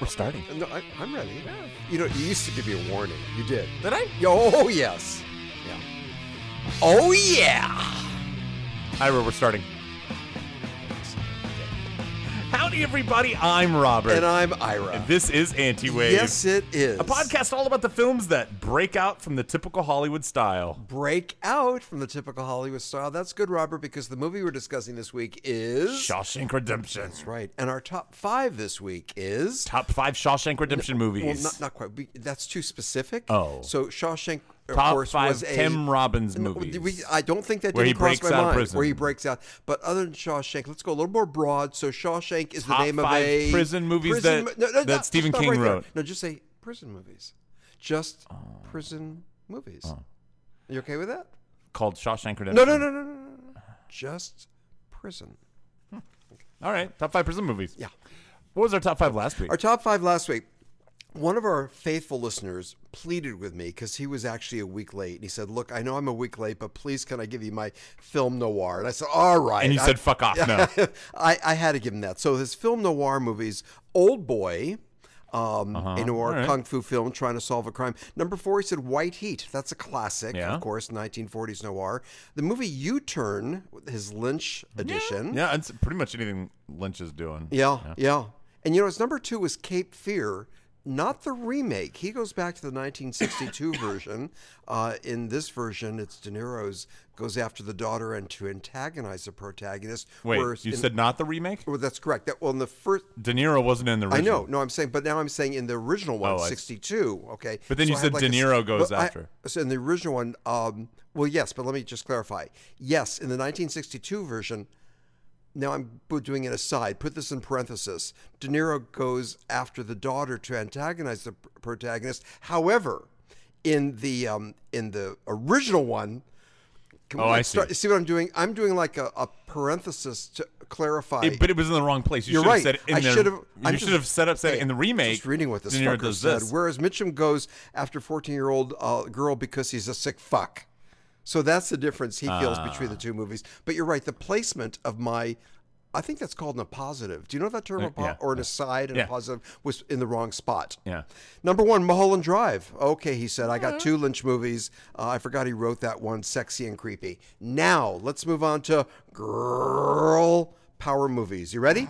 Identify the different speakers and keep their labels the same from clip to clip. Speaker 1: We're starting.
Speaker 2: No, I, I'm ready. You know, you used to give me a warning. You did.
Speaker 1: Did I?
Speaker 2: Yo, oh, yes. Yeah. Oh, yeah.
Speaker 1: Ira, we're starting. Howdy, everybody. I'm Robert.
Speaker 2: And I'm Ira.
Speaker 1: And this is Anti-Wave.
Speaker 2: yes, it is.
Speaker 1: A podcast all about the films that break out from the typical Hollywood style.
Speaker 2: Break out from the typical Hollywood style. That's good, Robert, because the movie we're discussing this week is.
Speaker 1: Shawshank Redemption.
Speaker 2: That's right. And our top five this week is.
Speaker 1: Top five Shawshank Redemption
Speaker 2: Well,
Speaker 1: movies.
Speaker 2: not, not quite. We, that's too specific.
Speaker 1: Oh.
Speaker 2: So Shawshank, of
Speaker 1: Top
Speaker 2: course,
Speaker 1: five
Speaker 2: was a.
Speaker 1: Tim Robbins
Speaker 2: No,
Speaker 1: movies.
Speaker 2: we- I don't think that
Speaker 1: Where he
Speaker 2: didn't cross
Speaker 1: breaks
Speaker 2: my
Speaker 1: out of
Speaker 2: mind.
Speaker 1: prison.
Speaker 2: Where he breaks out. But other than Shawshank, let's go a little more broad. So Shawshank is
Speaker 1: Top
Speaker 2: the name
Speaker 1: five
Speaker 2: of a
Speaker 1: prison movies that- that Stephen
Speaker 2: stop
Speaker 1: King
Speaker 2: right there.
Speaker 1: wrote.
Speaker 2: No, just say prison movies. Just prison movies.
Speaker 1: Oh.
Speaker 2: You okay with that?
Speaker 1: Called Shawshank Redemption.
Speaker 2: No, no, no, no, no, no. no. Just prison.
Speaker 1: All right. Top five prison movies.
Speaker 2: Yeah.
Speaker 1: What was our top five last week?
Speaker 2: Our top five last week. One of our faithful listeners pleaded with me because he was actually a week late. And he said, Look, I know I'm a week late, but please can I give you my film noir? And I said, All right.
Speaker 1: and you
Speaker 2: I-
Speaker 1: said, fuck off. No.
Speaker 2: I, I had to give him that. So his film noir movies, Old Boy, um, a noir
Speaker 1: Uh-huh. All right.
Speaker 2: kung fu film trying to solve a crime. Number four, he said White Heat. That's a classic,
Speaker 1: Yeah.
Speaker 2: of course, 1940s noir. The movie U Turn, his Lynch edition.
Speaker 1: Yeah, it's pretty much anything Lynch is doing.
Speaker 2: Yeah, yeah, And you know, his number two was Cape Fear, not the remake. He goes back to the 1962 version. Uh, in this version, it's De Niro's goes after the daughter and to antagonize the protagonist.
Speaker 1: Wait,
Speaker 2: whereas
Speaker 1: you
Speaker 2: in-
Speaker 1: said not the remake?
Speaker 2: well, that's correct. That well, in the first,
Speaker 1: De Niro wasn't in the
Speaker 2: I
Speaker 1: original.
Speaker 2: know. No, I'm saying, but now I'm saying in the original one,
Speaker 1: Oh, I see.
Speaker 2: 62. Okay.
Speaker 1: But then you
Speaker 2: I
Speaker 1: said
Speaker 2: had
Speaker 1: De
Speaker 2: a-
Speaker 1: Niro goes
Speaker 2: but I-
Speaker 1: after.
Speaker 2: so in the original one, um, well, yes, but let me just clarify. Yes, in the 1962 version. Now I'm bu- doing an aside. Put this in parenthesis. De Niro goes after the daughter to antagonize the pr- protagonist. However, in the um, in the original one. Can
Speaker 1: Oh, I
Speaker 2: like,
Speaker 1: see.
Speaker 2: start- see what I'm doing? I'm doing like a, a parenthesis to clarify.
Speaker 1: It- but it was in the wrong place. You
Speaker 2: You're
Speaker 1: should
Speaker 2: right.
Speaker 1: have said it in
Speaker 2: I
Speaker 1: the-
Speaker 2: should have.
Speaker 1: You should have set up said in the remake.
Speaker 2: Just reading what this
Speaker 1: De Niro
Speaker 2: fucker
Speaker 1: does
Speaker 2: said.
Speaker 1: this.
Speaker 2: Whereas Mitchum goes after 14 year old uh, girl because he's a sick fuck. So that's the difference he feels
Speaker 1: Ah.
Speaker 2: between the two movies. But you're right. The placement of my, I think that's called an appositive. Do you know that term? Apo-
Speaker 1: Uh, yeah.
Speaker 2: or an aside and
Speaker 1: Yeah.
Speaker 2: a positive was in the wrong spot.
Speaker 1: Yeah. Mm-hmm.
Speaker 2: Number one, Mulholland Drive. Okay, he said. I got two Lynch movies. Uh, I forgot he wrote that one, Sexy and Creepy. Now, let's move on to girl power movies. You ready?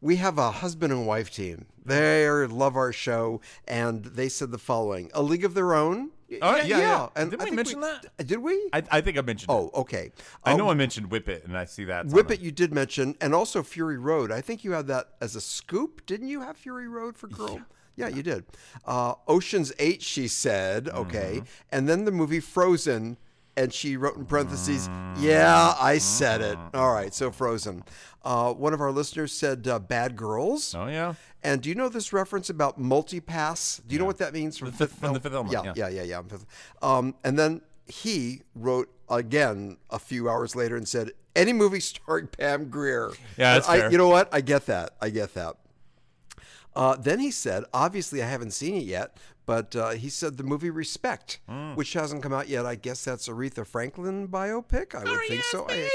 Speaker 2: We have a husband and wife team. They are- love our show, and they said the following A League of Their Own.
Speaker 1: Oh, yeah, yeah.
Speaker 2: And
Speaker 1: Didn't
Speaker 2: I
Speaker 1: we
Speaker 2: think
Speaker 1: mention that?
Speaker 2: Did we?
Speaker 1: I, I think I mentioned.
Speaker 2: oh, okay.
Speaker 1: it. I know I mentioned Whip It, and I see that.
Speaker 2: Whip It, you did mention, and also Fury Road. I think you had that as a scoop. Didn't you have Fury Road for Girl? Yeah. you did. Uh, Ocean's Eight, she said. Okay. And then the movie Frozen, and she wrote in parentheses, Yeah, I said it. All right, so Frozen. Uh, one of our listeners said uh, Bad Girls.
Speaker 1: Oh yeah.
Speaker 2: And do you know this reference about multipass? Do you know what that means from,
Speaker 1: fifth- from the fifth element,
Speaker 2: Yeah, yeah, yeah, yeah. Um, and then he wrote again a few hours later and said, "Any movie starring Pam Grier."
Speaker 1: Yeah, that's
Speaker 2: And I,
Speaker 1: fair.
Speaker 2: You know what? I get that. I get that. Uh, then he said, obviously, I haven't seen it yet, but uh, he said the movie Respect,
Speaker 1: Hmm.
Speaker 2: which hasn't come out yet. I guess that's Aretha Franklin biopic. I would think so. I-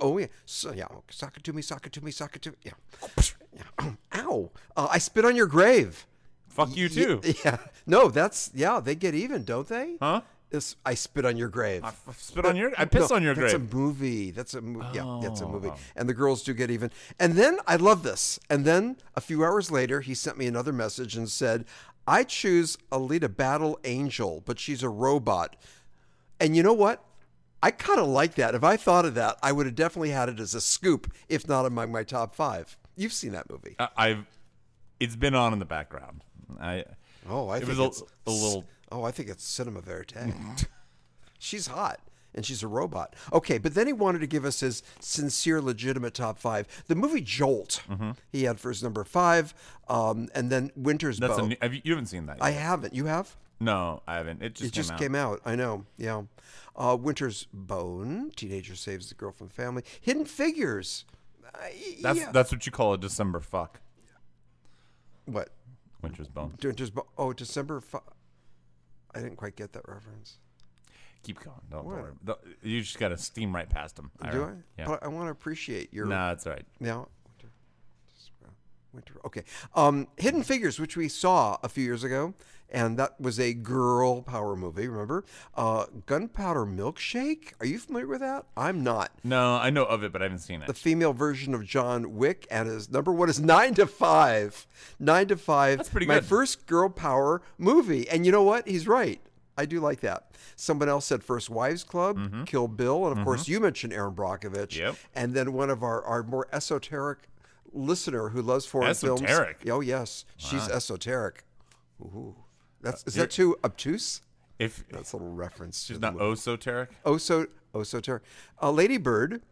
Speaker 2: oh, yeah. So, yeah. Sock it to me, sock it to me, sock it to me. Yeah. Yeah. Ow. Uh, I spit on your grave.
Speaker 1: Fuck you too.
Speaker 2: Y- Yeah. No, that's, yeah, they get even, don't they?
Speaker 1: Huh?
Speaker 2: This, I spit on your grave.
Speaker 1: Spit on your. I pissed
Speaker 2: No,
Speaker 1: on your
Speaker 2: that's
Speaker 1: grave. Oh.
Speaker 2: a movie. That's a movie. Yeah, that's a movie. And the girls do get even. And then I love this. And then a few hours later, he sent me another message and said, "I choose Alita Battle Angel, but she's a robot." And you know what? I kind of like that. If I thought of that, I would have definitely had it as a scoop, if not among my top five. You've seen that movie.
Speaker 1: I- I've. It's been on in the background. I.
Speaker 2: Oh, I
Speaker 1: It
Speaker 2: think
Speaker 1: was a-
Speaker 2: it's,
Speaker 1: a little-
Speaker 2: Oh, I think it's cinema verite. she's hot and she's a robot. Okay, but then he wanted to give us his sincere, legitimate top five. The movie Jolt.
Speaker 1: Mm-hmm.
Speaker 2: He had for his number five, um, and then Winter's
Speaker 1: That's
Speaker 2: Bow.
Speaker 1: a. new- Have you, you haven't seen that? Yet.
Speaker 2: I haven't. You have?
Speaker 1: no, I haven't. It just,
Speaker 2: It just
Speaker 1: came, out.
Speaker 2: came out. I know. Yeah. Uh, Winter's Bone. Teenager saves the girl from family. Hidden Figures. Uh,
Speaker 1: That's
Speaker 2: yeah.
Speaker 1: that's what you call a December fuck.
Speaker 2: what?
Speaker 1: Winter's Bone.
Speaker 2: Winter's Bone. Oh, December. Fi- I didn't quite get that reference.
Speaker 1: Keep going. Don't, don't worry. Don't- You just gotta steam right past him.
Speaker 2: Do I?
Speaker 1: Yeah.
Speaker 2: But I want to appreciate your
Speaker 1: Nah, it's all right.
Speaker 2: now. uh, Winter. Okay. Um, Hidden Figures, which we saw a few years ago, and that was a girl power movie. Remember? Uh, Gunpowder Milkshake. Are you familiar with that? I'm not.
Speaker 1: No, I know of it, but I haven't seen it.
Speaker 2: The female version of John Wick, and his number one is Nine to Five. Nine to Five. That's
Speaker 1: pretty
Speaker 2: My
Speaker 1: good.
Speaker 2: first girl power movie, and you know what? He's right. I do like that. Someone else said First Wives Club, Kill Bill, and of course you mentioned Aaron Brockovich.
Speaker 1: Mm-hmm. Yep.
Speaker 2: And then one of our, our more esoteric listener who loves foreign
Speaker 1: Esoteric?
Speaker 2: films. Oh yes, she's esoteric. Ooh, that's is that too obtuse?
Speaker 1: if
Speaker 2: That's a little reference.
Speaker 1: Uh, she's
Speaker 2: to
Speaker 1: not esoteric.
Speaker 2: Oh so oh so terrible. Uh, Lady Bird,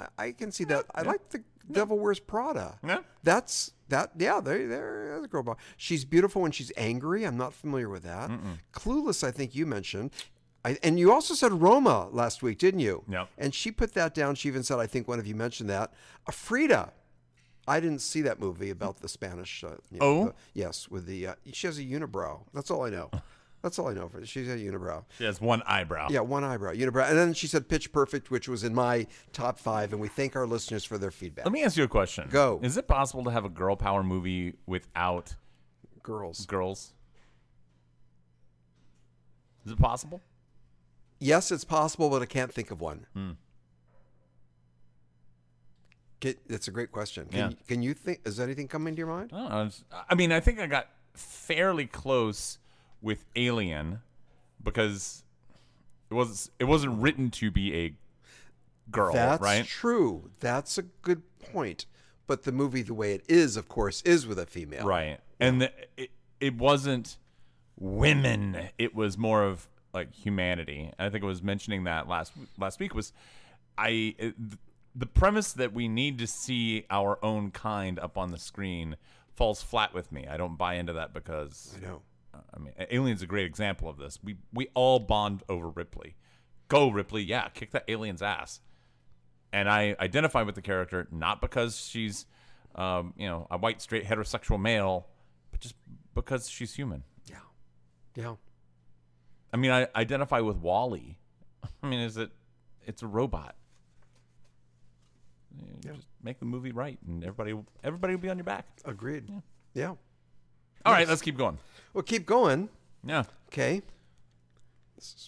Speaker 2: I, I can see that. I like the Devil Wears Prada.
Speaker 1: Yeah.
Speaker 2: That's that. Yeah, there, there. That's a girl. boss. She's beautiful when she's angry. I'm not familiar with that. Clueless, I think you mentioned. I, and you also said Roma last week, didn't you?
Speaker 1: Yep.
Speaker 2: And she put that down. She even said, I think one of you mentioned that. Frida. I didn't see that movie about the Spanish. Uh, you know,
Speaker 1: Oh?
Speaker 2: the- yes, with the uh, she has a unibrow. That's all I know. That's all I know. For she's a unibrow.
Speaker 1: She has one eyebrow.
Speaker 2: Yeah, one eyebrow, unibrow. And then she said Pitch Perfect, which was in my top five, and we thank our listeners for their feedback.
Speaker 1: Let me ask you a question.
Speaker 2: Go.
Speaker 1: Is it possible to have a girl power movie without
Speaker 2: Girls.
Speaker 1: girls? Is it possible?
Speaker 2: Yes, it's possible, but I can't think of one.
Speaker 1: Hmm.
Speaker 2: Can, that's a great question. Can,
Speaker 1: Yeah.
Speaker 2: can you think, is anything coming to your mind?
Speaker 1: I don't know. I was- I mean, I think I got fairly close with Alien because it was it wasn't written to be a girl,
Speaker 2: That's
Speaker 1: right?
Speaker 2: true. That's a good point. But the movie, the way it is, of course, is with a female.
Speaker 1: Right. And the, it, it wasn't women. It was more of like humanity. And I think I was mentioning that last last week was I it- the premise that we need to see our own kind up on the screen falls flat with me. I don't buy into that because
Speaker 2: You know,
Speaker 1: I mean Alien's a great example of this. We we all bond over Ripley. Go Ripley. Yeah, kick that alien's ass and I identify with the character not because she's, um, you know, a white straight heterosexual male, but just because she's human.
Speaker 2: yeah. Yeah.
Speaker 1: I mean, I identify with Wally. I mean, is it? It's a robot. You Just make the movie right, and everybody everybody will be on your back.
Speaker 2: Agreed. yeah.
Speaker 1: All right, let's keep going.
Speaker 2: Well, keep going.
Speaker 1: Yeah.
Speaker 2: Okay.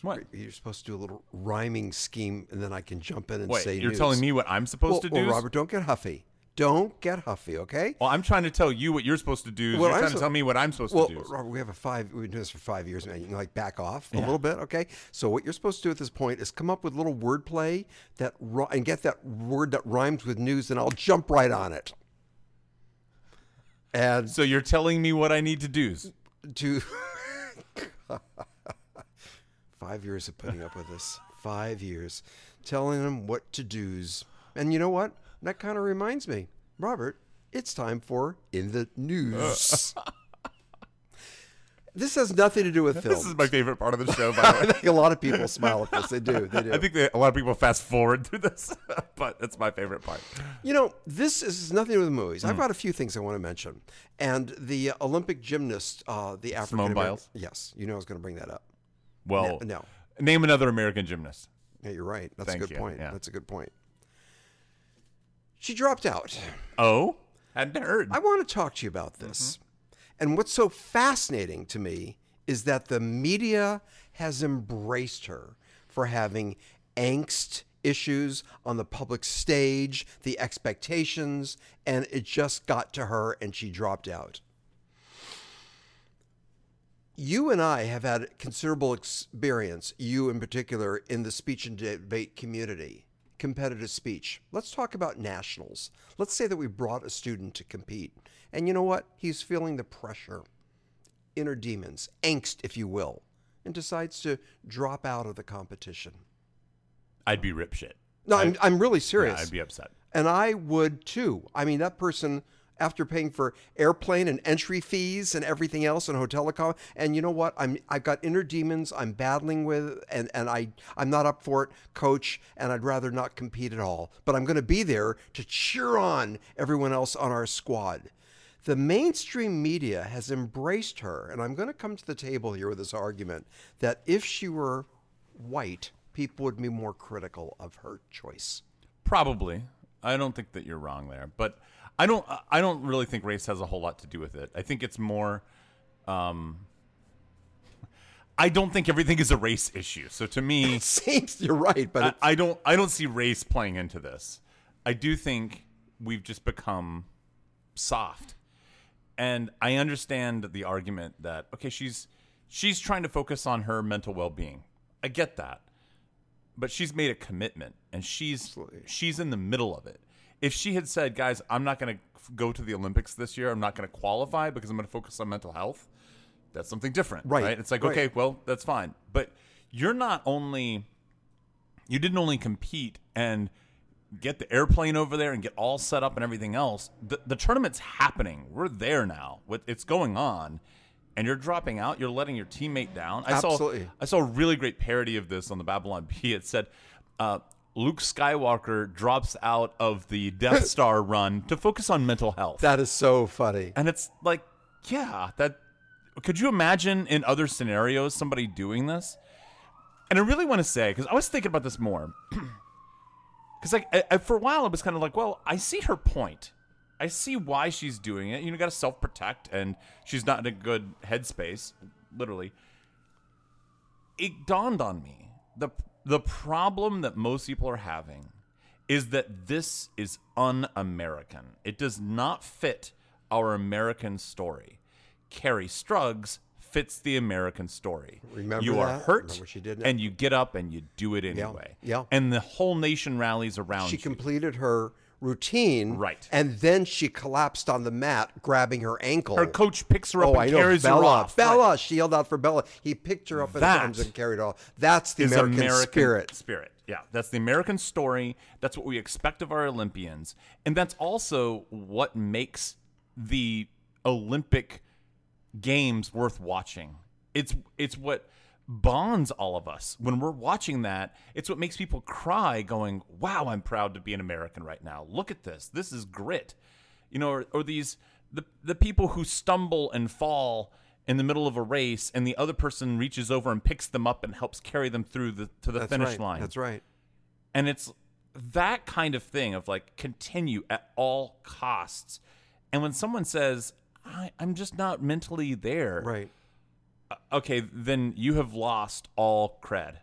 Speaker 1: What?
Speaker 2: You're supposed to do a little rhyming scheme, and then I can jump in and
Speaker 1: Wait,
Speaker 2: say
Speaker 1: you're
Speaker 2: news.
Speaker 1: telling me what I'm supposed
Speaker 2: Well,
Speaker 1: to
Speaker 2: well,
Speaker 1: do?
Speaker 2: Robert, don't get huffy. Don't get huffy, okay?
Speaker 1: Well, I'm trying to tell you what you're supposed to do.
Speaker 2: Well,
Speaker 1: you're
Speaker 2: I'm
Speaker 1: trying
Speaker 2: so-
Speaker 1: to tell me what I'm supposed
Speaker 2: Well,
Speaker 1: to do.
Speaker 2: Robert, we have a five. We've been doing this for five years, man. You can like back off a little bit, okay? So what you're supposed to do at this point is come up with little wordplay that ri- and get that word that rhymes with news, and I'll jump right on it. And
Speaker 1: So you're telling me what I need to do.
Speaker 2: to five years of putting up with this five years telling them what to do's and you know what that kind of reminds me robert it's time for in the news this has nothing to do with film
Speaker 1: This is my favorite part of the show, by the way.
Speaker 2: i think a lot of people smile at this they do they do
Speaker 1: I think that a lot of people fast forward through this, but that's my favorite part.
Speaker 2: You know, this is nothing to do with movies.
Speaker 1: Hmm.
Speaker 2: I've got a few things I want to mention. And the uh, Olympic gymnast, uh, the African
Speaker 1: Biles?
Speaker 2: Yes, you know I was going to bring that up.
Speaker 1: Well,
Speaker 2: No, no.
Speaker 1: Name another American gymnast.
Speaker 2: Yeah, you're right. That's
Speaker 1: Thank
Speaker 2: a good
Speaker 1: you.
Speaker 2: point.
Speaker 1: Yeah.
Speaker 2: That's a good point. She dropped out.
Speaker 1: Oh, hadn't heard.
Speaker 2: I want to talk to you about this.
Speaker 1: Mm-hmm.
Speaker 2: And what's so fascinating to me is that the media has embraced her for having angst issues on the public stage, the expectations, and it just got to her and she dropped out. you and I have had considerable experience, you in particular, in the speech and debate community, competitive speech. Let's talk about nationals. Let's say that we brought a student to compete. And you know what? He's feeling the pressure, inner demons, angst, if you will, and decides to drop out of the competition.
Speaker 1: I'd be rip shit.
Speaker 2: No, I'm, I'm really
Speaker 1: Yeah,
Speaker 2: serious.
Speaker 1: I'd be upset.
Speaker 2: And I would too. I mean, that person, after paying for airplane and entry fees and everything else and hotel accom, and you know what? I'm I've got inner demons I'm battling with, and and I I'm not up for it, coach. And I'd rather not compete at all. But I'm going to be there to cheer on everyone else on our squad. The mainstream media has embraced her, and I'm going to come to the table here with this argument that if she were white, people would be more critical of her choice.
Speaker 1: Probably. I don't think that you're wrong there, but I I don't. I don't really think race has a whole lot to do with it. I think it's more. Um, I don't think everything is a race issue. So to me,
Speaker 2: It seems you're right, but
Speaker 1: I,
Speaker 2: it,
Speaker 1: I don't. I don't see race playing into this. I do think we've just become soft, and I understand the argument that okay, she's she's trying to focus on her mental well being. I get that, but she's made a commitment, and she's she's in the middle of it. If she had said, "Guys, I'm not going to go to the Olympics this year. I'm not going to qualify because I'm going to focus on mental health," that's something different,
Speaker 2: Right,
Speaker 1: It's like
Speaker 2: right.
Speaker 1: okay, well, that's fine, but you're not only you didn't only compete and get the airplane over there and get all set up and everything else. The, the tournament's happening. We're there now. What- It's going on, and you're dropping out. You're letting your teammate down. I
Speaker 2: Absolutely.
Speaker 1: saw I saw a really great parody of this on the Babylon Bee. It said. Uh, Luke Skywalker drops out of the Death Star run to focus on mental health.
Speaker 2: that is so funny.
Speaker 1: And it's like, yeah, that could you imagine in other scenarios somebody doing this? And I really want to say because I was thinking about this more because like I, I, for a while I was kind of like, well, I see her point. I see why she's doing it. You know, got to self protect, and she's not in a good headspace, literally. It dawned on me the the problem that most people are having is that this is un-American. It does not fit our American story. Carrie Struggs fits the American story.
Speaker 2: Remember
Speaker 1: you are
Speaker 2: that?
Speaker 1: hurt,
Speaker 2: Remember she did it?
Speaker 1: and you get up and you do it anyway.
Speaker 2: yeah.
Speaker 1: And the whole nation rallies around
Speaker 2: She
Speaker 1: you.
Speaker 2: completed her routine,
Speaker 1: Right.
Speaker 2: And then she collapsed on the mat, grabbing her ankle.
Speaker 1: Her coach picks her up
Speaker 2: oh, I
Speaker 1: and
Speaker 2: know,
Speaker 1: carries her
Speaker 2: Bella.
Speaker 1: off. Right.
Speaker 2: Bella, she yelled out for Bella. He picked her up in
Speaker 1: That
Speaker 2: his arms and carried her off. That's the
Speaker 1: is
Speaker 2: American, spirit.
Speaker 1: Spirit. Yeah, that's the American story. That's what we expect of our Olympians, and that's also what makes the Olympic games worth watching. It's it's what bonds all of us when we're watching that. It's what makes people cry, going, "Wow, I'm proud to be an American right now. Look at this. This is grit." You know, or, or these the the people who stumble and fall in the middle of a race, and the other person reaches over and picks them up and helps carry them through the to the
Speaker 2: That's
Speaker 1: finish
Speaker 2: right.
Speaker 1: line.
Speaker 2: That's right.
Speaker 1: And it's that kind of thing of like continue at all costs. And when someone says, I, I'm just not mentally there,
Speaker 2: Right.
Speaker 1: Uh, okay, then you have lost all cred.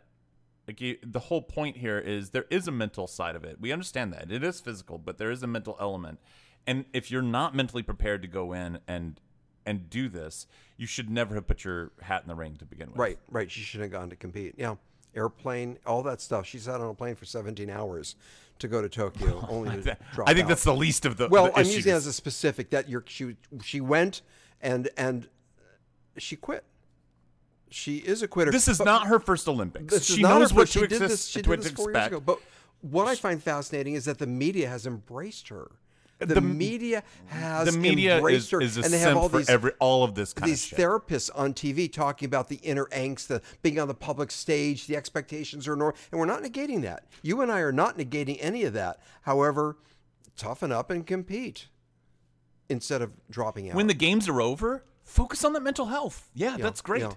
Speaker 1: Like you, the whole point here is there is a mental side of it. We understand that it is physical, but there is a mental element. And if you're not mentally prepared to go in and and do this, you should never have put your hat in the ring to begin with.
Speaker 2: Right. Right. She shouldn't have gone to compete. Yeah. Airplane, all that stuff. She sat on a plane for 17 hours to go to Tokyo, only to drop
Speaker 1: I think
Speaker 2: out.
Speaker 1: that's the least of the.
Speaker 2: Well,
Speaker 1: the
Speaker 2: I'm
Speaker 1: issues.
Speaker 2: using it as a specific that you're, she she went and and she quit. She is a quitter.
Speaker 1: This is
Speaker 2: but
Speaker 1: not her first Olympics.
Speaker 2: this is
Speaker 1: she
Speaker 2: not her
Speaker 1: knows what
Speaker 2: first-
Speaker 1: to
Speaker 2: she did
Speaker 1: exist-
Speaker 2: this, she
Speaker 1: to
Speaker 2: did this four years
Speaker 1: expect.
Speaker 2: ago. But what I find fascinating is that the media has embraced her. The, media has
Speaker 1: Uh, the media
Speaker 2: embraced
Speaker 1: is,
Speaker 2: her,
Speaker 1: is a
Speaker 2: and they have
Speaker 1: simp
Speaker 2: all
Speaker 1: for
Speaker 2: these
Speaker 1: every all of this kind of
Speaker 2: these
Speaker 1: shit.
Speaker 2: therapists on TV talking about the inner angst, the being on the public stage, the expectations are normal, and we're not negating that. You and I are not negating any of that. However, toughen up and compete instead of dropping out.
Speaker 1: when the games are over, focus on that mental health. Yeah, that's great.
Speaker 2: yeah,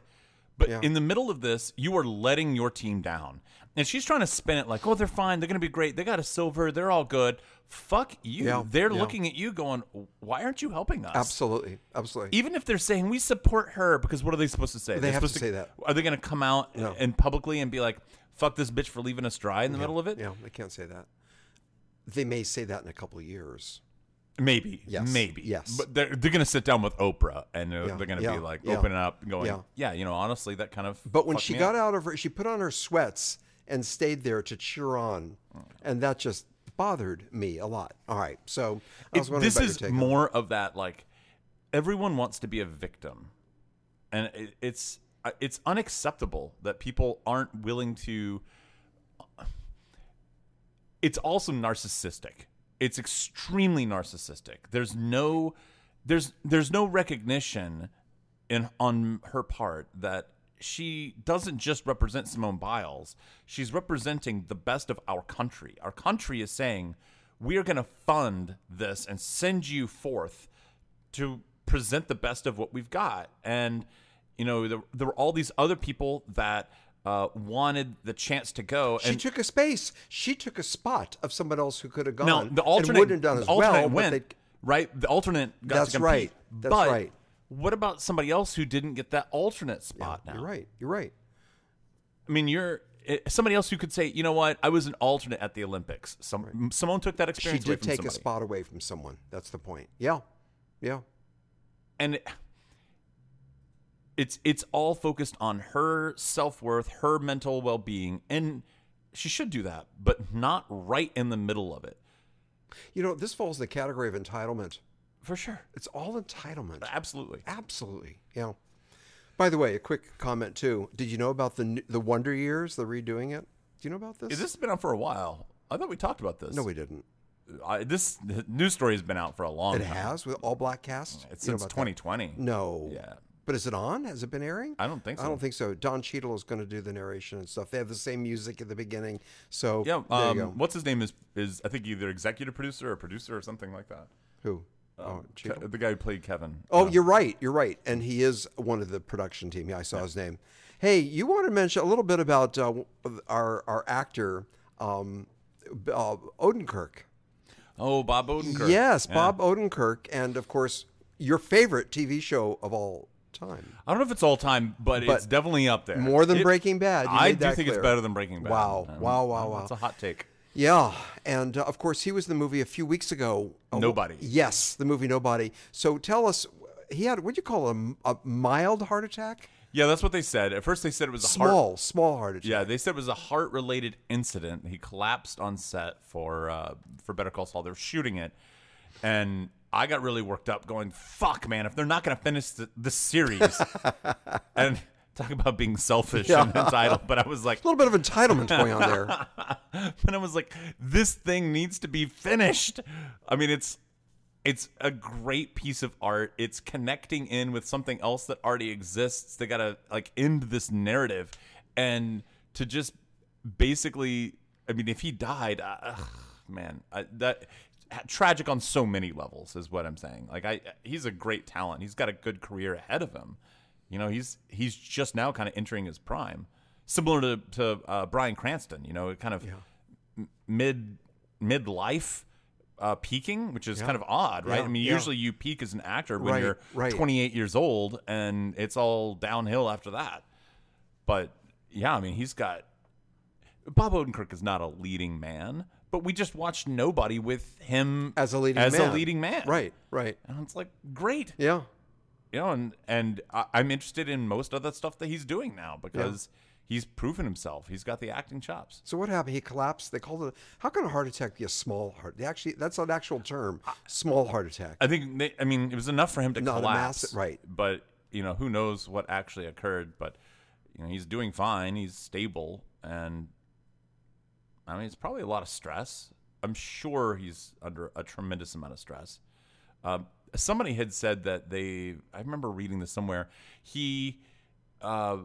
Speaker 1: But in the middle of this, you are letting your team down. And she's trying to spin it like, oh, they're fine. They're going to be great. They got a silver. They're all good. Fuck you.
Speaker 2: Yeah,
Speaker 1: they're
Speaker 2: yeah.
Speaker 1: looking at you going, why aren't you helping us?
Speaker 2: absolutely, absolutely.
Speaker 1: even if they're saying we support her because what are they supposed to say They're
Speaker 2: have
Speaker 1: supposed
Speaker 2: to say that.
Speaker 1: are they going to come out and publicly and be like fuck this bitch for leaving us dry in the middle of it
Speaker 2: yeah, they can't say that. They may say that in a couple of years.
Speaker 1: maybe
Speaker 2: Yes,
Speaker 1: maybe
Speaker 2: yes.
Speaker 1: but they're, they're going to sit down with oprah and uh,
Speaker 2: Yeah,
Speaker 1: they're going to
Speaker 2: yeah,
Speaker 1: be like
Speaker 2: yeah.
Speaker 1: opening up and going yeah.
Speaker 2: Yeah.
Speaker 1: you know honestly that kind of
Speaker 2: But when
Speaker 1: fucked
Speaker 2: she
Speaker 1: me
Speaker 2: got
Speaker 1: up.
Speaker 2: out of her, she put on her sweats and stayed there to cheer on,
Speaker 1: Mm.
Speaker 2: and that just bothered me a lot. All right, so I was
Speaker 1: It-
Speaker 2: wondering
Speaker 1: this
Speaker 2: about your
Speaker 1: is
Speaker 2: take on that.
Speaker 1: more of that like everyone wants to be a victim and it, it's I- it's unacceptable that people aren't willing to it's also narcissistic it's extremely narcissistic there's no there's there's no recognition in on her part that she doesn't just represent Simone Biles she's representing the best of our country our country is saying we are going to fund this and send you forth to present the best of what we've got. And you know, there, there were all these other people that uh, wanted the chance to go.
Speaker 2: She
Speaker 1: and
Speaker 2: took a space. She took a spot of someone else who could have gone.
Speaker 1: now the alternate,
Speaker 2: and wouldn't have done
Speaker 1: the
Speaker 2: as
Speaker 1: alternate
Speaker 2: well. but
Speaker 1: went,
Speaker 2: they-
Speaker 1: right? The alternate got
Speaker 2: That's
Speaker 1: to compete.
Speaker 2: right. That's
Speaker 1: but
Speaker 2: right.
Speaker 1: What about somebody else who didn't get that alternate spot now?
Speaker 2: You're right. You're right.
Speaker 1: I mean, you're eh, somebody else who could say, you know what? I was an alternate at the Olympics. Some someone took that
Speaker 2: She
Speaker 1: experience away
Speaker 2: did
Speaker 1: from
Speaker 2: take a
Speaker 1: somebody.
Speaker 2: spot away from someone. That's the point. Yeah. Yeah.
Speaker 1: and it- it's it's all focused on her self-worth, her mental well-being, and she should do that, but not right in the middle of it.
Speaker 2: You know, this falls in the category of entitlement.
Speaker 1: For sure.
Speaker 2: It's all entitlement.
Speaker 1: Absolutely.
Speaker 2: Absolutely. Yeah. By the way, a quick comment too. Did you know about the n- the Wonder Years? The redoing it. Do you know about this?
Speaker 1: This has been on for a while. I thought we talked about this.
Speaker 2: No, we didn't.
Speaker 1: I, this news story has been out for a long
Speaker 2: It
Speaker 1: time.
Speaker 2: has with all black cast.
Speaker 1: It's
Speaker 2: You know
Speaker 1: since
Speaker 2: about that?
Speaker 1: 2020.
Speaker 2: No.
Speaker 1: Yeah.
Speaker 2: But is it on? Has it been airing?
Speaker 1: I don't think so.
Speaker 2: I don't think so. Don Cheadle is going to do the narration and stuff. They have the same music at the beginning. So
Speaker 1: Yeah.
Speaker 2: there you
Speaker 1: Um,
Speaker 2: go.
Speaker 1: what's his name is is I think either executive producer or producer or something like that.
Speaker 2: Who? oh, Cheadle.
Speaker 1: uh, Ke- the guy who played Kevin.
Speaker 2: Oh, you're right. You're right. And he is one of the production team. Yeah, I saw his name. Hey, you want to mention a little bit about uh, our our actor um, B- uh, Odenkirk?
Speaker 1: Oh, Bob Odenkirk.
Speaker 2: Yes,
Speaker 1: Yeah.
Speaker 2: Bob Odenkirk, and of course your favorite TV show of all time,
Speaker 1: I don't know if it's all time, but, it's definitely up there.
Speaker 2: more than
Speaker 1: It-
Speaker 2: Breaking Bad. You
Speaker 1: I
Speaker 2: made
Speaker 1: do
Speaker 2: that
Speaker 1: think it's
Speaker 2: clear.
Speaker 1: better than Breaking Bad.
Speaker 2: Wow,
Speaker 1: Um,
Speaker 2: wow, wow, wow.
Speaker 1: That's a hot take.
Speaker 2: Yeah, and uh, of course he was in the movie a few weeks ago. uh,
Speaker 1: Nobody.
Speaker 2: Yes, the movie Nobody. So tell us, he had what do you call it, a, a mild heart attack?
Speaker 1: Yeah, that's what they said. At first, they said it was a heart.
Speaker 2: Small, small heart attack.
Speaker 1: Yeah, they said it was a heart-related incident. He collapsed on set for uh, for Better Call Saul. They were shooting it, and I got really worked up, going, "Fuck, man! If they're not going to finish the, the series, and talk about being selfish and entitled." But I was like,
Speaker 2: A little bit of entitlement going on there.
Speaker 1: and I was like, this thing needs to be finished. I mean, it's it's a great piece of art. It's connecting in with something else that already exists. They gotta like end this narrative, and to just basically, I mean, if he died, uh, ugh, man, I, that tragic on so many levels is what I'm saying. Like, I he's a great talent. He's got a good career ahead of him. You know, he's he's just now kind of entering his prime, similar to to uh, Brian Cranston. You know, it kind of mid mid life uh, peaking, which is kind of odd, right?
Speaker 2: Yeah,
Speaker 1: I mean,
Speaker 2: yeah.
Speaker 1: usually you peak as an actor when
Speaker 2: Right,
Speaker 1: you're
Speaker 2: right.
Speaker 1: 28 years old, and it's all downhill after that. But yeah, I mean, he's got Bob Odenkirk is not a leading man, but we just watched nobody with him
Speaker 2: As a leading
Speaker 1: as
Speaker 2: man.
Speaker 1: a leading man,
Speaker 2: Right, right.
Speaker 1: And it's like great,
Speaker 2: Yeah.
Speaker 1: you know, and and I, I'm interested in most of the stuff that he's doing now because he's proven himself. He's got the acting chops.
Speaker 2: So what happened? He collapsed. They called it. How can a heart attack be a small heart? They actually, that's an actual term. Small heart attack.
Speaker 1: I think they, I mean it was enough for him to
Speaker 2: No, the
Speaker 1: collapse,
Speaker 2: mass- right.
Speaker 1: But you know who knows what actually occurred. But you know he's doing fine. He's stable, and I mean it's probably a lot of stress. I'm sure he's under a tremendous amount of stress. Um, somebody had said that they. I remember reading this somewhere. He. Uh,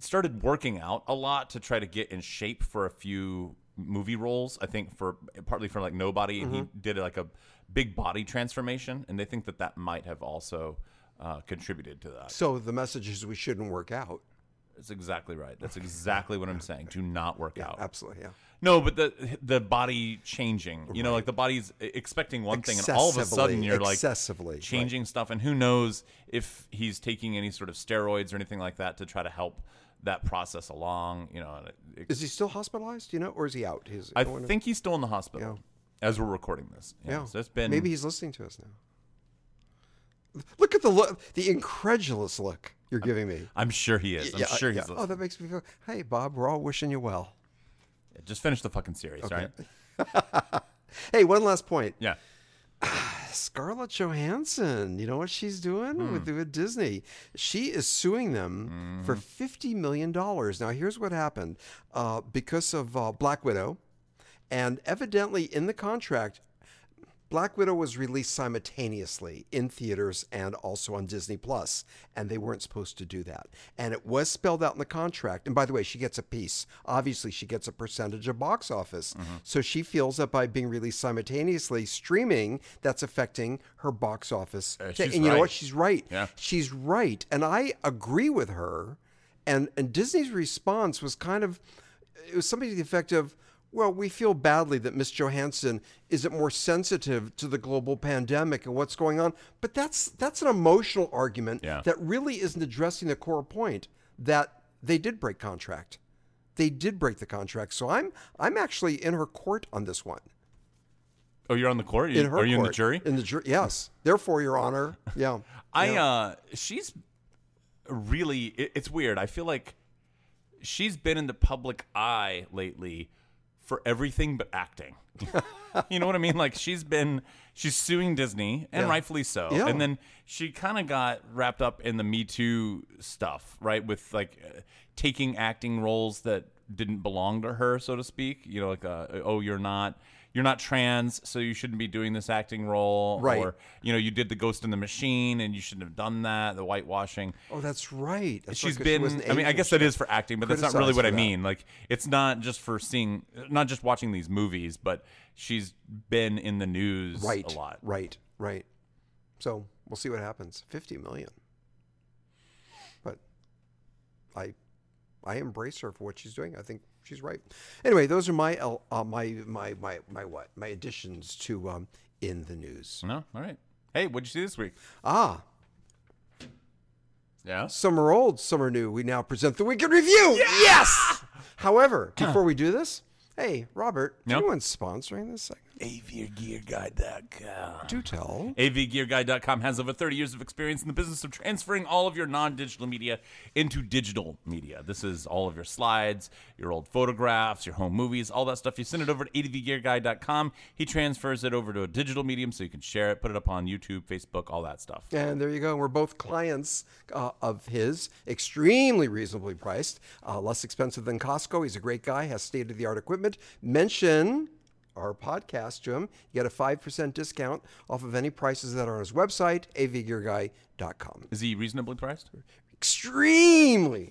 Speaker 1: started working out a lot to try to get in shape for a few movie roles. I think for partly for like nobody, and he did like a big body transformation, and they think that that might have also uh, contributed to that.
Speaker 2: So the message is we shouldn't work out.
Speaker 1: That's exactly right. That's exactly what I'm saying. Do not work out.
Speaker 2: Absolutely. Yeah.
Speaker 1: No, but the the body changing. You know, like the body's expecting one thing, and all of a sudden
Speaker 2: Excessively,
Speaker 1: you're like
Speaker 2: excessively, right.
Speaker 1: changing stuff. And who knows if he's taking any sort of steroids or anything like that to try to help that process along. You know, and it, it
Speaker 2: Is he still hospitalized? You know, or is he out? He's.
Speaker 1: I
Speaker 2: wonder-
Speaker 1: think he's still in the hospital as we're recording this.
Speaker 2: Yeah.
Speaker 1: So it's been
Speaker 2: Maybe he's listening to us now. Look at the look, the incredulous look you're giving me.
Speaker 1: I'm sure he is. I'm sure he's.
Speaker 2: Oh, that makes me feel. Hey, Bob, we're all wishing you well.
Speaker 1: Just finish the fucking series, right?
Speaker 2: Hey, one last point.
Speaker 1: Yeah.
Speaker 2: Scarlett Johansson, you know what she's doing
Speaker 1: Hmm.
Speaker 2: with, with Disney? She is suing them
Speaker 1: Mm-hmm.
Speaker 2: for $50 million. Now, here's what happened uh, because of uh, Black Widow, and evidently in the contract, Black Widow was released simultaneously in theaters and also on Disney Plus, and they weren't supposed to do that. And it was spelled out in the contract. And by the way, she gets a piece. Obviously, she gets a percentage of box office.
Speaker 1: Mm-hmm.
Speaker 2: So she feels that by being released simultaneously streaming, that's affecting her box office. ta-
Speaker 1: Uh, she's
Speaker 2: and you know
Speaker 1: right.
Speaker 2: what? She's right.
Speaker 1: Yeah.
Speaker 2: She's right. And I agree with her. And and Disney's response was kind of it was something to the effect of Well, we feel badly that Miss Johansson isn't more sensitive to the global pandemic and what's going on, but that's that's an emotional argument
Speaker 1: Yeah.
Speaker 2: that really isn't addressing the core point that they did break contract. They did break the contract, so I'm I'm actually in her court on this one.
Speaker 1: Oh, you're on the court. You,
Speaker 2: In her
Speaker 1: are you in the
Speaker 2: court.
Speaker 1: jury?
Speaker 2: In the jury, yes. Therefore, Your Honor, yeah.
Speaker 1: I uh she's really it, it's weird. I feel like she's been in the public eye lately for everything but acting. you know what I mean? Like she's been she's suing Disney and rightfully so.
Speaker 2: Yeah.
Speaker 1: And then she kind of got wrapped up in the Me Too stuff, right? With like uh, taking acting roles that didn't belong to her, so to speak. You know, like uh, oh, you're not you're not trans, so you shouldn't be doing this acting role
Speaker 2: Right.
Speaker 1: or you know, you did the Ghost in the Machine, and you shouldn't have done that. The whitewashing.
Speaker 2: Oh, that's right. That's
Speaker 1: She's
Speaker 2: right, 'cause she was
Speaker 1: been.
Speaker 2: an
Speaker 1: I mean, I
Speaker 2: agent.
Speaker 1: guess that is for acting, but that's not really
Speaker 2: criticized
Speaker 1: what I
Speaker 2: for that.
Speaker 1: mean. Like, it's not just for seeing, not just watching these movies, but she's been in the news
Speaker 2: right
Speaker 1: a lot.
Speaker 2: Right, right. So we'll see what happens. Fifty million. But I, I embrace her for what she's doing. I think she's right. Anyway, those are my el- uh, my my my my what my additions to um, in the news.
Speaker 1: No, all right. Hey, what'd you see this week?
Speaker 2: Ah,
Speaker 1: Yeah.
Speaker 2: summer old, summer new. We now present the weekend review. Yes. However, before we do this, hey Robert, do
Speaker 1: Yep.
Speaker 2: you know anyone's sponsoring this segment?
Speaker 1: AVGearGuide.com.
Speaker 2: Do tell.
Speaker 1: AVGearGuide.com has over 30 years of experience in the business of transferring all of your non digital media into digital media. This is all of your slides, your old photographs, your home movies, all that stuff. You send it over to AVGearGuide.com. He transfers it over to a digital medium so you can share it, put it up on YouTube, Facebook, all that stuff.
Speaker 2: And there you go. We're both clients uh, of his, extremely reasonably priced, uh, less expensive than Costco. He's a great guy, has state of the art equipment. Mention our podcast to him. You get a 5% discount off of any prices that are on his website, avgearguy.com.
Speaker 1: Is he reasonably priced?
Speaker 2: Extremely.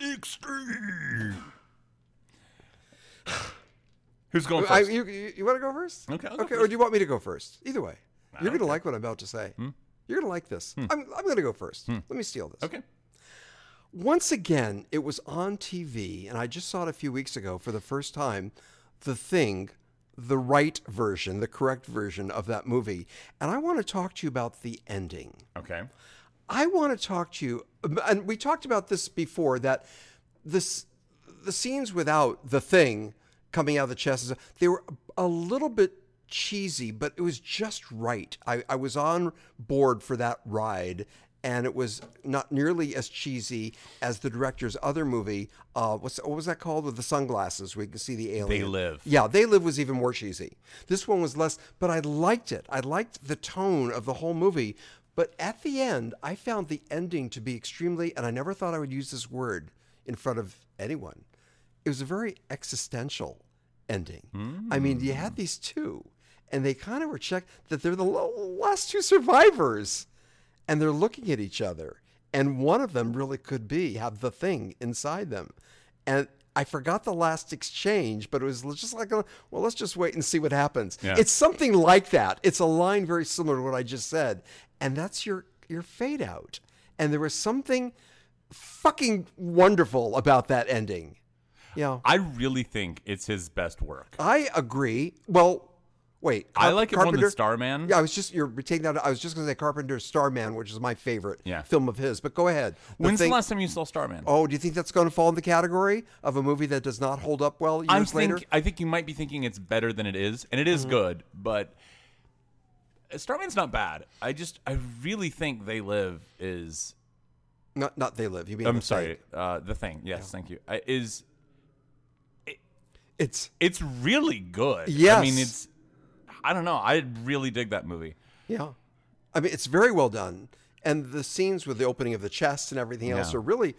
Speaker 1: Extreme. Who's going
Speaker 2: I,
Speaker 1: first?
Speaker 2: you want to go first?
Speaker 1: Okay, I'll go
Speaker 2: Okay. Or do you want me to go first? Either way, you're going to like what I'm about to say.
Speaker 1: Hmm?
Speaker 2: You're going to like this. I'm, I'm going to go first. Let me steal this.
Speaker 1: okay.
Speaker 2: Once again, it was on TV, and I just saw it a few weeks ago for the first time. The thing, the right version, the correct version of that movie. And I want to talk to you about the ending.
Speaker 1: Okay.
Speaker 2: I want to talk to you, and we talked about this before that this the scenes without the thing coming out of the chest they were a little bit cheesy, but it was just right. I, I was on board for that ride, and it was not nearly as cheesy as the director's other movie. Uh, what's what was that called with the sunglasses where you can see the alien?
Speaker 1: They Live.
Speaker 2: Yeah, They Live was even more cheesy. This one was less, but I liked it. I liked the tone of the whole movie. But at the end, I found the ending to be extremely, and I never thought I would use this word in front of anyone. It was a very existential ending. I mean, you had these two, and they kind of were checked that they're the l- last two survivors and they're looking at each other and one of them really could be have the thing inside them and i forgot the last exchange but it was just like a, well let's just wait and see what happens
Speaker 1: Yeah.
Speaker 2: it's something like that it's a line very similar to what i just said and that's your your fade out and there was something fucking wonderful about that ending yeah
Speaker 1: I really think it's his best work.
Speaker 2: i agree well wait
Speaker 1: I
Speaker 2: Car-
Speaker 1: like it more than
Speaker 2: Carpenter-
Speaker 1: Starman.
Speaker 2: yeah, I was just you're taking that. I was just going to say Carpenter's Starman, which is my favorite
Speaker 1: Yeah.
Speaker 2: film of his. But go ahead. The
Speaker 1: When's
Speaker 2: thing-
Speaker 1: the last time you saw Starman?
Speaker 2: Oh, do you think that's going to fall in the category of a movie that does not hold up well years
Speaker 1: I'm
Speaker 2: later?
Speaker 1: think, I think you might be thinking it's better than it is, and it is good, but Starman's not bad. I just I really think They Live is
Speaker 2: Not, not they live. You mean
Speaker 1: I'm
Speaker 2: The
Speaker 1: sorry,
Speaker 2: Thing.
Speaker 1: uh, the thing. Yes, thank you. I, is
Speaker 2: It's
Speaker 1: it's really good. I
Speaker 2: Yes.
Speaker 1: mean it's I don't know. I really dig that movie.
Speaker 2: yeah. I mean, it's very well done, and the scenes with the opening of the chest and everything else
Speaker 1: Yeah.
Speaker 2: are really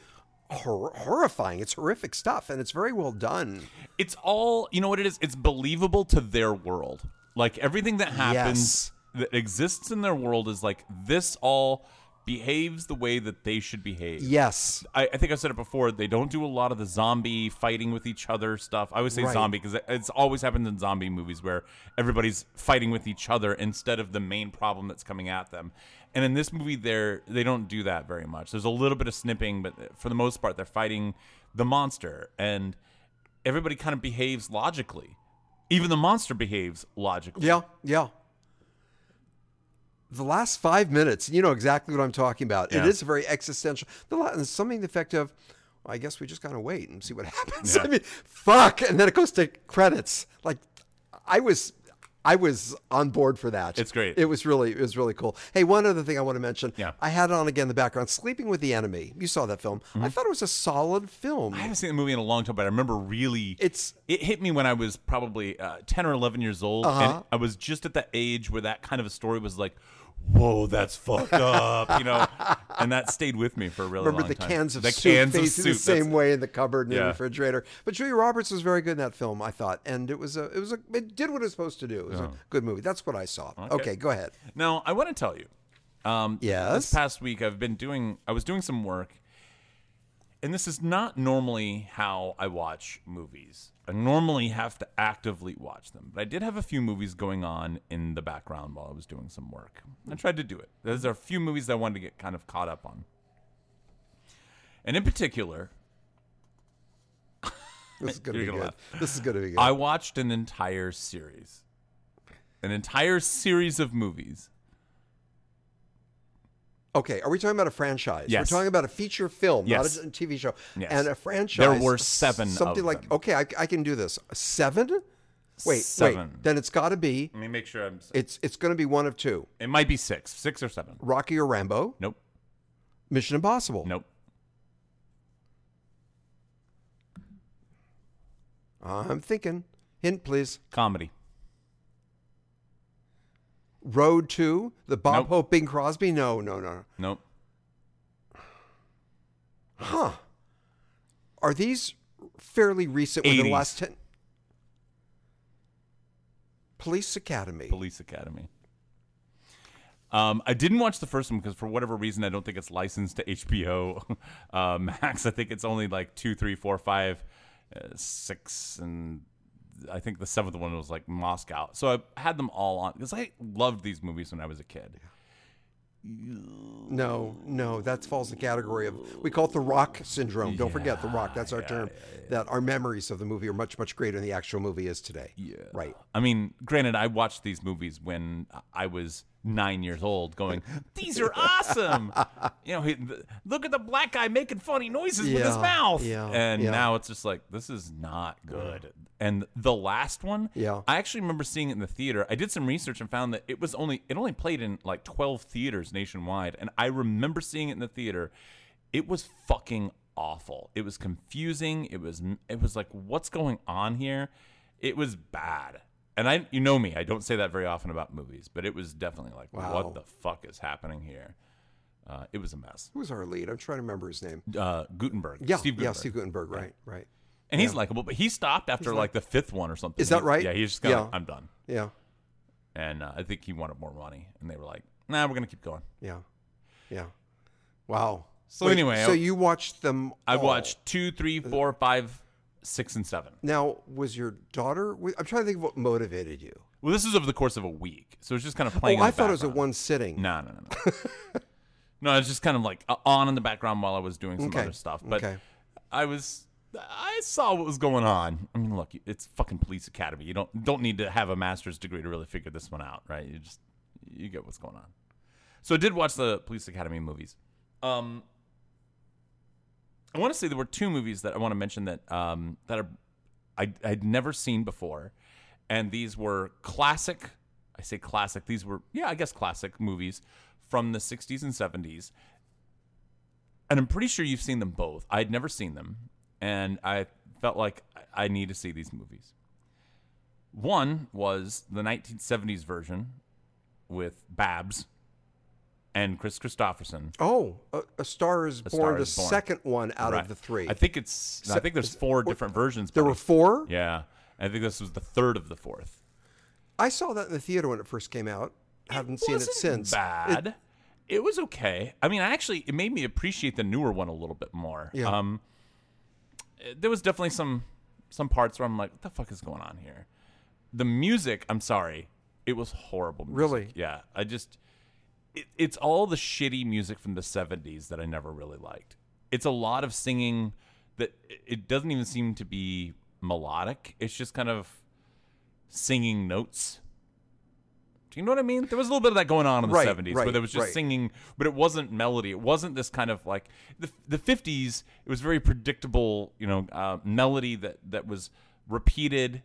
Speaker 2: hor- horrifying. It's horrific stuff, and it's very well done.
Speaker 1: It's all you know what it is. It's believable to their world. Like everything that happens
Speaker 2: Yes.
Speaker 1: that exists in their world is like this all behaves the way that they should behave.
Speaker 2: Yes.
Speaker 1: I, I think I've said it before. They don't do a lot of the zombie fighting with each other stuff. I always say
Speaker 2: Right.
Speaker 1: zombie because it's always happened in zombie movies where everybody's fighting with each other instead of the main problem that's coming at them. And in this movie, they're they don't do that very much. There's a little bit of snipping, but for the most part, they're fighting the monster, and everybody kind of behaves logically. Even the monster behaves logically.
Speaker 2: Yeah, yeah. The last five minutes, you know exactly what I'm talking about.
Speaker 1: Yeah.
Speaker 2: It is very existential. The la- and something effective. Well, I guess we just gotta wait and see what happens. I mean, fuck, and then it goes to credits. Like, I was, I was on board for that.
Speaker 1: It's great.
Speaker 2: It was really, it was really cool. Hey, one other thing I want to mention.
Speaker 1: Yeah.
Speaker 2: I had it on again in the background. Sleeping with the Enemy. You saw that film. I thought it was a solid film.
Speaker 1: Mm-hmm. I haven't seen the movie in a long time, but I remember really
Speaker 2: It's-
Speaker 1: it hit me when I was probably uh, ten or eleven years old,
Speaker 2: Uh-huh.
Speaker 1: and I was just at that age where that kind of a story was like, "Whoa, that's fucked up," you know, and that stayed with me for a really
Speaker 2: remember
Speaker 1: long
Speaker 2: the
Speaker 1: time.
Speaker 2: cans of
Speaker 1: the
Speaker 2: soup
Speaker 1: cans of
Speaker 2: facing
Speaker 1: soup,
Speaker 2: the same
Speaker 1: that's-
Speaker 2: way in the cupboard in
Speaker 1: Yeah.
Speaker 2: the refrigerator. But Julia Roberts was very good in that film, I thought, and it was a it was a it did what it was supposed to do. It was
Speaker 1: Oh.
Speaker 2: a good movie. That's what I saw. Okay, go ahead.
Speaker 1: Now I want to tell you, um, this
Speaker 2: Yes.
Speaker 1: past week I've been doing, I was doing some work, and this is not normally how I watch movies. I normally have to actively watch them, but I did have a few movies going on in the background while I was doing some work. I tried to do it. There's a few movies that I wanted to get kind of caught up on, and in particular,
Speaker 2: This is gonna
Speaker 1: You're
Speaker 2: be
Speaker 1: gonna
Speaker 2: good. This is gonna be good.
Speaker 1: I watched an entire series, an entire series of movies.
Speaker 2: okay, are we talking about a franchise?
Speaker 1: Yes.
Speaker 2: We're talking about a feature film,
Speaker 1: Yes.
Speaker 2: not a TV show.
Speaker 1: Yes.
Speaker 2: And a franchise.
Speaker 1: There were seven
Speaker 2: Something
Speaker 1: of
Speaker 2: like
Speaker 1: them.
Speaker 2: okay, I, I can do this. Seven? Wait,
Speaker 1: Seven.
Speaker 2: wait. Then it's got to be
Speaker 1: Let me make sure I'm.
Speaker 2: it's it's going to be one of two:
Speaker 1: It might be six, six or seven.
Speaker 2: Rocky or Rambo,
Speaker 1: Nope.
Speaker 2: Mission Impossible.
Speaker 1: Nope.
Speaker 2: I'm thinking. Hint, please.
Speaker 1: Comedy.
Speaker 2: Road to the Bob
Speaker 1: Nope.
Speaker 2: Hope Bing Crosby? No, no, no. no.
Speaker 1: Nope.
Speaker 2: Huh. Are these fairly recent within the
Speaker 1: 80s.
Speaker 2: last 10? Police Academy.
Speaker 1: Police Academy. Um, I didn't watch the first one because for whatever reason I don't think it's licensed to HBO uh, Max. I think it's only like two, three, four, five, uh, six, and I think the seventh one was like Moscow. So I had them all on because I loved these movies when I was a kid.
Speaker 2: No, no, that falls in the category of we call it the Rock syndrome. Don't forget the Rock. That's our term. That our memories of the movie are much, much greater than the actual movie is today. Yeah. Right.
Speaker 1: I mean, granted, I watched these movies when I was nine years old, going, "These are awesome!" you know, he, th- look at the black guy making funny noises with his
Speaker 2: Yeah,
Speaker 1: mouth,
Speaker 2: yeah,
Speaker 1: and
Speaker 2: yeah.
Speaker 1: now it's just like this is not good. And the last one,
Speaker 2: Yeah.
Speaker 1: I actually remember seeing it in the theater. I did some research and found that it was only it only played in like twelve theaters nationwide, and I remember seeing it in the theater. It was fucking awful. It was confusing. It was it was like what's going on here? It was bad. And I you know me, I don't say that very often about movies, but it was definitely like
Speaker 2: Wow.
Speaker 1: what the fuck is happening here? Uh, it was a mess.
Speaker 2: Who was our lead? I'm trying to remember his name.
Speaker 1: Uh, Gutenberg.
Speaker 2: Yeah.
Speaker 1: Steve
Speaker 2: yeah,
Speaker 1: Gutenberg.
Speaker 2: Steve Gutenberg. Right. Right.
Speaker 1: and he's likable, but he stopped after like, the fifth one or something.
Speaker 2: Is that
Speaker 1: He-
Speaker 2: right?
Speaker 1: Yeah, he's just kind of
Speaker 2: Yeah.
Speaker 1: I'm done
Speaker 2: Yeah.
Speaker 1: and uh, I think he wanted more money, and they were like, "Nah, we're gonna keep going."
Speaker 2: Yeah. Yeah. Wow.
Speaker 1: So anyway,
Speaker 2: so
Speaker 1: I-
Speaker 2: you watched them?
Speaker 1: I
Speaker 2: all.
Speaker 1: watched two, three, four, five, six, and seven.
Speaker 2: Now, was your daughter? wi- I'm trying to think of what motivated you.
Speaker 1: Well, this is over the course of a week, so it's just kind of
Speaker 2: Oh,
Speaker 1: playing. in
Speaker 2: I
Speaker 1: the
Speaker 2: thought it was a
Speaker 1: background.
Speaker 2: one sitting.
Speaker 1: No, no, no, no. no, it's just kind of like uh, on in the background while I was doing some
Speaker 2: Okay.
Speaker 1: other stuff. But
Speaker 2: Okay.
Speaker 1: I was, I saw what was going on. I mean, look, it's fucking police academy. You don't don't need to have a master's degree to really figure this one out, right? You just you get what's going on. So I did watch the police academy movies. Um, I want to say there were two movies that I want to mention that um that are I I'd never seen before, and these were classic. I say classic. These were yeah, I guess classic movies from the '60s and '70s, and I'm pretty sure you've seen them both. I'd never seen them, and I felt like I- I need to see these movies. One was the 1970s version with Babs and Chris Christopherson.
Speaker 2: Oh, a, a star is born.
Speaker 1: Star
Speaker 2: the
Speaker 1: Is Born.
Speaker 2: second one out
Speaker 1: Right.
Speaker 2: of the three.
Speaker 1: I think it's. I think there's four different versions.
Speaker 2: there were
Speaker 1: buddy.
Speaker 2: four.
Speaker 1: Yeah, I think this was the third of the fourth.
Speaker 2: I saw that in the theater when it first came out. Haven't seen it
Speaker 1: wasn't
Speaker 2: since.
Speaker 1: Bad. It, was okay. I mean, I actually it made me appreciate the newer one a little bit more.
Speaker 2: Yeah.
Speaker 1: Um, eh, there was definitely some some parts where I'm like, what the fuck is going on here? The music, I'm sorry, it was horrible. music.
Speaker 2: Really?
Speaker 1: Yeah. I just it, it's all the shitty music from the 70s that I never really liked. It's a lot of singing that it- it doesn't even seem to be melodic. It's just kind of singing notes. Do you know what I mean? There was a little bit of that going on in the
Speaker 2: Right,
Speaker 1: 70s
Speaker 2: right,
Speaker 1: where there was just
Speaker 2: right.
Speaker 1: singing, but it wasn't melody. It wasn't this kind of like the, the 50s, it was very predictable, you know, uh, melody that, that was repeated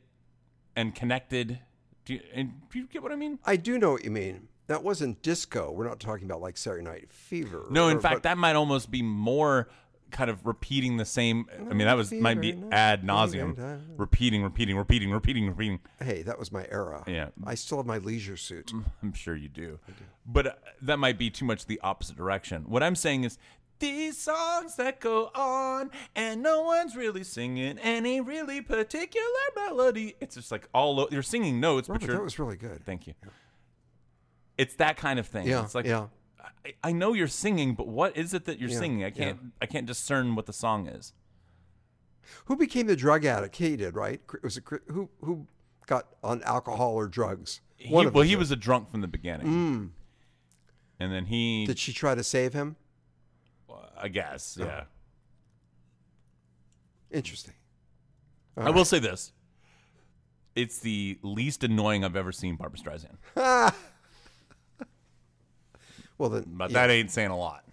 Speaker 1: and connected. Do you, and do you get what I mean?
Speaker 2: I do know what you mean. That wasn't disco. We're not talking about like Saturday Night Fever.
Speaker 1: No, in
Speaker 2: or-
Speaker 1: fact,
Speaker 2: but-
Speaker 1: that might almost be more kind of repeating the same. I mean, that was might be
Speaker 2: Fever,
Speaker 1: ad
Speaker 2: fever,
Speaker 1: nauseum, repeating, repeating, repeating, repeating, repeating.
Speaker 2: hey, that was my era.
Speaker 1: Yeah. Mm-hmm.
Speaker 2: I still have my leisure suit.
Speaker 1: I'm sure you do, but uh, that might be too much the opposite direction. What I'm saying is. These songs that go on and no one's really singing any really particular melody. It's just like all o- you're singing notes,
Speaker 2: Robert,
Speaker 1: but you're
Speaker 2: that was really good.
Speaker 1: Thank you. It's that kind of thing.
Speaker 2: Yeah,
Speaker 1: It's like
Speaker 2: yeah.
Speaker 1: I, I know you're singing, but what is it that you're singing? I can't I can't discern what the song is.
Speaker 2: Who became the drug addict? He did, right? Was it Chris- who who got on alcohol or drugs?
Speaker 1: He,
Speaker 2: One of
Speaker 1: well,
Speaker 2: the Mm.
Speaker 1: he
Speaker 2: two.
Speaker 1: was a drunk from the beginning. And then he
Speaker 2: Did she try to save him?
Speaker 1: I guess,
Speaker 2: Oh.
Speaker 1: yeah.
Speaker 2: Interesting.
Speaker 1: I will say this. It's the least annoying I've ever seen Barbara Streisand.
Speaker 2: Well then,
Speaker 1: But
Speaker 2: yeah.
Speaker 1: that ain't saying a lot.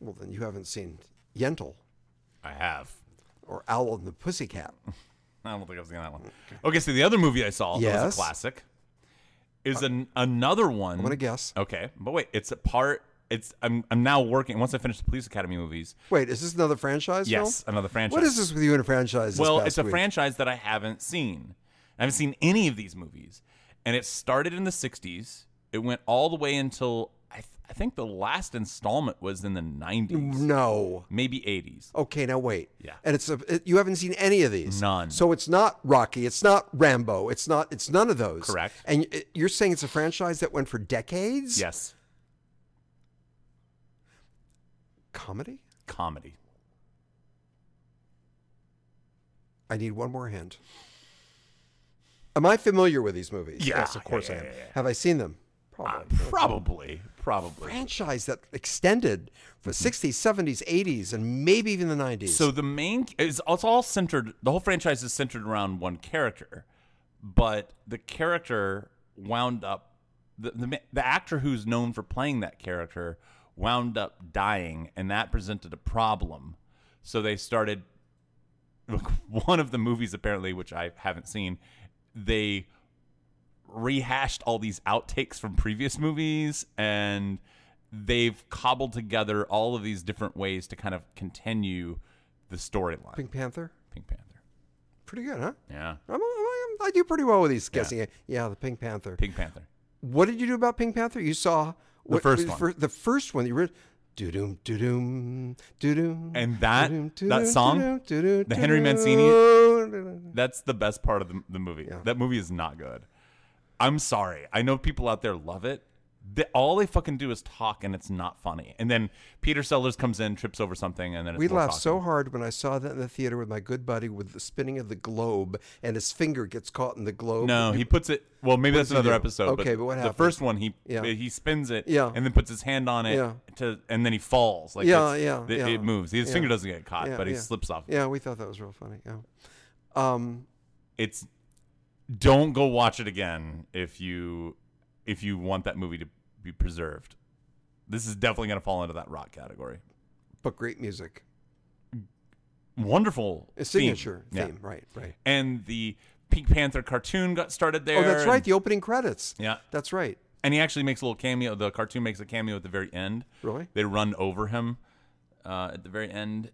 Speaker 2: well then, you haven't seen Yentl
Speaker 1: I have.
Speaker 2: or Owl and the Pussycat.
Speaker 1: Mm-hmm. I don't think I've seen that one. Okay, so the other movie I saw that
Speaker 2: Yes. Uh,
Speaker 1: was a classic is an another one.
Speaker 2: I'm gonna guess.
Speaker 1: Okay, but wait, it's a part. It's I'm I'm now working. Once I finish the Police Academy movies,
Speaker 2: Wait, is this another franchise? film?
Speaker 1: yes, another franchise.
Speaker 2: What is this with you and a franchise?
Speaker 1: Well,
Speaker 2: this past
Speaker 1: it's a
Speaker 2: week?
Speaker 1: franchise that I haven't seen. I haven't seen any of these movies, and it started in the '60s. It went all the way until I, th- I think the last installment was in the '90s,
Speaker 2: No. Oh,
Speaker 1: maybe '80s.
Speaker 2: Okay, now wait.
Speaker 1: Yeah.
Speaker 2: And it's a it, you haven't seen any of these.
Speaker 1: None.
Speaker 2: So it's not Rocky. It's not Rambo. It's not. It's none of those.
Speaker 1: Correct.
Speaker 2: And y- you're saying it's a franchise that went for decades.
Speaker 1: Yes,
Speaker 2: Comedy.
Speaker 1: comedy.
Speaker 2: I need one more hint. Am I familiar with these movies?
Speaker 1: Yeah,
Speaker 2: Yes, of
Speaker 1: yeah,
Speaker 2: course
Speaker 1: yeah,
Speaker 2: I am.
Speaker 1: yeah, Uh, yeah.
Speaker 2: Have I seen them? Probably.
Speaker 1: Probably, probably.
Speaker 2: franchise that extended for 60s, 70s, 80s, and maybe even the 90s.
Speaker 1: Mm-hmm. So the main it's, it's all centered. The whole franchise is centered around one character, but the character wound up the the, ma- the actor who's known for playing that character wound up dying, and that presented a problem. So they started one of the movies apparently, which I haven't seen. They rehashed all these outtakes from previous movies and they've cobbled together all of these different ways to kind of continue the storyline. Pink,
Speaker 2: Pink Panther,
Speaker 1: Panther.
Speaker 2: pretty good, huh?
Speaker 1: Yeah.
Speaker 2: I'm, I'm, I'm- i do pretty well with these guessing. Yeah, the Pink Panther.
Speaker 1: Pink Panther.
Speaker 2: What did you do about Pink Panther? You saw what,
Speaker 1: first one.
Speaker 2: the first one. You were doo doom doo doom doo doom.
Speaker 1: And that- that song, the Henry Mancini- That's the best part of the, the movie. That movie is not good. I'm sorry. I know people out there love it. They, all they fucking do is talk and it's not funny. And then Peter Sellers comes in, trips over something, and then it's
Speaker 2: We
Speaker 1: more
Speaker 2: laughed
Speaker 1: talking.
Speaker 2: so hard when I saw that in the theater with my good buddy with the spinning of the globe and his finger gets caught in the globe.
Speaker 1: No, he puts it. Well, maybe that's
Speaker 2: does he
Speaker 1: another
Speaker 2: do?
Speaker 1: episode.
Speaker 2: Okay, but what
Speaker 1: The
Speaker 2: happens?
Speaker 1: first one, he
Speaker 2: Yeah.
Speaker 1: he spins it,
Speaker 2: Yeah.
Speaker 1: and then puts his hand on it,
Speaker 2: Yeah.
Speaker 1: to, and then he falls. Like
Speaker 2: Yeah,
Speaker 1: it's-
Speaker 2: yeah,
Speaker 1: it,
Speaker 2: yeah.
Speaker 1: it moves. His
Speaker 2: Yeah.
Speaker 1: finger doesn't get caught,
Speaker 2: Yeah,
Speaker 1: but he
Speaker 2: yeah.
Speaker 1: slips off.
Speaker 2: Yeah, we thought that was real funny. Yeah. Um,
Speaker 1: It's don't go watch it again if you if you want that movie to be preserved. This is definitely going to fall into that rock category.
Speaker 2: but great music.
Speaker 1: Wonderful
Speaker 2: A signature
Speaker 1: theme. Yeah.
Speaker 2: theme, right, right.
Speaker 1: and the Pink Panther cartoon got started there.
Speaker 2: Oh, that's
Speaker 1: and-
Speaker 2: right. The opening credits.
Speaker 1: Yeah.
Speaker 2: That's right.
Speaker 1: and he actually makes a little cameo. The cartoon makes a cameo at the very end.
Speaker 2: Really?
Speaker 1: They run over him uh, at the very end.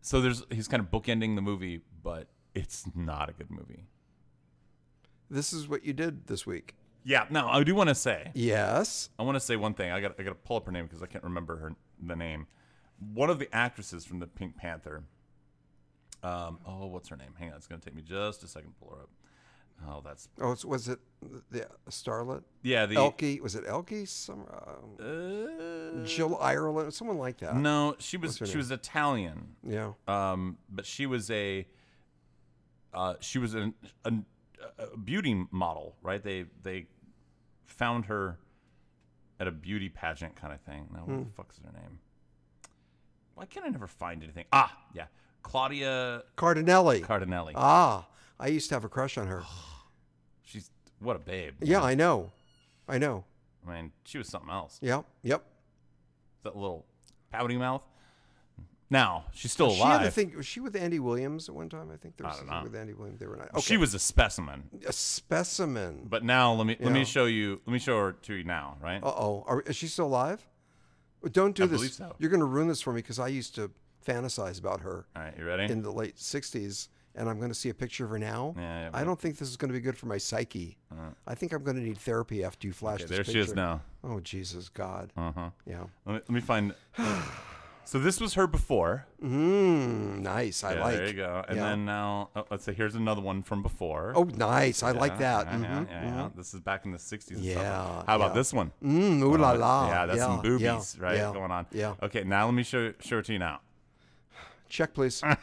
Speaker 1: So there's he's kind of bookending the movie, but it's not a good movie.
Speaker 2: This is what you did this week.
Speaker 1: Yeah. Now I do want to say
Speaker 2: Yes.
Speaker 1: I want to say one thing. I got I got to pull up her name because I can't remember her the name. One of the actresses from the Pink Panther. Um. Oh, what's her name? Hang on. It's gonna take me just a second to pull her up. Oh, that's
Speaker 2: Oh, it's, was it the uh, Starlet?
Speaker 1: yeah. The
Speaker 2: Elkie? Was it Elkie? Some, um, Jill Ireland? Someone like that.
Speaker 1: uh, no, she was she was Italian.
Speaker 2: Yeah.
Speaker 1: um, but she was a uh, she was an, an, a beauty model, right? They they found her at a beauty
Speaker 2: Hmm.
Speaker 1: pageant kind of thing. Now what the fuck's her name? Why can't I never find anything? Ah, yeah, Claudia
Speaker 2: Cardinelli.
Speaker 1: Cardinelli.
Speaker 2: ah, I used to have a crush on
Speaker 1: Oh,
Speaker 2: her.
Speaker 1: She's what a babe.
Speaker 2: Yeah, I know. I know.
Speaker 1: I mean, she was something else.
Speaker 2: Yep. Yep.
Speaker 1: That little pouty mouth. Now she's still
Speaker 2: She had a
Speaker 1: alive.
Speaker 2: thing. Was she with Andy Williams at one time? I think there was
Speaker 1: I don't
Speaker 2: something
Speaker 1: know.
Speaker 2: with Andy Williams. They were not. Okay.
Speaker 1: She was a specimen.
Speaker 2: a specimen.
Speaker 1: But now let me let
Speaker 2: Yeah.
Speaker 1: me show you. Let me show her to you now. Right?
Speaker 2: Uh oh. Are Is she still alive? Don't do
Speaker 1: I
Speaker 2: this.
Speaker 1: believe so.
Speaker 2: You're going to ruin this for me because I used to fantasize about her
Speaker 1: All right, you ready?
Speaker 2: in the late 60s, and I'm going to see a picture of her now.
Speaker 1: Yeah, yeah,
Speaker 2: I don't think this is going to be good for my psyche. I think I'm going to need therapy after you flash
Speaker 1: Okay,
Speaker 2: this
Speaker 1: there she is
Speaker 2: picture.
Speaker 1: now.
Speaker 2: Oh, Jesus, God.
Speaker 1: Uh-huh.
Speaker 2: Yeah.
Speaker 1: Let me, let me find. so this was her before.
Speaker 2: Mm, nice. I
Speaker 1: Yeah,
Speaker 2: like.
Speaker 1: there you go. And
Speaker 2: Yeah.
Speaker 1: then now, oh, let's say here's another one from before.
Speaker 2: Oh, nice. I like
Speaker 1: Yeah,
Speaker 2: that.
Speaker 1: yeah, yeah,
Speaker 2: Mhm.
Speaker 1: yeah, yeah. This is back in the '60s. And
Speaker 2: Yeah,
Speaker 1: Stuff. How about
Speaker 2: yeah.
Speaker 1: this one?
Speaker 2: Mm, ooh la
Speaker 1: Uh,
Speaker 2: la.
Speaker 1: Yeah, that's some boobies,
Speaker 2: yeah,
Speaker 1: right?
Speaker 2: yeah,
Speaker 1: going on. Uh,
Speaker 2: Yeah.
Speaker 1: Okay, now let me show show it to you now.
Speaker 2: Check, please.
Speaker 1: uh,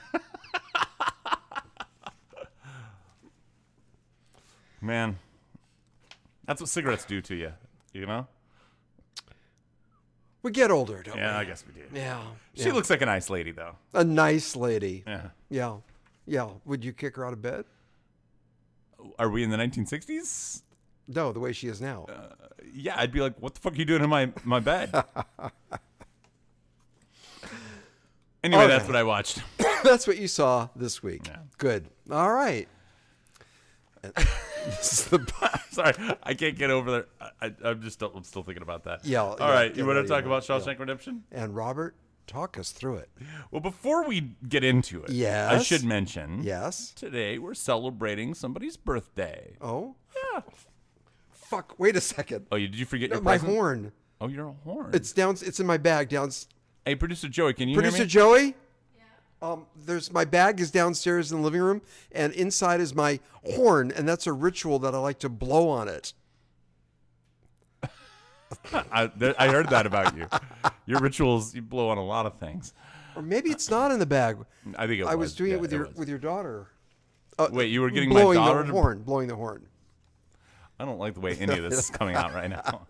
Speaker 1: Man, that's what cigarettes do to you. You know?
Speaker 2: we get older, don't
Speaker 1: Yeah, I
Speaker 2: we?
Speaker 1: guess we do.
Speaker 2: Yeah.
Speaker 1: She
Speaker 2: yeah.
Speaker 1: looks like a nice lady, though.
Speaker 2: a nice lady.
Speaker 1: Yeah.
Speaker 2: Yeah. Yeah. Would you kick her out of bed?
Speaker 1: Are we in the 1960s?
Speaker 2: No, the way she is now.
Speaker 1: Yeah, I'd be like, "What the fuck are you doing in my my bed?" anyway,
Speaker 2: All
Speaker 1: that's
Speaker 2: right.
Speaker 1: what I watched.
Speaker 2: That's what you saw this week. Good. All right. And this is the bu-
Speaker 1: Sorry, I can't get over there. I, I, I'm just still, I'm still thinking about that.
Speaker 2: Yeah,
Speaker 1: All right,
Speaker 2: yeah, yeah,
Speaker 1: you want
Speaker 2: yeah,
Speaker 1: to talk
Speaker 2: yeah,
Speaker 1: about Shawshank Redemption?
Speaker 2: and Robert, talk us through it.
Speaker 1: Well, before we get into it, I
Speaker 2: Yes.
Speaker 1: should mention
Speaker 2: Yes.
Speaker 1: today we're celebrating somebody's birthday.
Speaker 2: Oh. Yeah. Fuck. Wait a second.
Speaker 1: Oh, you, did you forget your
Speaker 2: My
Speaker 1: present?
Speaker 2: horn.
Speaker 1: Oh, your horn.
Speaker 2: It's down. It's in my bag. Down.
Speaker 1: hey, producer Joey, can you
Speaker 2: Producer
Speaker 1: hear me?
Speaker 2: Joey. Um, there's my bag is downstairs in the living room, and inside is my horn, and that's a ritual that I like to blow on it.
Speaker 1: I, there, I heard that about you. Your rituals, you blow on a lot of things.
Speaker 2: Or maybe it's not in the bag.
Speaker 1: I think it
Speaker 2: I was doing
Speaker 1: Yeah,
Speaker 2: it with your
Speaker 1: was.
Speaker 2: with your daughter. Uh,
Speaker 1: Wait, you were getting my
Speaker 2: blowing
Speaker 1: daughter
Speaker 2: the
Speaker 1: to
Speaker 2: horn, blowing the horn.
Speaker 1: I don't like the way any of this is coming out right now.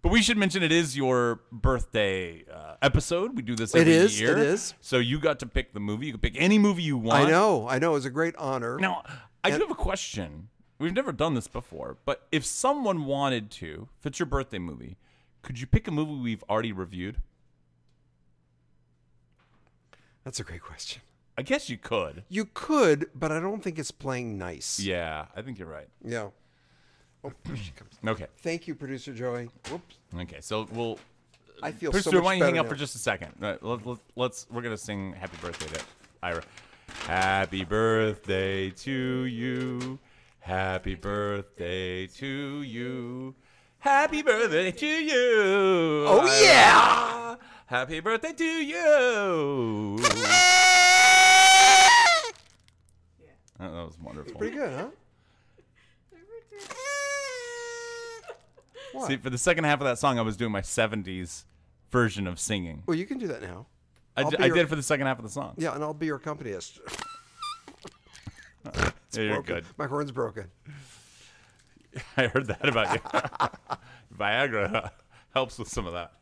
Speaker 1: But we should mention it is your birthday uh, episode. We do this every
Speaker 2: It is,
Speaker 1: year.
Speaker 2: it is.
Speaker 1: So you got to pick the movie. You can pick any movie you want.
Speaker 2: I know, I know. It was a great honor.
Speaker 1: Now, I do have a question. We've never done this before, but if someone wanted to, if it's your birthday movie, could you pick a movie we've already reviewed?
Speaker 2: That's a great question.
Speaker 1: I guess you could.
Speaker 2: You could, but I don't think it's playing nice.
Speaker 1: Yeah, I think you're right.
Speaker 2: Yeah. Oh, here she comes.
Speaker 1: Okay.
Speaker 2: Thank you, producer Joey. Whoops.
Speaker 1: Okay. So we'll.
Speaker 2: I feel
Speaker 1: Producer,
Speaker 2: so much
Speaker 1: why don't you
Speaker 2: better
Speaker 1: hang up
Speaker 2: now.
Speaker 1: for just a second? All right, let, let, let's. We're gonna sing "Happy Birthday" to Ira. Happy birthday to you. Happy birthday to you. Happy birthday to you.
Speaker 2: Oh,
Speaker 1: yeah. Happy birthday to you. Oh, that was wonderful.
Speaker 2: Pretty good, huh?
Speaker 1: See, for the second half of that song, I was doing my '70s version of singing.
Speaker 2: Well, you can do that now.
Speaker 1: I
Speaker 2: I'll
Speaker 1: di-
Speaker 2: be
Speaker 1: I
Speaker 2: your-
Speaker 1: did it for the second half of the song.
Speaker 2: Yeah, and I'll be your accompanist.
Speaker 1: Yeah, you're
Speaker 2: Broken.
Speaker 1: good.
Speaker 2: My horn's broken.
Speaker 1: I heard that about you. Viagra helps with some of that.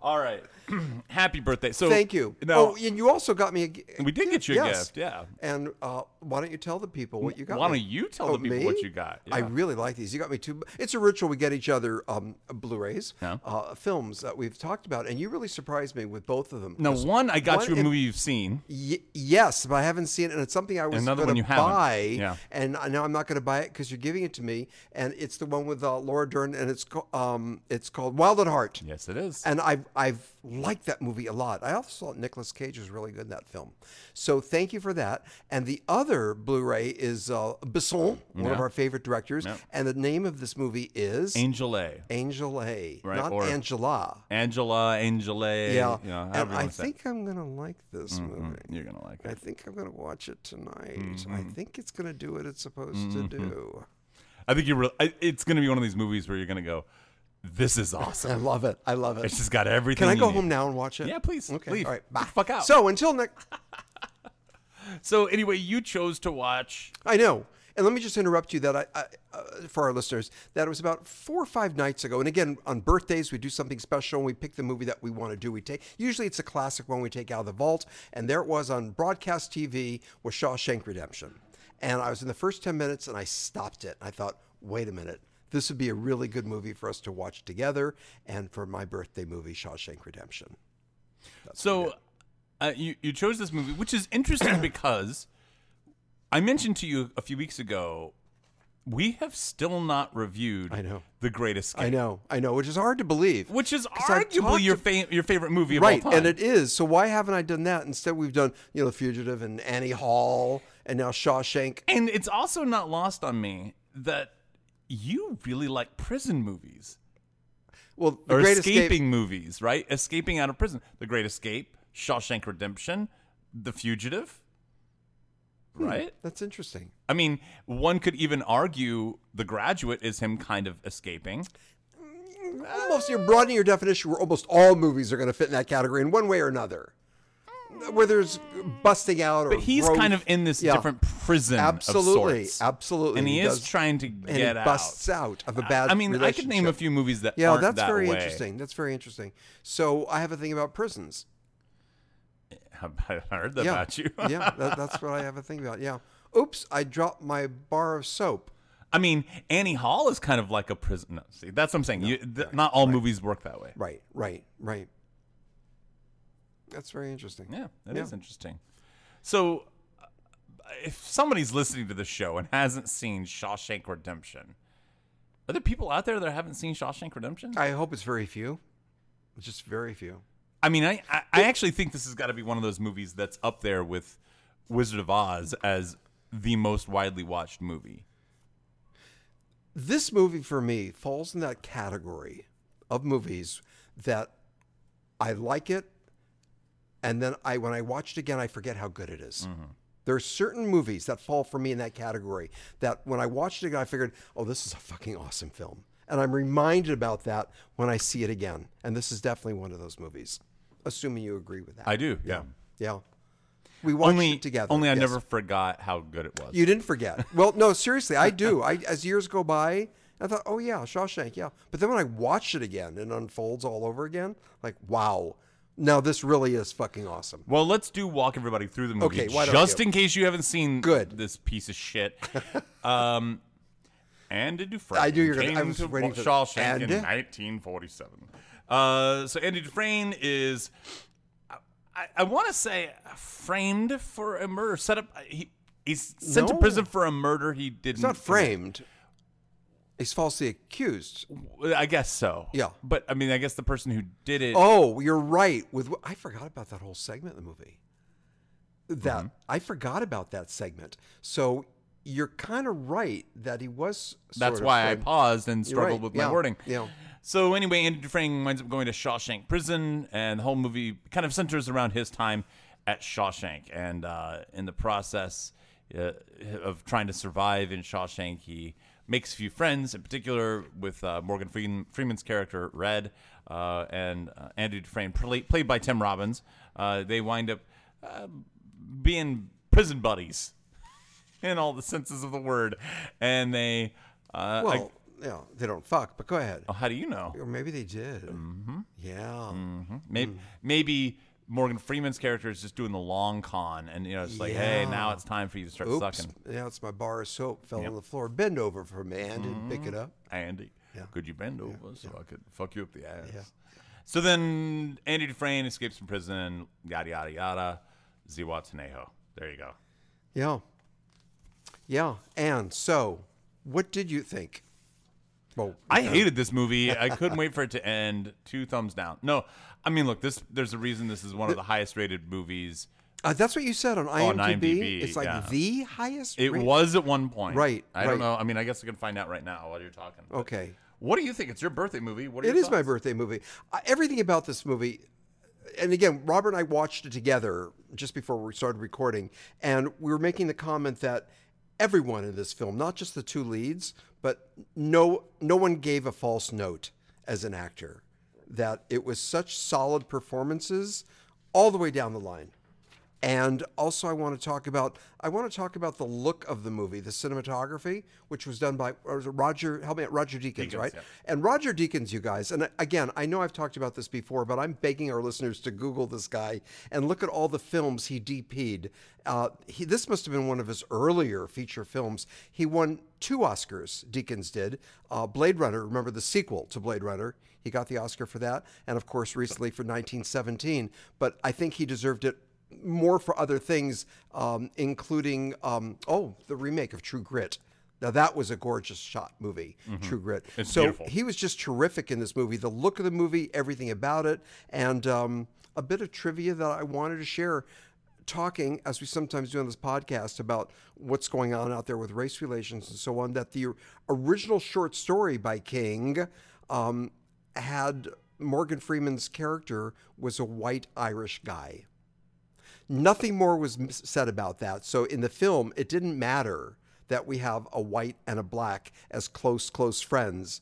Speaker 1: All right. Happy birthday. So
Speaker 2: Thank you.
Speaker 1: Now,
Speaker 2: oh, and you also got me a g-
Speaker 1: we did get you a
Speaker 2: yes.
Speaker 1: gift. Yeah.
Speaker 2: And uh, why don't you tell the people what you got?
Speaker 1: Why
Speaker 2: me?
Speaker 1: don't you tell
Speaker 2: Oh,
Speaker 1: the people what
Speaker 2: me?
Speaker 1: you got?
Speaker 2: I
Speaker 1: Yeah.
Speaker 2: really like these. You got me two. It's a ritual. We get each other um, Blu-rays,
Speaker 1: Yeah.
Speaker 2: uh, films that we've talked about, and you really surprised me with both of them.
Speaker 1: Now, one, I got
Speaker 2: one
Speaker 1: you a
Speaker 2: in-
Speaker 1: movie you've seen.
Speaker 2: Y- yes, but I haven't seen it, and it's something I was
Speaker 1: Another one
Speaker 2: going to
Speaker 1: you haven't.
Speaker 2: buy,
Speaker 1: Yeah.
Speaker 2: and I- now I'm not going to buy it because you're giving it to me, and it's the one with uh, Laura Dern, and it's ca- um, it's called Wild at Heart,
Speaker 1: Yes, it is.
Speaker 2: and I've I've liked that movie a lot. I also thought Nicolas Cage was really good in that film, so thank you for that. And the other Blu-ray is uh, Besson, one of
Speaker 1: Yeah.
Speaker 2: our favorite directors, and the name of this movie is
Speaker 1: Angel A.
Speaker 2: Angel A,
Speaker 1: Right,
Speaker 2: not
Speaker 1: or-
Speaker 2: Angela.
Speaker 1: Angela, Angel A.
Speaker 2: Yeah,
Speaker 1: You know,
Speaker 2: and
Speaker 1: however you
Speaker 2: I
Speaker 1: wanna say it. Mm-hmm.
Speaker 2: think I'm gonna like this movie.
Speaker 1: you're going to like
Speaker 2: I
Speaker 1: it.
Speaker 2: think I'm going to watch it tonight.
Speaker 1: Mm-hmm.
Speaker 2: I think it's going to do what it's supposed to do.
Speaker 1: I think you re- I, it's going to be one of these movies where you're going to go, this is
Speaker 2: I
Speaker 1: awesome.
Speaker 2: love it. I love
Speaker 1: it's
Speaker 2: it.
Speaker 1: just got everything.
Speaker 2: Can I
Speaker 1: you
Speaker 2: go
Speaker 1: need.
Speaker 2: home now and watch it?
Speaker 1: Yeah, please.
Speaker 2: Okay.
Speaker 1: Leave.
Speaker 2: All right. Bye.
Speaker 1: Fuck out.
Speaker 2: So until next,
Speaker 1: So, anyway, you chose to watch
Speaker 2: I know. And let me just interrupt you that I, I uh, for our listeners, that it was about four or five nights ago. And again, on birthdays, we do something special and we pick the movie that we want to do. We take usually it's a classic one we take out of the vault, and there it was on broadcast TV was Shawshank Redemption. And I was in the first ten minutes, and I stopped it. I thought, wait a minute. This would be a really good movie for us to watch together, and for my birthday movie, Shawshank Redemption.
Speaker 1: so uh, you you chose this movie, which is interesting because I mentioned to you a few weeks ago we have still not reviewed.
Speaker 2: I know.
Speaker 1: the Great Escape,
Speaker 2: I know, I know, which is hard to believe.
Speaker 1: which is
Speaker 2: 'Cause I've
Speaker 1: arguably
Speaker 2: talked
Speaker 1: your
Speaker 2: to-
Speaker 1: fa- your favorite movie of
Speaker 2: right,
Speaker 1: all time.
Speaker 2: and it is. So why haven't I done that? Instead, we've done you know The Fugitive and Annie Hall, and now Shawshank.
Speaker 1: And it's also not lost on me that you really like prison movies
Speaker 2: Well, The
Speaker 1: or
Speaker 2: Great
Speaker 1: escaping
Speaker 2: Escape.
Speaker 1: movies, right? Escaping out of prison. The Great Escape, Shawshank Redemption, The Fugitive,
Speaker 2: Hmm.
Speaker 1: right?
Speaker 2: That's interesting.
Speaker 1: I mean, one could even argue The Graduate is him kind of escaping.
Speaker 2: Almost, you're broadening your definition where almost all movies are going to fit in that category in one way or another. Where there's busting out or
Speaker 1: But he's
Speaker 2: growth.
Speaker 1: kind of in this
Speaker 2: Yeah.
Speaker 1: different prison. of
Speaker 2: absolutely,
Speaker 1: sorts.
Speaker 2: absolutely,
Speaker 1: And he, is
Speaker 2: does-
Speaker 1: trying to
Speaker 2: and
Speaker 1: get
Speaker 2: he
Speaker 1: out.
Speaker 2: busts out of a bad.
Speaker 1: I mean, I could name a
Speaker 2: relationship.
Speaker 1: few movies that
Speaker 2: Yeah,
Speaker 1: aren't
Speaker 2: that's
Speaker 1: that
Speaker 2: very
Speaker 1: way.
Speaker 2: interesting. That's very interesting. So I have a thing about prisons.
Speaker 1: I heard that
Speaker 2: yeah.
Speaker 1: about you.
Speaker 2: yeah, that, that's what I have a thing about. Yeah. Oops, I dropped my bar of soap.
Speaker 1: I mean, Annie Hall is kind of like a prison. No, see, that's what I'm saying. you, th- not all movies work that way.
Speaker 2: Right, right, right. That's very interesting.
Speaker 1: Yeah, that is
Speaker 2: Yeah.
Speaker 1: interesting. So, uh, if somebody's listening to the show and hasn't seen Shawshank Redemption, are there people out there that haven't seen Shawshank Redemption? I,
Speaker 2: I hope it's very few. Just very few.
Speaker 1: mean, I, I, I actually think this has got to be one of those movies that's up there with Wizard of Oz as the most widely watched movie.
Speaker 2: This movie for me falls in that category of movies that I like it, and then I when I watch it again, I forget how good it is.
Speaker 1: Mm-hmm.
Speaker 2: There are certain movies that fall for me in that category that when I watched it again, I figured, oh, this is a fucking awesome film. And I'm reminded about that when I see it again. And this is definitely one of those movies, assuming you agree with that.
Speaker 1: I do. Yeah.
Speaker 2: Yeah. We watched
Speaker 1: Only
Speaker 2: it together.
Speaker 1: Only I
Speaker 2: yes.
Speaker 1: never forgot how good it was.
Speaker 2: You didn't forget. Well, no, seriously, I do. I as years go by, I thought, oh yeah, Shawshank, yeah. But then when I watch it again and unfolds all over again, like wow, now this really is fucking awesome.
Speaker 1: Well, let's do walk everybody through the movie,
Speaker 2: Okay, why don't
Speaker 1: just
Speaker 2: you?
Speaker 1: in case you haven't seen
Speaker 2: Good.
Speaker 1: this piece of shit. um, Andy Dufresne.
Speaker 2: I knew you were gonna-
Speaker 1: came
Speaker 2: I was
Speaker 1: to
Speaker 2: waiting
Speaker 1: Wa-
Speaker 2: for-
Speaker 1: Shawshank in
Speaker 2: Andy?
Speaker 1: 1947. Uh, so Andy Dufresne is, I, I want to say, framed for a murder. Set up. He, he's sent to
Speaker 2: No.
Speaker 1: prison for a murder he didn't.
Speaker 2: It's not framed. He's falsely accused.
Speaker 1: I guess so.
Speaker 2: Yeah.
Speaker 1: But I mean, I guess the person who did it.
Speaker 2: Oh, you're right. With I forgot about that whole segment in the movie. That
Speaker 1: Mm-hmm.
Speaker 2: I forgot about that segment. So you're kind of right that he was. Sort
Speaker 1: that's
Speaker 2: of
Speaker 1: why I
Speaker 2: framed.
Speaker 1: paused and
Speaker 2: You're right.
Speaker 1: struggled with my
Speaker 2: Yeah,
Speaker 1: wording.
Speaker 2: Yeah.
Speaker 1: So anyway, Andy Dufresne winds up going to Shawshank Prison, and the whole movie kind of centers around his time at Shawshank, and uh, in the process uh, of trying to survive in Shawshank, he makes a few friends, in particular with uh, Morgan Freeman, Freeman's character Red, uh, and uh, Andy Dufresne, play, played by Tim Robbins. Uh, they wind up uh, being prison buddies in all the senses of the word, and they. Uh, I-
Speaker 2: Well, yeah. They don't fuck, but go ahead.
Speaker 1: oh, how do you know?
Speaker 2: Or maybe they did. Mm-hmm. Yeah.
Speaker 1: Mm,
Speaker 2: Hmm.
Speaker 1: Maybe maybe Morgan Freeman's character is just doing the long con, and you know it's like, hey,
Speaker 2: Yeah.
Speaker 1: now it's time for you to start
Speaker 2: Oops.
Speaker 1: sucking,
Speaker 2: Now it's my bar of soap fell on the floor. Bend over for me and pick
Speaker 1: Mm-hmm.
Speaker 2: it up.
Speaker 1: Andy.
Speaker 2: Yeah.
Speaker 1: Could you bend over so I could fuck you up the ass? So then Andy Dufresne escapes from prison. Yada yada yada. Ziwatanejo. There you go.
Speaker 2: Yeah. Yeah. And so, what did you think? Well, uh,
Speaker 1: I hated this movie. I couldn't wait for it to end. Two thumbs down. No, I mean, look, this. There's a reason this is one of the highest rated movies.
Speaker 2: uh, that's what you said on IMDb.
Speaker 1: Oh, On IMDb,
Speaker 2: it's like
Speaker 1: yeah.
Speaker 2: the highest.
Speaker 1: It
Speaker 2: rate-
Speaker 1: was at one point.
Speaker 2: Right,
Speaker 1: I don't
Speaker 2: right.
Speaker 1: know. I mean, I guess I can find out right now while you're talking. but-
Speaker 2: Okay.
Speaker 1: What do you think? It's your birthday movie. What are
Speaker 2: It
Speaker 1: your
Speaker 2: is my
Speaker 1: thoughts?
Speaker 2: birthday movie. I, everything about this movie, and again, Robert and I watched it together just before we started recording, and we were making the comment that everyone in this film, not just the two leads, but no no one gave a false note as an actor. That it was such solid performances all the way down the line. And also, I want to talk about I want to talk about the look of the movie, the cinematography, which was done by or was it Roger. Help me out, Roger Deakins,
Speaker 1: Deakins,
Speaker 2: right?
Speaker 1: yeah.
Speaker 2: And Roger Deakins, you guys. And again, I know I've talked about this before, but I'm begging our listeners to Google this guy and look at all the films he DP'd. Uh, he, this must have been one of his earlier feature films. He won two Oscars. Deakins did uh, Blade Runner. Remember the sequel to Blade Runner? He got the Oscar for that, and of course, recently for 1917. But I think he deserved it more for other things, um, including um, oh, the remake of True Grit. Now that was a gorgeous shot movie, True Grit.
Speaker 1: Mm-hmm. It's
Speaker 2: so
Speaker 1: beautiful.
Speaker 2: he was just terrific in this movie. The look of the movie, everything about it, and um, a bit of trivia that I wanted to share. Talking as we sometimes do on this podcast about what's going on out there with race relations and so on, that the original short story by King um, had Morgan Freeman's character was a white Irish guy. Nothing more was m- said about that. So in the film, it didn't matter that we have a white and a black as close, close friends.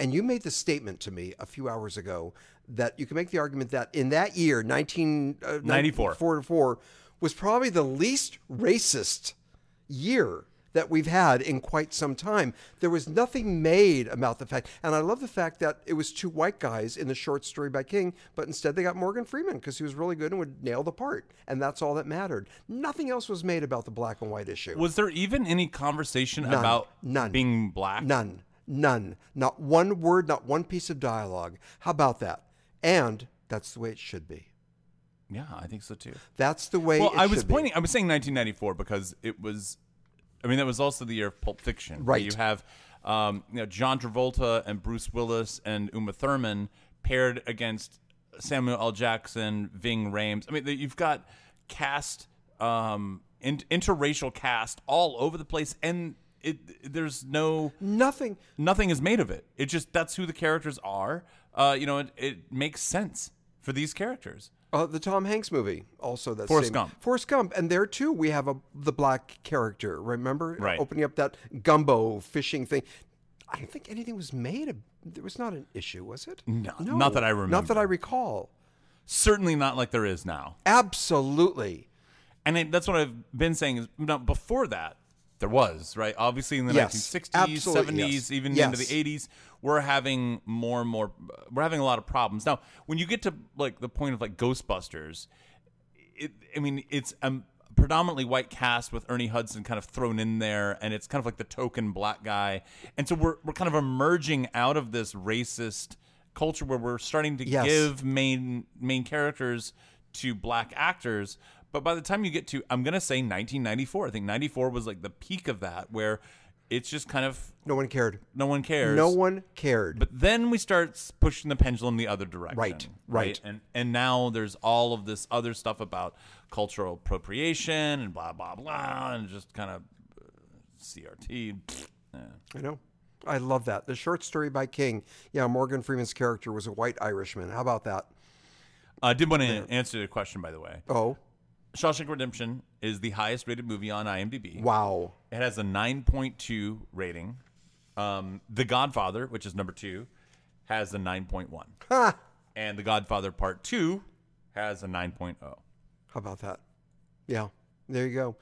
Speaker 2: And you made the statement to me a few hours ago that you can make the argument that in that year, uh,
Speaker 1: 94.
Speaker 2: 1944, was probably the least racist year that we've had in quite some time. There was nothing made about the fact, and I love the fact that it was two white guys in the short story by King, but instead they got Morgan Freeman because he was really good and would nail the part, and that's all that mattered. Nothing else was made about the black and white issue.
Speaker 1: Was there even any conversation about
Speaker 2: none.
Speaker 1: being black?
Speaker 2: None. None. Not one word, not one piece of dialogue. How about that? And that's the way it should be.
Speaker 1: Yeah, I think so too.
Speaker 2: That's the way
Speaker 1: Well,
Speaker 2: it
Speaker 1: I was
Speaker 2: should be.
Speaker 1: pointing. I was saying 1994 because it was. I mean, that was also the year of Pulp Fiction. where
Speaker 2: Right.
Speaker 1: You have, um, you know, John Travolta and Bruce Willis and Uma Thurman paired against Samuel L. Jackson, Ving Rhames. I mean, the- you've got cast, um, in, interracial cast all over the place, and it there's no
Speaker 2: Nothing.
Speaker 1: nothing is made of it. It just that's who the characters are. Uh, you know, it, it makes sense for these characters.
Speaker 2: Uh, the Tom Hanks movie, also that
Speaker 1: Forrest
Speaker 2: same.
Speaker 1: Gump.
Speaker 2: Forrest Gump, and there too we have a the black character. Remember,
Speaker 1: Right.
Speaker 2: opening up that gumbo fishing thing. I don't think anything was made. Of, there was not an issue, was it?
Speaker 1: No, not that I
Speaker 2: Not that
Speaker 1: remember.
Speaker 2: I recall.
Speaker 1: Certainly not like there is now.
Speaker 2: Absolutely.
Speaker 1: and I, that's what I've been saying is now before that there was right obviously in the
Speaker 2: Yes,
Speaker 1: 1960s
Speaker 2: absolutely,
Speaker 1: 70s
Speaker 2: yes.
Speaker 1: even
Speaker 2: Yes.
Speaker 1: into the 80s we're having more and more we're having a lot of problems now when you get to like the point of like Ghostbusters it, I mean it's um predominantly white cast with Ernie Hudson kind of thrown in there and it's kind of like the token black guy and so we're we're kind of emerging out of this racist culture where we're starting to
Speaker 2: Yes.
Speaker 1: give give main main characters to black actors. But by the time you get to, I'm gonna say 1994. I think 94 was like the peak of that, where it's just kind of
Speaker 2: No one cared.
Speaker 1: no one cares.
Speaker 2: No one cared.
Speaker 1: But then we start s- pushing the pendulum the other direction.
Speaker 2: Right, right.
Speaker 1: And and now there's all of this other stuff about cultural appropriation and blah blah blah, and just kind of uh, CRT. Yeah.
Speaker 2: I know. I love that. The short story by King. Yeah, Morgan Freeman's character was a white Irishman. How about that?
Speaker 1: I did want to answer the question, by the way.
Speaker 2: Oh,
Speaker 1: Shawshank Redemption is the highest rated movie on IMDb.
Speaker 2: wow.
Speaker 1: It has a 9.2 rating. Um, the Godfather, which is number two, has a 9.1.
Speaker 2: Ha!
Speaker 1: And The Godfather Part 2 has a oh. 9.0.
Speaker 2: How about that? Yeah, there you go.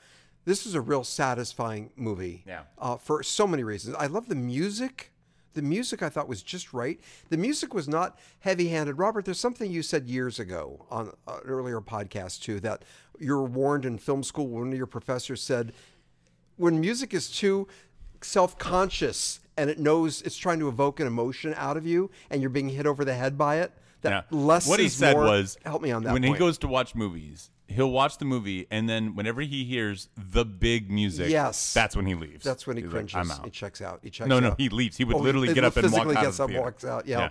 Speaker 2: This is a real satisfying movie.
Speaker 1: Yeah.
Speaker 2: Uh, for so many reasons. I love the music. The music I thought was just right. The music was not heavy handed. Robert, there's something you said years ago on an earlier podcast, too, that you were warned in film school when one of your professors said, when music is too self-conscious and it knows it's trying to evoke an emotion out of you and you're being hit over the head by it
Speaker 1: Yeah.
Speaker 2: that less
Speaker 1: what he
Speaker 2: is
Speaker 1: said
Speaker 2: more-
Speaker 1: was
Speaker 2: help me on that
Speaker 1: When
Speaker 2: point.
Speaker 1: he goes to watch movies, he'll watch the movie, and then whenever he hears the big music,
Speaker 2: Yes.
Speaker 1: that's when he leaves.
Speaker 2: That's when he
Speaker 1: He's like,
Speaker 2: cringes.
Speaker 1: I'm out.
Speaker 2: He checks out. He checks
Speaker 1: No, no,
Speaker 2: out.
Speaker 1: he leaves. He would
Speaker 2: Oh,
Speaker 1: literally get up and walk
Speaker 2: physically
Speaker 1: out.
Speaker 2: gets
Speaker 1: of
Speaker 2: up,
Speaker 1: the theater.
Speaker 2: walks out. Yeah.
Speaker 1: Yeah.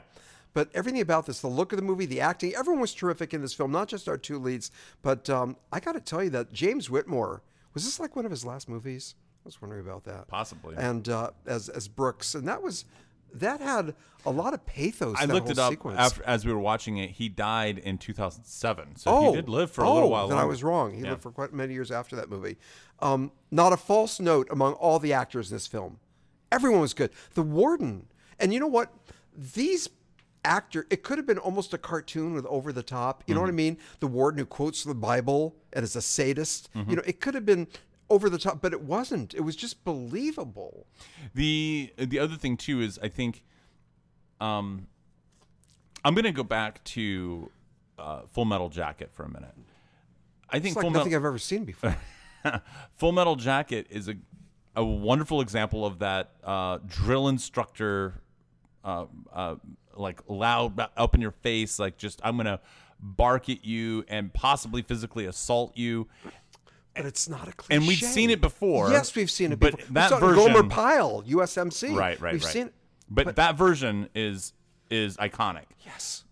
Speaker 2: But everything about this, the look of the movie, the acting, everyone was terrific in this film, not just our two leads. But um, I got to tell you that James Whitmore, was this like one of his last movies? I was wondering about that.
Speaker 1: Possibly.
Speaker 2: And uh, as, as Brooks. And that was, that had a lot of pathos.
Speaker 1: I
Speaker 2: that
Speaker 1: looked
Speaker 2: whole
Speaker 1: it up
Speaker 2: sequence.
Speaker 1: after, as we were watching it. He died in 2007, so
Speaker 2: Oh,
Speaker 1: he did live for a
Speaker 2: oh,
Speaker 1: little while.
Speaker 2: Then I
Speaker 1: longer.
Speaker 2: was wrong. He lived for quite many years after that movie. Um, not a false note among all the actors in this film. Everyone was good. The warden, and you know what? These actor. It could have been almost a cartoon with over the top. You know
Speaker 1: Mm-hmm.
Speaker 2: what I mean? The warden who quotes the Bible and is a sadist.
Speaker 1: Mm-hmm.
Speaker 2: You know, it could have been over the top, but it wasn't. It was just believable.
Speaker 1: The the other thing too is I think, um, I'm gonna go back to uh, Full Metal Jacket for a minute. I think
Speaker 2: It's like
Speaker 1: Full
Speaker 2: nothing
Speaker 1: Metal
Speaker 2: I've ever seen before.
Speaker 1: Full Metal Jacket is a a wonderful example of that uh, drill instructor, uh, uh, like loud up in your face, like just I'm gonna bark at you and possibly physically assault you.
Speaker 2: But it's not a cliche.
Speaker 1: And we've seen it before.
Speaker 2: Yes, we've seen it
Speaker 1: but
Speaker 2: before.
Speaker 1: That
Speaker 2: we saw it in
Speaker 1: version,
Speaker 2: Gomer Pyle, USMC.
Speaker 1: right, right,
Speaker 2: We've
Speaker 1: right.
Speaker 2: seen it.
Speaker 1: but, that version is is iconic.
Speaker 2: Yes.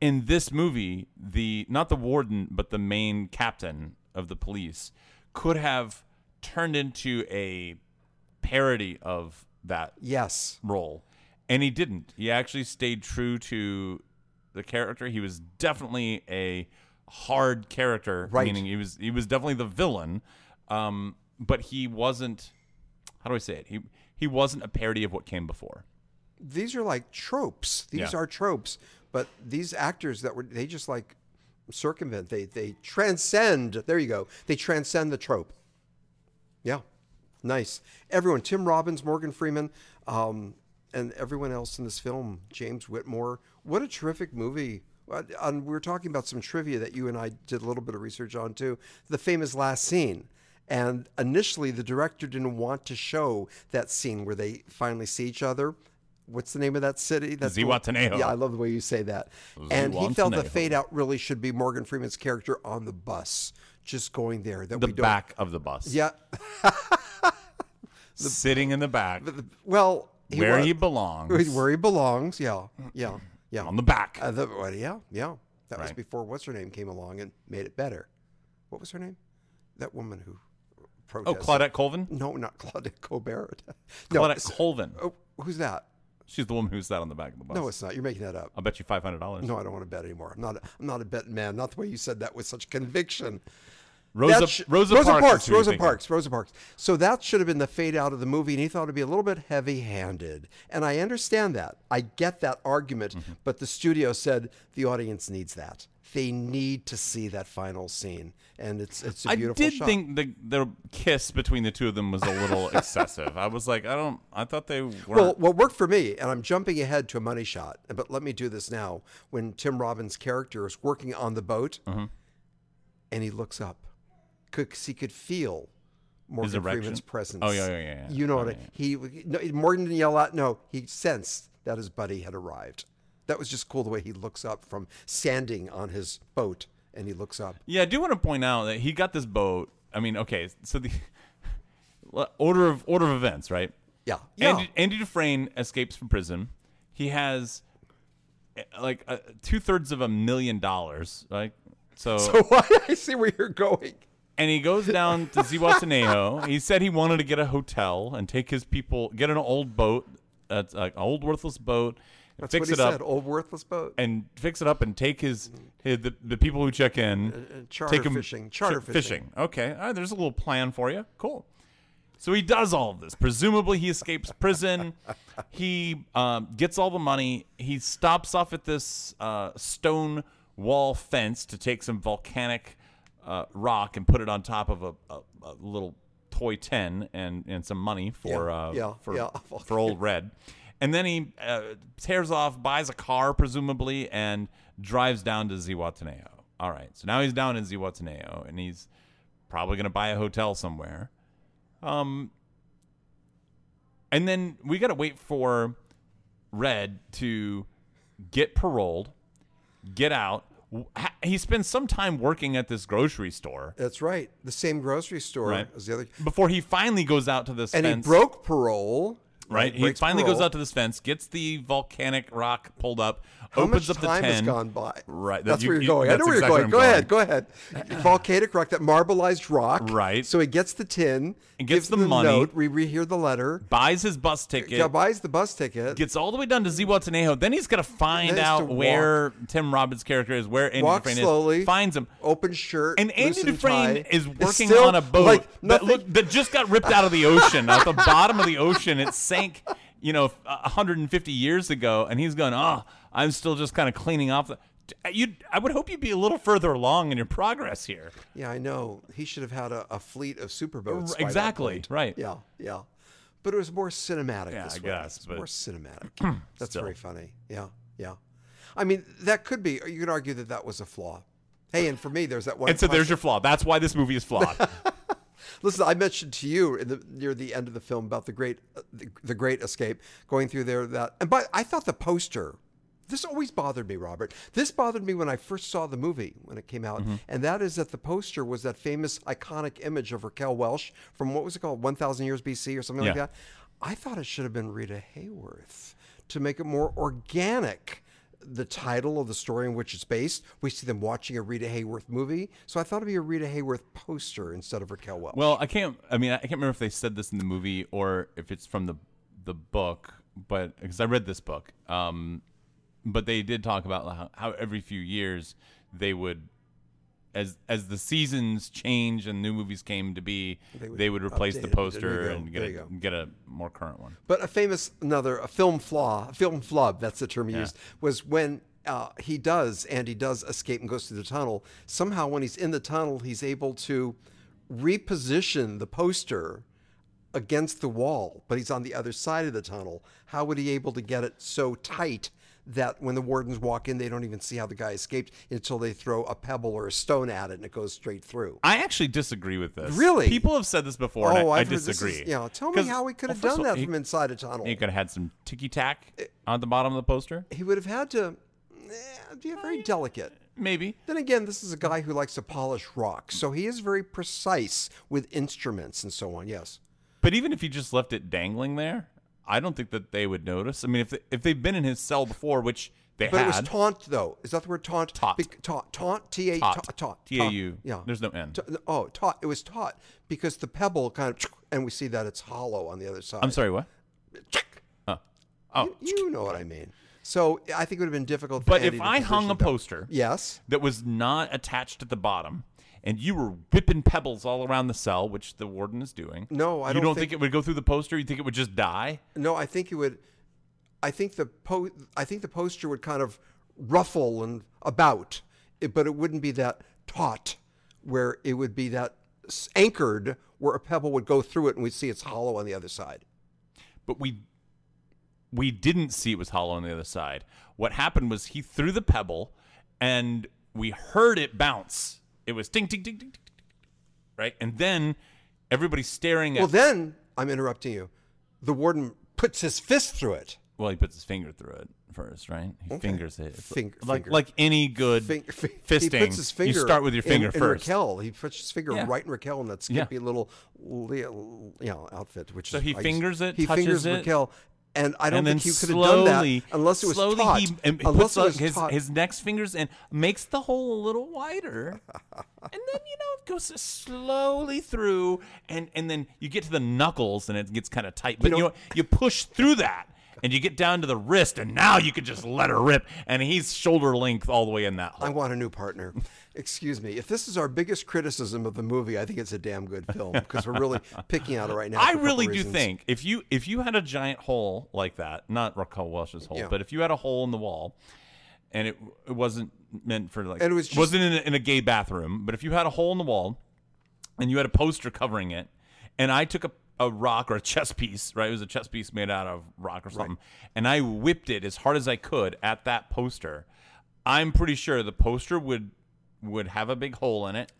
Speaker 1: In this movie, the not the warden, but the main captain of the police could have turned into a parody of that
Speaker 2: Yes.
Speaker 1: role, and he didn't. He actually stayed true to the character. He was definitely a hard character,
Speaker 2: Right.
Speaker 1: meaning he was he was definitely the villain, um, but he wasn't. How do I say it? He he wasn't a parody of what came before.
Speaker 2: These are like tropes. These
Speaker 1: Yeah.
Speaker 2: are tropes. But these actors that were, they just like circumvent, they, they transcend. There you go. They transcend the trope. Yeah. Nice. Everyone, Tim Robbins, Morgan Freeman, um, and everyone else in this film, James Whitmore. What a terrific movie. Uh, And we were talking about some trivia that you and I did a little bit of research on too. The famous last scene. And initially, the director didn't want to show that scene where they finally see each other. What's the name of that city? That's the-
Speaker 1: Zihuatanejo.
Speaker 2: Yeah, I love the way you say that. And he felt the
Speaker 1: Zihuatanejo.
Speaker 2: fade out really should be Morgan Freeman's character on the bus, just going there. That
Speaker 1: The
Speaker 2: we don't.
Speaker 1: back of the bus.
Speaker 2: Yeah.
Speaker 1: sitting in the back
Speaker 2: Well, he
Speaker 1: where
Speaker 2: was-
Speaker 1: he belongs.
Speaker 2: where he belongs. Yeah, yeah, yeah.
Speaker 1: on the back.
Speaker 2: Uh, the- well, yeah, yeah. That was
Speaker 1: Right.
Speaker 2: before what's her name came along and made it better. What was her name? That woman who
Speaker 1: oh,
Speaker 2: protested.
Speaker 1: Claudette Colvin.
Speaker 2: No, not Claudette Colbert. no,
Speaker 1: Claudette
Speaker 2: it's-
Speaker 1: Colvin.
Speaker 2: oh, who's that?
Speaker 1: She's the woman who sat on the back of the bus.
Speaker 2: No, it's not. You're making that up.
Speaker 1: I'll bet you five hundred dollars.
Speaker 2: No, I don't want to bet anymore. I'm not. A, I'm not a betting man. Not the way you said that with such conviction.
Speaker 1: Rosa,
Speaker 2: That sh-
Speaker 1: Rosa Parks. is who you're
Speaker 2: Rosa
Speaker 1: thinking of.
Speaker 2: Parks, Rosa Parks. So that should have been the fade out of the movie, and he thought it'd be a little bit heavy-handed. And I understand that. I get that argument,
Speaker 1: Mm-hmm.
Speaker 2: but the studio said the audience needs that. They need to see that final scene, and it's it's a
Speaker 1: I
Speaker 2: beautiful
Speaker 1: did
Speaker 2: shot.
Speaker 1: think the the kiss between the two of them was a little excessive. I was like, I don't. I thought they were.
Speaker 2: Well, what worked for me, and I'm jumping ahead to a money shot, but let me do this now. When Tim Robbins' character is working on the boat,
Speaker 1: Mm-hmm.
Speaker 2: and he looks up, because he could feel Morgan
Speaker 1: erection?
Speaker 2: Freeman's presence.
Speaker 1: Oh, yeah, yeah, yeah, yeah.
Speaker 2: You know
Speaker 1: Oh,
Speaker 2: what? I, he no, Morgan didn't yell out. No, he sensed that his buddy had arrived. That was just cool the way he looks up from sanding on his boat, and he looks up.
Speaker 1: yeah, I do want to point out that he got this boat. I mean, okay, so the order of order of events, right?
Speaker 2: Yeah, yeah.
Speaker 1: Andy, Andy Dufresne escapes from prison. He has eh, like uh, two thirds of a million dollars, right? So,
Speaker 2: so I see where you're going.
Speaker 1: and he goes down to Zihuatanejo. he said he wanted to get a hotel and take his people, get an old boat, that's like an old worthless boat, and
Speaker 2: That's
Speaker 1: fix
Speaker 2: what he
Speaker 1: it up.
Speaker 2: said. Old worthless boat.
Speaker 1: and fix it up and take his, his the, the people who check in
Speaker 2: Uh, charter
Speaker 1: take 'em-
Speaker 2: fishing, charter
Speaker 1: ch-
Speaker 2: fishing.
Speaker 1: okay all right, there's a little plan for you cool so he does all of this presumably he escapes prison he um, gets all the money he stops off at this uh, stone wall fence to take some volcanic uh, rock and put it on top of a, a, a little toy tin and, and some money for
Speaker 2: Yeah,
Speaker 1: uh,
Speaker 2: yeah,
Speaker 1: for
Speaker 2: yeah.
Speaker 1: for old red. And then he uh, tears off, buys a car, presumably, and drives down to Zihuatanejo. All right, so now he's down in Zihuatanejo, and he's probably going to buy a hotel somewhere. Um, and then we got to wait for Red to get paroled, get out. W- ha- He spends some time working at this grocery store
Speaker 2: That's right. The same grocery store
Speaker 1: Right.
Speaker 2: as the other.
Speaker 1: before he finally goes out to this
Speaker 2: And
Speaker 1: fence.
Speaker 2: he broke parole.
Speaker 1: Right, he
Speaker 2: breaks
Speaker 1: finally goes
Speaker 2: parole.
Speaker 1: out to this fence, gets the volcanic rock pulled up,
Speaker 2: How
Speaker 1: opens
Speaker 2: much
Speaker 1: up the
Speaker 2: time has
Speaker 1: tent.
Speaker 2: gone by?
Speaker 1: Right, that
Speaker 2: That's
Speaker 1: you-
Speaker 2: where you're
Speaker 1: you-
Speaker 2: going. I know
Speaker 1: that's
Speaker 2: where
Speaker 1: exactly
Speaker 2: you're going. Go
Speaker 1: where I'm
Speaker 2: ahead. Go ahead. Volcanic rock, that marbleized rock.
Speaker 1: Right.
Speaker 2: So he gets the tin.
Speaker 1: And gets
Speaker 2: gives
Speaker 1: the
Speaker 2: them
Speaker 1: money.
Speaker 2: Note. We, we hear the letter.
Speaker 1: Buys his bus ticket,
Speaker 2: Yeah, buys the bus ticket.
Speaker 1: gets all the way down to Zihuatanejo. Then he's gonna
Speaker 2: Then
Speaker 1: find
Speaker 2: he's to
Speaker 1: out
Speaker 2: walk.
Speaker 1: where Tim Robbins' character is, where Andy
Speaker 2: Walk
Speaker 1: Dufresne
Speaker 2: slowly.
Speaker 1: is, finds him.
Speaker 2: Open shirt.
Speaker 1: And Andy
Speaker 2: loosened
Speaker 1: Dufresne
Speaker 2: tie.
Speaker 1: is
Speaker 2: It's
Speaker 1: working
Speaker 2: still,
Speaker 1: on a boat
Speaker 2: Like,
Speaker 1: that,
Speaker 2: nothing,
Speaker 1: look, that just got ripped out of the ocean, at the bottom of the ocean. It sank you know, 150 years ago, and he's going, oh, I'm still just kind of cleaning off. The, you, I would hope you'd be a little further along in your progress here.
Speaker 2: Yeah, I know. He should have had a, a fleet of superboats. by that
Speaker 1: exactly.
Speaker 2: point.
Speaker 1: Right.
Speaker 2: Yeah, yeah. But it was more cinematic
Speaker 1: Yeah,
Speaker 2: this
Speaker 1: I
Speaker 2: way.
Speaker 1: guess,
Speaker 2: It's
Speaker 1: but-
Speaker 2: more cinematic. That's
Speaker 1: Still.
Speaker 2: very funny. Yeah, yeah. I mean, that could be. You could argue that that was a flaw. Hey, and for me, there's that one.
Speaker 1: And so
Speaker 2: punch-
Speaker 1: there's your flaw. That's why this movie is flawed.
Speaker 2: Listen, I mentioned to you in the, near the end of the film about the great, uh, the, the Great Escape, going through there. That and but I thought the poster. This always bothered me, Robert. This bothered me when I first saw the movie when it came out, and that is that the poster was that famous iconic image of Raquel Welch from what was it called, One Thousand Years BC or something like
Speaker 1: Yeah.
Speaker 2: that. I thought it should have been Rita Hayworth to make it more organic. The title of the story in which it's based, we see them watching a Rita Hayworth movie. So I thought it'd be a Rita Hayworth poster instead of Raquel Welch.
Speaker 1: Well, I can't. I mean, I can't remember if they said this in the movie or if it's from the the book, but because I read this book, um, but they did talk about how, how every few years they would, as as the seasons change and new movies came to be, they would,
Speaker 2: would
Speaker 1: replace
Speaker 2: update
Speaker 1: the
Speaker 2: it. There you
Speaker 1: poster
Speaker 2: go.
Speaker 1: and get
Speaker 2: There you
Speaker 1: a,
Speaker 2: go.
Speaker 1: get a more current one.
Speaker 2: But a famous another a film flaw, a film flub, that's the term he used, was when uh, he does and he does escape and goes through the tunnel. Somehow, when he's in the tunnel, he's able to reposition the poster against the wall, but he's on the other side of the tunnel. How would he able to get it so tight that when the wardens walk in, they don't even see how the guy escaped until they throw a pebble or a stone at it and it goes straight through?
Speaker 1: I actually disagree with this.
Speaker 2: Really? Oh,
Speaker 1: people have said this before. and I, I
Speaker 2: I've heard this is-
Speaker 1: disagree.
Speaker 2: yeah, tell me
Speaker 1: 'Cause-
Speaker 2: how he could
Speaker 1: well,
Speaker 2: have
Speaker 1: first
Speaker 2: done
Speaker 1: of all,
Speaker 2: that from inside a tunnel.
Speaker 1: He, he could have had some ticky tack on the bottom of the poster,
Speaker 2: he would have had to eh, be very delicate.
Speaker 1: maybe.
Speaker 2: Then again, this is a guy who likes to polish rocks, so he is very precise with instruments and so on. Yes.
Speaker 1: But even if he just left it dangling there, I don't think that they would notice. I mean, if they, if they've been in his cell before, which they
Speaker 2: But
Speaker 1: had,
Speaker 2: it was taunt, though. Is that the word taunt?
Speaker 1: Taught.
Speaker 2: taunt. Taunt. T A
Speaker 1: Taught.
Speaker 2: taught. Taught.
Speaker 1: T-A-U.
Speaker 2: Yeah.
Speaker 1: There's no N.
Speaker 2: Ta- oh, taught. It was taught because the pebble kind of, and we see that it's hollow on the other side.
Speaker 1: I'm sorry, what? Oh.
Speaker 2: You, you know what I mean. So I think it would have been difficult. For
Speaker 1: But
Speaker 2: Andy
Speaker 1: if
Speaker 2: to
Speaker 1: I hung a
Speaker 2: position it up.
Speaker 1: poster
Speaker 2: Yes.
Speaker 1: that was not attached at the bottom, and you were whipping pebbles all around the cell, which the warden is doing,
Speaker 2: No, I
Speaker 1: you
Speaker 2: don't
Speaker 1: don't think,
Speaker 2: think-
Speaker 1: it would go through the poster. You think it would just die?
Speaker 2: No, I think it would. I think the po- I think the poster would kind of ruffle and about, it, but it wouldn't be that taut, where it would be that s- anchored, where a pebble would go through it and we'd see it's hollow on the other side.
Speaker 1: But we we didn't see it was hollow on the other side. What happened was he threw the pebble, and we heard it bounce. It was ding, ding, ding, ding, ding, ding, ding, right? And then everybody's staring
Speaker 2: Well,
Speaker 1: at.
Speaker 2: then I'm interrupting you. The warden puts his fist through it.
Speaker 1: Well, he puts his finger through it first, right? He fingers it. It's
Speaker 2: Finger-
Speaker 1: like
Speaker 2: finger.
Speaker 1: like any good
Speaker 2: Fing- fi-
Speaker 1: fisting.
Speaker 2: He puts his finger.
Speaker 1: you start with your
Speaker 2: in-
Speaker 1: finger
Speaker 2: in
Speaker 1: first.
Speaker 2: Raquel, he puts his finger
Speaker 1: Yeah.
Speaker 2: right in Raquel in that
Speaker 1: Yeah.
Speaker 2: skimpy little, you know, outfit. Which so
Speaker 1: he fingers it,
Speaker 2: He
Speaker 1: touches
Speaker 2: fingers
Speaker 1: it,
Speaker 2: Raquel, and I don't
Speaker 1: and then
Speaker 2: think he could
Speaker 1: slowly,
Speaker 2: have done that unless it was
Speaker 1: slowly
Speaker 2: taut.
Speaker 1: he, and he
Speaker 2: unless
Speaker 1: puts
Speaker 2: it was
Speaker 1: his,
Speaker 2: taut.
Speaker 1: his next fingers in, makes the hole a little wider, and then you know it goes slowly through, and and then you get to the knuckles and it gets kind of tight. But you know,
Speaker 2: know-
Speaker 1: what? you push through that. And you get down to the wrist, and now you can just let her rip. And he's shoulder length all the way in that hole.
Speaker 2: I want a new partner. Excuse me. If this is our biggest criticism of the movie, I think it's a damn good film because we're really picking on it right now.
Speaker 1: I
Speaker 2: for a couple
Speaker 1: really do
Speaker 2: reasons.
Speaker 1: think if you if you had a giant hole like that, not Raquel Welch's hole, but if you had a hole in the wall, and it, it wasn't meant for like
Speaker 2: And it was just-
Speaker 1: not in a, in a gay bathroom, but if you had a hole in the wall, and you had a poster covering it, and I took a a rock or a chess piece, right? It was a chess piece made out of rock or something, and I whipped it as hard as I could at that poster. I'm pretty sure the poster would would have a big hole in it.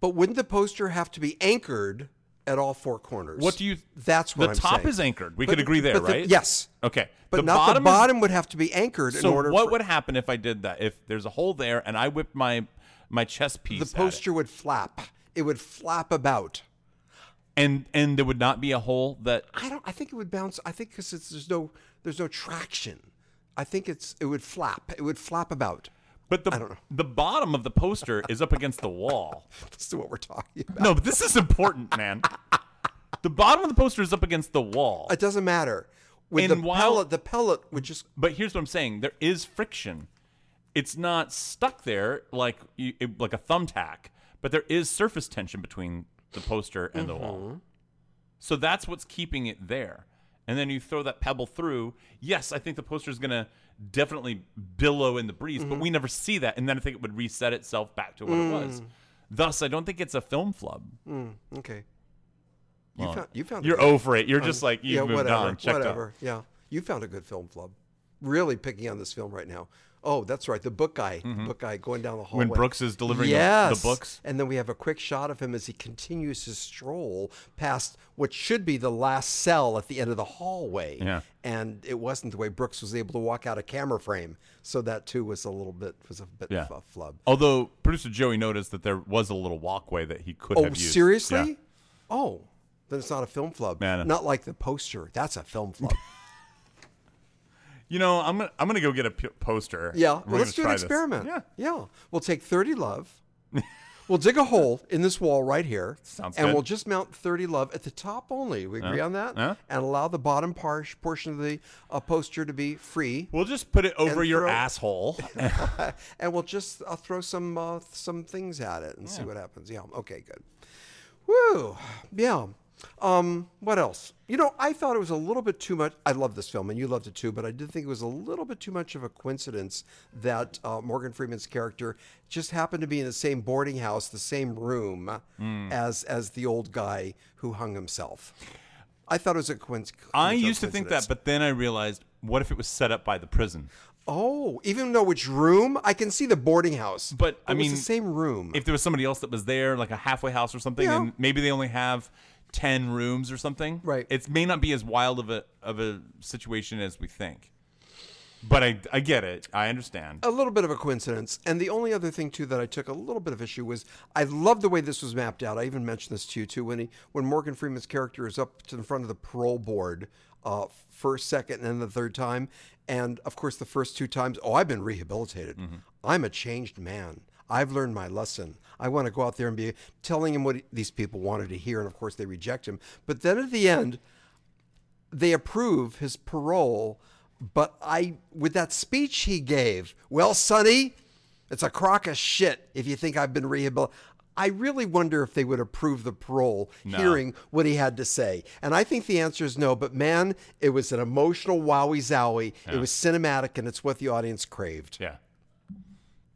Speaker 2: But wouldn't the poster have to be anchored at all four corners?
Speaker 1: What do you?
Speaker 2: That's what
Speaker 1: the
Speaker 2: I'm
Speaker 1: top
Speaker 2: saying.
Speaker 1: is anchored. We
Speaker 2: But-
Speaker 1: could agree there,
Speaker 2: but the-
Speaker 1: right?
Speaker 2: Yes.
Speaker 1: Okay.
Speaker 2: But not the
Speaker 1: is-
Speaker 2: bottom would have to be anchored
Speaker 1: so
Speaker 2: in order
Speaker 1: what
Speaker 2: for
Speaker 1: would happen if I did that? If there's a hole there and I whipped my my chess piece
Speaker 2: the
Speaker 1: at it,
Speaker 2: poster would flap. It would flap about.
Speaker 1: and and there would not be a hole that
Speaker 2: I don't. I think it would bounce. I think because there's no there's no traction. I think it's it would flap. It would flap about.
Speaker 1: but the the bottom of the poster is up against the wall.
Speaker 2: That's what we're talking about.
Speaker 1: No, but this is important, man. The bottom of the poster is up against the wall.
Speaker 2: It doesn't matter. With
Speaker 1: And
Speaker 2: the
Speaker 1: while-
Speaker 2: pellet, the pellet would just
Speaker 1: But here's what I'm saying: there is friction. It's not stuck there like you, it- like a thumbtack, but there is surface
Speaker 2: Mm-hmm.
Speaker 1: tension between the poster and the wall. So that's what's keeping it there. and then you throw that pebble through. Yes, I think the poster is going to definitely billow in the breeze,
Speaker 2: Mm-hmm.
Speaker 1: but we never see that. And then I think it would reset itself back to what it
Speaker 2: Mm.
Speaker 1: was. Thus, I don't think it's a film flub.
Speaker 2: Okay. You found you found a
Speaker 1: You're
Speaker 2: good-
Speaker 1: over it. You're just like, you've
Speaker 2: Um, yeah,
Speaker 1: moved
Speaker 2: whatever,
Speaker 1: on. Checked
Speaker 2: whatever.
Speaker 1: out.
Speaker 2: Yeah, you found a good film flub. Really picking on this film right now. Oh, that's right, the book guy, the book guy going down the hallway.
Speaker 1: Mm-hmm. When Brooks is delivering the-
Speaker 2: yes.
Speaker 1: the books.
Speaker 2: and then we have a quick shot of him as he continues his stroll past what should be the last cell at the end of the hallway.
Speaker 1: Yeah.
Speaker 2: and it wasn't the way Brooks was able to walk out of camera frame. So that too was a little bit was a bit
Speaker 1: Yeah.
Speaker 2: of a flub.
Speaker 1: Although producer Joey noticed that there was a little walkway that he could
Speaker 2: Oh,
Speaker 1: have used.
Speaker 2: seriously?
Speaker 1: Yeah.
Speaker 2: Oh, then it's not a film flub.
Speaker 1: Man, uh,
Speaker 2: Not like the poster. That's a film flub.
Speaker 1: You know, I'm gonna I'm gonna go get a p- poster.
Speaker 2: Yeah,
Speaker 1: and
Speaker 2: well,
Speaker 1: we're
Speaker 2: let's do
Speaker 1: gonna try
Speaker 2: an
Speaker 1: this.
Speaker 2: experiment.
Speaker 1: Yeah,
Speaker 2: yeah. We'll take thirty love. we'll dig a hole in this wall right here,
Speaker 1: Sounds
Speaker 2: and
Speaker 1: good.
Speaker 2: we'll just mount thirty love at the top only. We agree on that,
Speaker 1: yeah.
Speaker 2: and allow the bottom par- portion of the uh, poster to be free.
Speaker 1: we'll just put it over
Speaker 2: And
Speaker 1: your
Speaker 2: throw-
Speaker 1: asshole.
Speaker 2: and we'll just uh, throw some uh, some things at it and see what happens. Yeah. Okay. Good. Woo. Yeah. Um, what else? You know, I thought it was a little bit too much. I love this film, and you loved it too, but I did think it was a little bit too much of a coincidence that uh, Morgan Freeman's character just happened to be in the same boarding house, the same room
Speaker 1: Hmm.
Speaker 2: as as the old guy who hung himself. I thought it was a coinc- coincidence.
Speaker 1: I used to think that, but then I realized, what if it was set up by the prison?
Speaker 2: oh, even though which room, I can see the boarding house.
Speaker 1: But, I
Speaker 2: it was
Speaker 1: mean,
Speaker 2: the same room.
Speaker 1: If there was somebody else that was there, like a halfway house or something,
Speaker 2: Yeah.
Speaker 1: and maybe they only have ten rooms or something.
Speaker 2: Right.
Speaker 1: It may not be as wild of a of a situation as we think. But I I get it. I understand.
Speaker 2: a little bit of a coincidence. And the only other thing too that I took a little bit of issue was I love the way this was mapped out. I even mentioned this to you too when he when Morgan Freeman's character is up to the front of the parole board uh, first, second, and then the third time, and of course the first two times, oh, I've been rehabilitated. I'm a changed man. I've learned my lesson. I want to go out there and be telling him what he- these people wanted to hear, and of course they reject him. But then at the end, they approve his parole, but I, with that speech he gave, well, Sonny, it's a crock of shit if you think I've been rehabilitated. I really wonder if they would approve the parole, hearing what he had to say. And I think the answer is no, but man, it was an emotional wowie zowie. It was cinematic, and it's what the audience craved.
Speaker 1: yeah.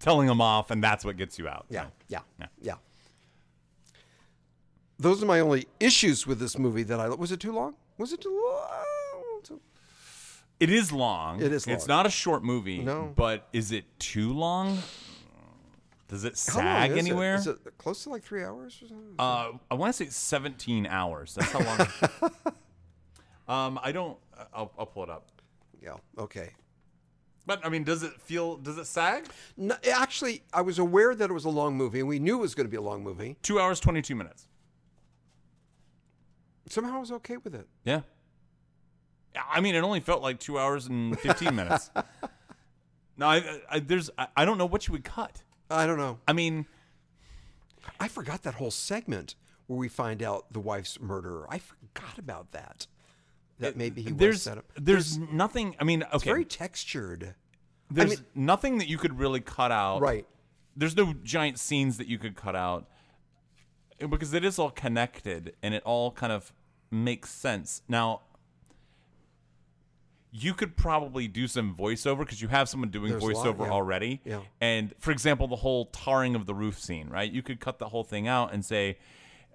Speaker 1: Telling them off, and that's what gets you out.
Speaker 2: Yeah, yeah,
Speaker 1: Yeah.
Speaker 2: yeah. Those are my only issues with this movie that I was it too long? Was it too long?
Speaker 1: It is long.
Speaker 2: It is
Speaker 1: It's
Speaker 2: long.
Speaker 1: not a short movie.
Speaker 2: No.
Speaker 1: But is it too long? Does it
Speaker 2: How long
Speaker 1: sag
Speaker 2: is it?
Speaker 1: anywhere?
Speaker 2: Is it close to like three hours or something?
Speaker 1: uh, I want to say it's 17 hours. That's how long. um, I don't. I'll, I'll pull it up.
Speaker 2: Yeah. Okay.
Speaker 1: But I mean, does it feel? Does it sag?
Speaker 2: No, actually, I was aware that it was a long movie, and we knew it was going to be a long movie.
Speaker 1: Two hours 22 minutes.
Speaker 2: Somehow, I was okay with it.
Speaker 1: Yeah. I mean, it only felt like two hours and 15 minutes. No, I, I there's. I, I don't know what you would cut.
Speaker 2: I don't know.
Speaker 1: I mean,
Speaker 2: I forgot that whole segment where we find out the wife's murderer. I forgot about that. That maybe he was
Speaker 1: there's
Speaker 2: set up.
Speaker 1: there's nothing. I mean, okay.
Speaker 2: Very textured.
Speaker 1: There's nothing that you could really cut out.
Speaker 2: Right.
Speaker 1: There's no giant scenes that you could cut out eh, because it is all connected and it all kind of makes sense. Now, you could probably do some voiceover because you have someone doing
Speaker 2: There's a lot,
Speaker 1: voiceover
Speaker 2: yeah.
Speaker 1: already.
Speaker 2: Yeah.
Speaker 1: And for example, the whole tarring of the roof scene, right? You could cut the whole thing out and say,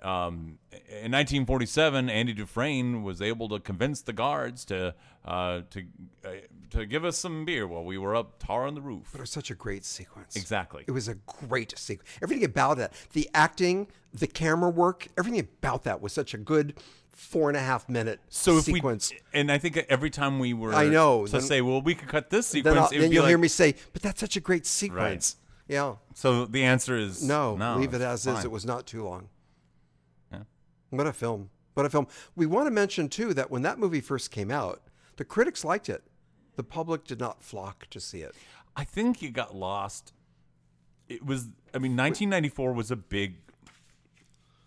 Speaker 1: um, in 1947, Andy Dufresne was able to convince the guards to uh, to uh, to give us some beer while we were up tarring the roof.
Speaker 2: It was such a great sequence.
Speaker 1: Exactly.
Speaker 2: It was a great sequence. Everything about that, the acting, the camera work, everything about that was such a good four and a half minute
Speaker 1: So if
Speaker 2: sequence.
Speaker 1: we and I think every time we were,
Speaker 2: I know,
Speaker 1: to
Speaker 2: then-
Speaker 1: say, well, we could cut this
Speaker 2: then I'll-
Speaker 1: sequence. it would
Speaker 2: then
Speaker 1: be
Speaker 2: you'll hear
Speaker 1: like-
Speaker 2: me say, but that's such a great sequence. Yeah.
Speaker 1: So the answer is
Speaker 2: No, leave it
Speaker 1: it's
Speaker 2: as is.
Speaker 1: fine.
Speaker 2: It was not too long.
Speaker 1: Yeah.
Speaker 2: What a film. What a film. We want to mention, too, that when that movie first came out, the critics liked it. The public did not flock to see it.
Speaker 1: I think you got lost. It was. I mean, 1994 was a big,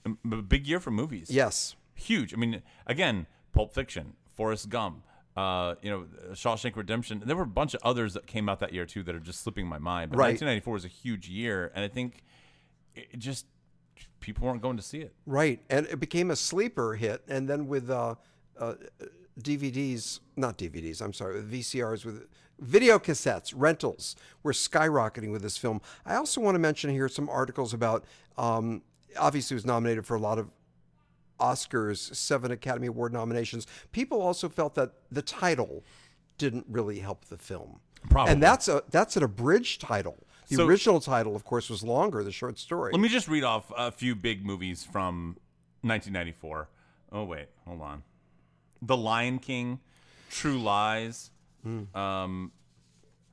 Speaker 1: um, a big year for movies.
Speaker 2: Yes.
Speaker 1: huge. I mean, again, Pulp Fiction, Forrest Gump, uh, you know, Shawshank Redemption. There were a bunch of others that came out that year too that are just slipping my mind. But
Speaker 2: Right.
Speaker 1: 1994 was a huge year, and I think it it just people weren't going to see it.
Speaker 2: Right. And it became a sleeper hit. And then with uh, uh, DVDs, not DVDs, I'm sorry, with VCRs, with video cassettes, rentals, were skyrocketing with this film. I also want to mention here some articles about, um, obviously, it was nominated for a lot of Oscars, seven Academy Award nominations. People also felt that the title didn't really help the film.
Speaker 1: Probably.
Speaker 2: And that's a that's an abridged title. The
Speaker 1: So-
Speaker 2: original title, of course, was longer, the short story.
Speaker 1: Let me just read off a few big movies from 1994. Oh wait, hold on. The Lion King, True Lies.
Speaker 2: Hmm.
Speaker 1: Um,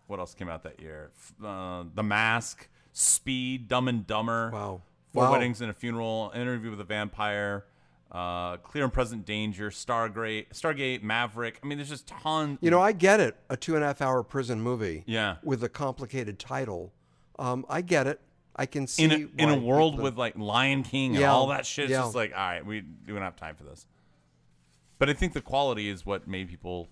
Speaker 1: what else came out that year? F- Uh, the Mask, Speed, Dumb and Dumber.
Speaker 2: Wow.
Speaker 1: Four
Speaker 2: Wow.
Speaker 1: Weddings and a Funeral, Interview with a Vampire, uh, Clear and Present Danger, Stargate, Stargate, Maverick. I mean, there's just tons.
Speaker 2: you know, I get it. A two and a half hour prison movie.
Speaker 1: Yeah.
Speaker 2: With a complicated title. Um, I get it. I can see
Speaker 1: in a, in a
Speaker 2: why
Speaker 1: world
Speaker 2: people-
Speaker 1: with like Lion King and
Speaker 2: Yeah,
Speaker 1: all that shit, it's
Speaker 2: yeah.
Speaker 1: just like, all right, we we don't have time for this. But I think the quality is what made people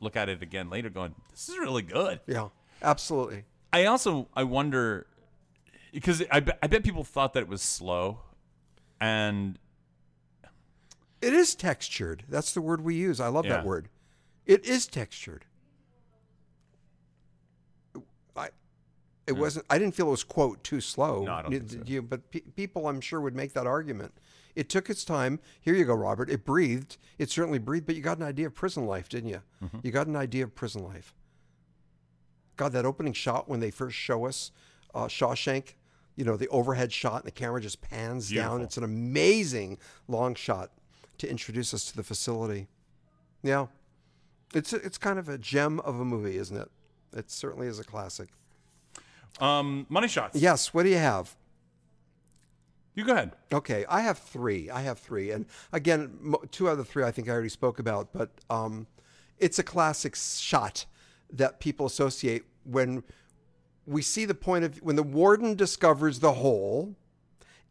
Speaker 1: look at it again later, going, "This is really good."
Speaker 2: Yeah. Absolutely.
Speaker 1: I also I wonder because I bet, I bet people thought that it was slow, and
Speaker 2: It is textured. That's the word we use. I love
Speaker 1: Yeah.
Speaker 2: that word. It is textured. I, it wasn't. I didn't feel it was quote too slow.
Speaker 1: No, I don't
Speaker 2: Neither
Speaker 1: think so.
Speaker 2: did You, but pe- people, I'm sure, would make that argument. It took its time. Here you go, Robert. It breathed. It certainly breathed. But you got an idea of prison life, didn't you?
Speaker 1: Mm-hmm.
Speaker 2: You got an idea of prison life. God, that opening shot when they first show us uh, Shawshank, you know, the overhead shot and the camera just pans down.
Speaker 1: Beautiful.
Speaker 2: It's an amazing long shot to introduce us to the facility. Yeah, it's it's kind of a gem of a movie, isn't it? It certainly is a classic.
Speaker 1: um, money shots.
Speaker 2: Yes. What do you have?
Speaker 1: you go ahead.
Speaker 2: Okay, I have three. I have three, and again, mo- two out of the three I think I already spoke about. But um, it's a classic shot that people associate when we see the point of when the warden discovers the hole,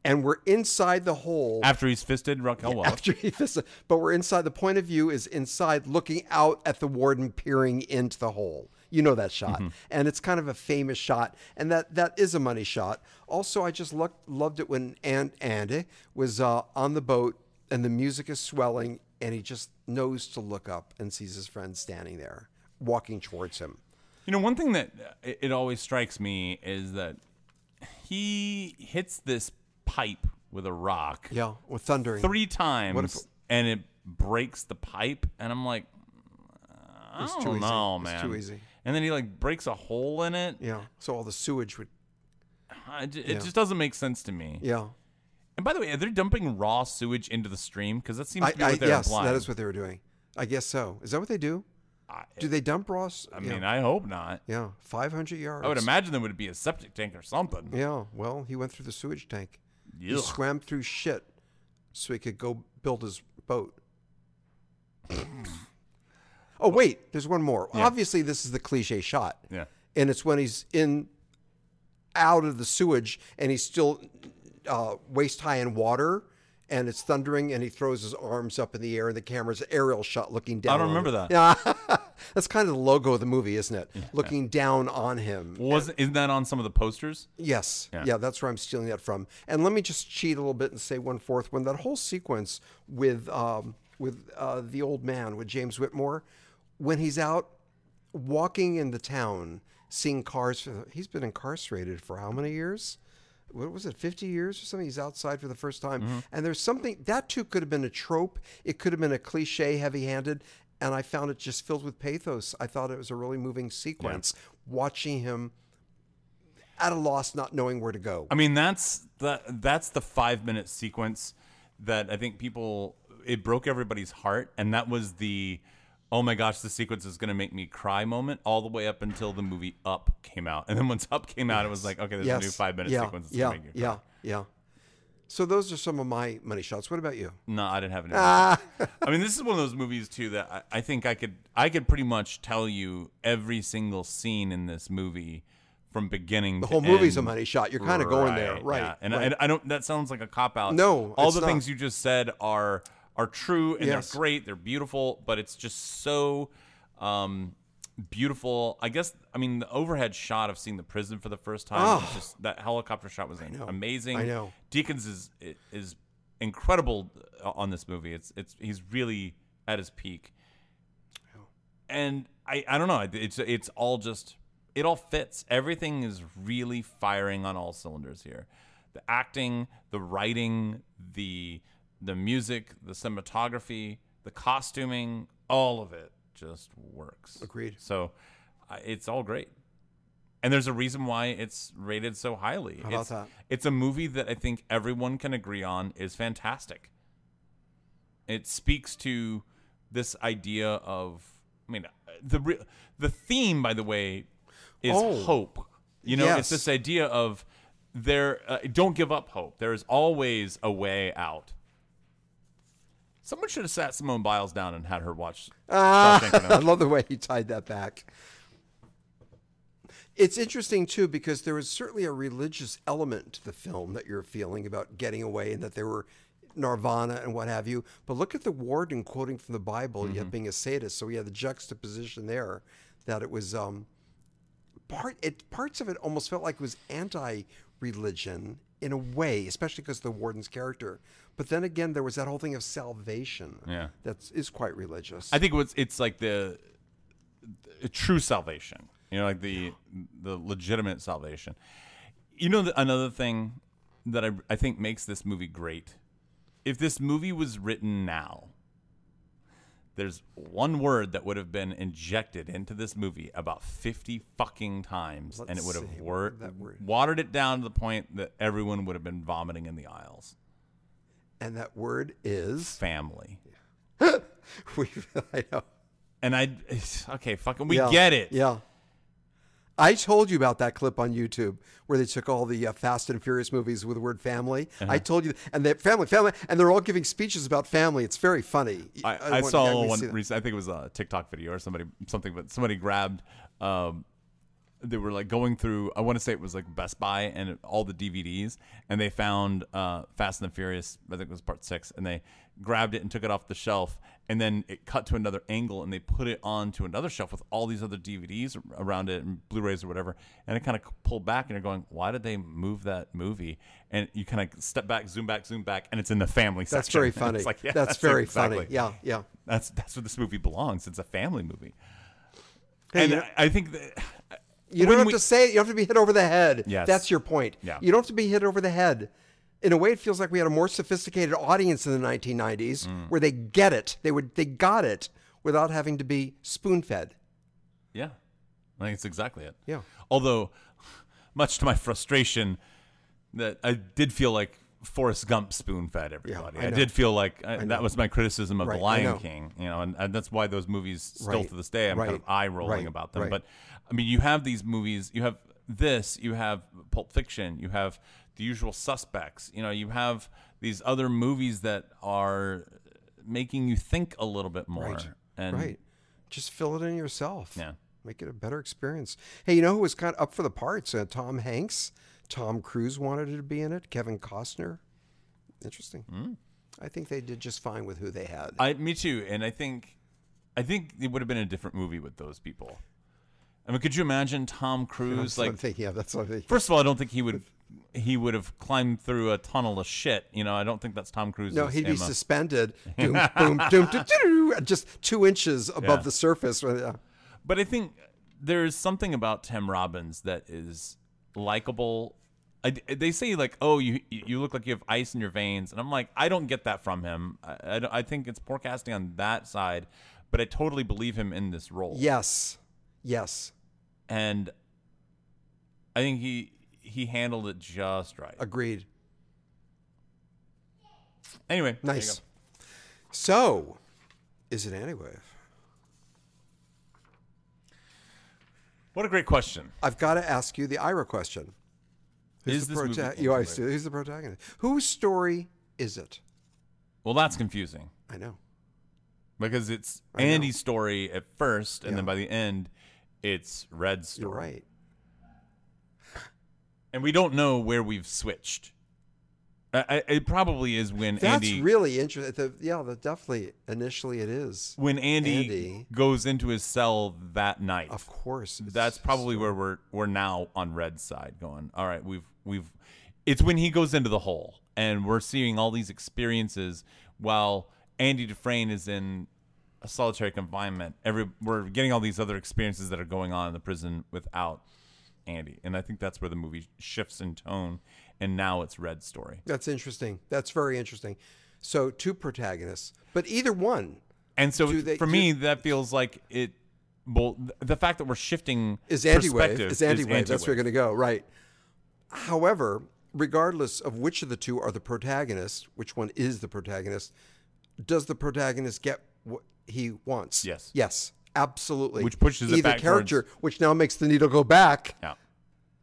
Speaker 2: and we're inside the hole.
Speaker 1: After he's fisted Raquel Welch,
Speaker 2: after he fist- but we're inside the point of view is inside looking out at the warden peering into the hole you know that shot
Speaker 1: Mm-hmm.
Speaker 2: and it's kind of a famous shot and that that is a money shot also i just lo- loved it when aunt andy was uh, on the boat and the music is swelling and he just knows to look up and sees his friend standing there walking towards him
Speaker 1: you know one thing that uh, it, it always strikes me is that he hits this pipe with a rock.
Speaker 2: yeah with thundering
Speaker 1: three times
Speaker 2: if-
Speaker 1: and it breaks the pipe and i'm like "Mm, i
Speaker 2: It's
Speaker 1: don't
Speaker 2: too easy.
Speaker 1: know
Speaker 2: It's
Speaker 1: man
Speaker 2: too easy.
Speaker 1: and then he like breaks a hole in it
Speaker 2: yeah so all the sewage would
Speaker 1: I ju- it just doesn't make sense to me
Speaker 2: yeah
Speaker 1: and by the way are they dumping raw sewage into the stream because that seems
Speaker 2: I,
Speaker 1: to be
Speaker 2: I,
Speaker 1: what they're
Speaker 2: yes
Speaker 1: implying
Speaker 2: that is what they were doing i guess so is that what they do
Speaker 1: I-
Speaker 2: do they dump ross
Speaker 1: i mean i hope not
Speaker 2: Yeah, 500 yards.
Speaker 1: i would imagine there would be a septic tank or something
Speaker 2: Yeah, well, he went through the sewage tank. He
Speaker 1: Ugh.
Speaker 2: swam through shit so he could go build his boat. oh, wait, there's one more. Obviously, this is the cliche shot.
Speaker 1: yeah
Speaker 2: And it's when he's in out of the sewage and he's still uh, waist high in water and it's thundering and he throws his arms up in the air and the camera's aerial shot looking down.
Speaker 1: i don't
Speaker 2: on
Speaker 1: remember
Speaker 2: him.
Speaker 1: that
Speaker 2: That's kind of the logo of the movie, isn't it? Looking down on him.
Speaker 1: wasn't isn't that on some of the posters
Speaker 2: Yes. Yeah. that's where I'm stealing that from. And let me just cheat a little bit and say one fourth one. That whole sequence with um, with uh, the old man with James Whitmore, when he's out walking in the town, seeing cars. For he's been incarcerated for how many years? What was it? Fifty years or something? He's outside for the first time, and there's something that too could have been a trope. It could have been a cliche, heavy-handed. And I found it just filled with pathos. I thought it was a really moving sequence. Watching him at a loss, not knowing where to go.
Speaker 1: I mean, that's the that's the five minute sequence that I think people it broke everybody's heart, and that was the oh my gosh, the sequence is going to make me cry moment all the way up until the movie Up came out, and then once Up came out, it was like okay, there's a new five minute
Speaker 2: yeah,
Speaker 1: sequence. That's
Speaker 2: Yeah,
Speaker 1: gonna make you cry.
Speaker 2: yeah, yeah. So those are some of my money shots. What about you?
Speaker 1: No, I didn't have any. I mean, this is one of those movies too that I, I think I could I could pretty much tell you every single scene in this movie from beginning.
Speaker 2: The whole movie's a money shot. You're kind of going there, right?
Speaker 1: yeah. And, I-
Speaker 2: right.
Speaker 1: and I don't. That sounds like a cop out.
Speaker 2: No,
Speaker 1: all
Speaker 2: it's
Speaker 1: the
Speaker 2: not.
Speaker 1: things you just said are are true and
Speaker 2: Yes.
Speaker 1: they're great. They're beautiful, but it's just so um, beautiful. I guess. I mean, the overhead shot of seeing the prison for the first time. was just that helicopter shot was amazing.
Speaker 2: Ah. I know.
Speaker 1: Deacons is is incredible on this movie. It's it's he's really at his peak. and I, I don't know. It's it's all just it all fits. Everything is really firing on all cylinders here. The acting, the writing, the the music, the cinematography, the costuming, all of it just works.
Speaker 2: Agreed.
Speaker 1: So I- it's all great. And there's a reason why it's rated so highly.
Speaker 2: about
Speaker 1: it's,
Speaker 2: that?
Speaker 1: it's a movie that I think everyone can agree on is fantastic it speaks to this idea of i mean the re- the theme by the way is
Speaker 2: Oh.
Speaker 1: hope you know it's
Speaker 2: Yes.
Speaker 1: this idea of there uh, don't give up hope there is always a way out someone should have sat simone biles down and had her watch Shawshank
Speaker 2: Ah, I
Speaker 1: Redemption.
Speaker 2: love the way he tied that back. It's interesting too because there was certainly a religious element to the film that you're feeling about getting away and that there were Nirvana and what have you. But look at the warden quoting from the Bible, yet being a sadist. So we had the juxtaposition there that it was um, part it parts of it almost felt like it was anti-religion in a way, especially because of the warden's character. But then again, there was that whole thing of salvation
Speaker 1: Yeah.
Speaker 2: that is quite religious.
Speaker 1: i think what's it's like the, the true salvation you know like the the legitimate salvation you know the, another thing that I, I think makes this movie great if this movie was written now there's one word that would have been injected into this movie about 50 fucking times and it
Speaker 2: Let's
Speaker 1: would have
Speaker 2: see,
Speaker 1: wor-
Speaker 2: that word.
Speaker 1: watered it down to the point that everyone would have been vomiting in the aisles
Speaker 2: and that word is
Speaker 1: family
Speaker 2: we. I know.
Speaker 1: and i okay fucking we
Speaker 2: Yeah,
Speaker 1: get it
Speaker 2: Yeah. I told you about that clip on YouTube where they took all the uh, Fast and Furious movies with the word family.
Speaker 1: Uh-huh.
Speaker 2: I told you, and they family, family, and they're all giving speeches about family. It's very funny.
Speaker 1: I, I,
Speaker 2: want-
Speaker 1: saw
Speaker 2: yeah, we
Speaker 1: one
Speaker 2: see that.
Speaker 1: recent. I think it was a TikTok video or somebody something, but somebody grabbed. Um, they were like going through. I want to say it was like Best Buy and all the DVDs, and they found uh, Fast and the Furious. I think it was Part Six, and they grabbed it and took it off the shelf, and then it cut to another angle, and they put it onto another shelf with all these other DVDs around it and Blu-rays or whatever, and it kind of pulled back, and you're going, why did they move that movie? And you kind of step back, zoom back, zoom back, and it's in the family
Speaker 2: That's
Speaker 1: section.
Speaker 2: very
Speaker 1: It's
Speaker 2: funny.
Speaker 1: like, yeah,
Speaker 2: that's, very funny.
Speaker 1: exactly-
Speaker 2: Yeah, yeah.
Speaker 1: that's that's where this movie belongs. It's a family movie,
Speaker 2: Hey,
Speaker 1: and
Speaker 2: you know-
Speaker 1: I I think that
Speaker 2: You
Speaker 1: when
Speaker 2: don't have
Speaker 1: we-
Speaker 2: to say it. You don't have to be hit over the head.
Speaker 1: Yes.
Speaker 2: That's your point.
Speaker 1: Yeah.
Speaker 2: You don't have to be hit over the head. In a way, it feels like we had a more sophisticated audience in the 1990s
Speaker 1: Mm.
Speaker 2: where they get it. They would they got it without having to be spoon fed.
Speaker 1: yeah, I think it's exactly it.
Speaker 2: Yeah.
Speaker 1: Although, much to my frustration, that I did feel like Forrest Gump spoon fed everybody.
Speaker 2: I
Speaker 1: I,
Speaker 2: know.
Speaker 1: did feel like I, that was my criticism of
Speaker 2: Right,
Speaker 1: The
Speaker 2: I
Speaker 1: Lion
Speaker 2: know.
Speaker 1: King. You know, and, and that's why those movies still
Speaker 2: Right,
Speaker 1: to this day I'm kind
Speaker 2: right,
Speaker 1: of eye rolling
Speaker 2: right,
Speaker 1: about them.
Speaker 2: right.
Speaker 1: But I mean, you have these movies. You have this. You have Pulp Fiction. You have The Usual Suspects. You know, you have these other movies that are making you think a little bit more.
Speaker 2: Right,
Speaker 1: And
Speaker 2: right. Just fill it in yourself.
Speaker 1: Yeah.
Speaker 2: Make it a better experience. Hey, you know who was kind of up for the parts? Uh, Tom Hanks. Tom Cruise wanted to be in it. Kevin Costner. Interesting. I think they did just fine with who they had.
Speaker 1: Mm. I me too, and I think I think it would have been a different movie with those people. I mean, could you imagine Tom Cruise?
Speaker 2: that's what
Speaker 1: Like,
Speaker 2: I'm thinking of. That's what I'm thinking.
Speaker 1: first of all, I don't think he would he would have climbed through a tunnel of shit. You know, I don't think that's Tom Cruise.
Speaker 2: No, he'd be
Speaker 1: MO.
Speaker 2: suspended. Doom, boom, doom, doo, doo, doo, doo, just two inches above
Speaker 1: Yeah.
Speaker 2: the surface. uh, Yeah.
Speaker 1: But I think there is something about Tim Robbins that is likable. I, they say like, "Oh, you you look like you have ice in your veins," and I'm like, I don't get that from him. I, I, don't- I think it's poor casting on that side, but I totally believe him in this role.
Speaker 2: Yes. Yes.
Speaker 1: and I think he he handled it just right.
Speaker 2: Agreed.
Speaker 1: Anyway, there you
Speaker 2: Nice.
Speaker 1: go.
Speaker 2: So, is it Antiwave?
Speaker 1: What a great question.
Speaker 2: I've got to ask you the Ira question.
Speaker 1: Is
Speaker 2: the
Speaker 1: this movie
Speaker 2: prota-
Speaker 1: Antiwave?
Speaker 2: you always do. Who's the protagonist? Whose story is it?
Speaker 1: Well, that's confusing
Speaker 2: I know.
Speaker 1: because it's
Speaker 2: know.
Speaker 1: Andy's story at first, and then by the end, it's Red's
Speaker 2: You're
Speaker 1: story,
Speaker 2: right.
Speaker 1: and we don't know where we've switched. I, I, it probably is when
Speaker 2: That's
Speaker 1: Andy
Speaker 2: really interesting. The, yeah, the, definitely. Initially, it is.
Speaker 1: when Andy,
Speaker 2: Andy.
Speaker 1: goes into his cell that night.
Speaker 2: Of course. it's-
Speaker 1: that's probably where we're we're now on red side going all right we've we've it's when he goes into the hole and we're seeing all these experiences while andy dufresne is in a solitary confinement. Every we're getting all these other experiences that are going on in the prison without Andy, and I think that's where the movie shifts in tone. And now it's Red's story,
Speaker 2: That's interesting. That's very interesting. So two protagonists, but either one
Speaker 1: and so
Speaker 2: Do they-
Speaker 1: for
Speaker 2: do-
Speaker 1: me, that feels like it. Well, th- the fact that we're shifting
Speaker 2: is anti-wave.
Speaker 1: perspective
Speaker 2: Is anti-wave. That's
Speaker 1: anti-wave.
Speaker 2: where you're going to go, right? However, regardless of which of the two are the protagonist, which one is the protagonist, does the protagonist get what he wants?
Speaker 1: Yes.
Speaker 2: Yes. Absolutely.
Speaker 1: Which pushes it
Speaker 2: either
Speaker 1: back
Speaker 2: character, which now makes the needle go back.
Speaker 1: Yeah.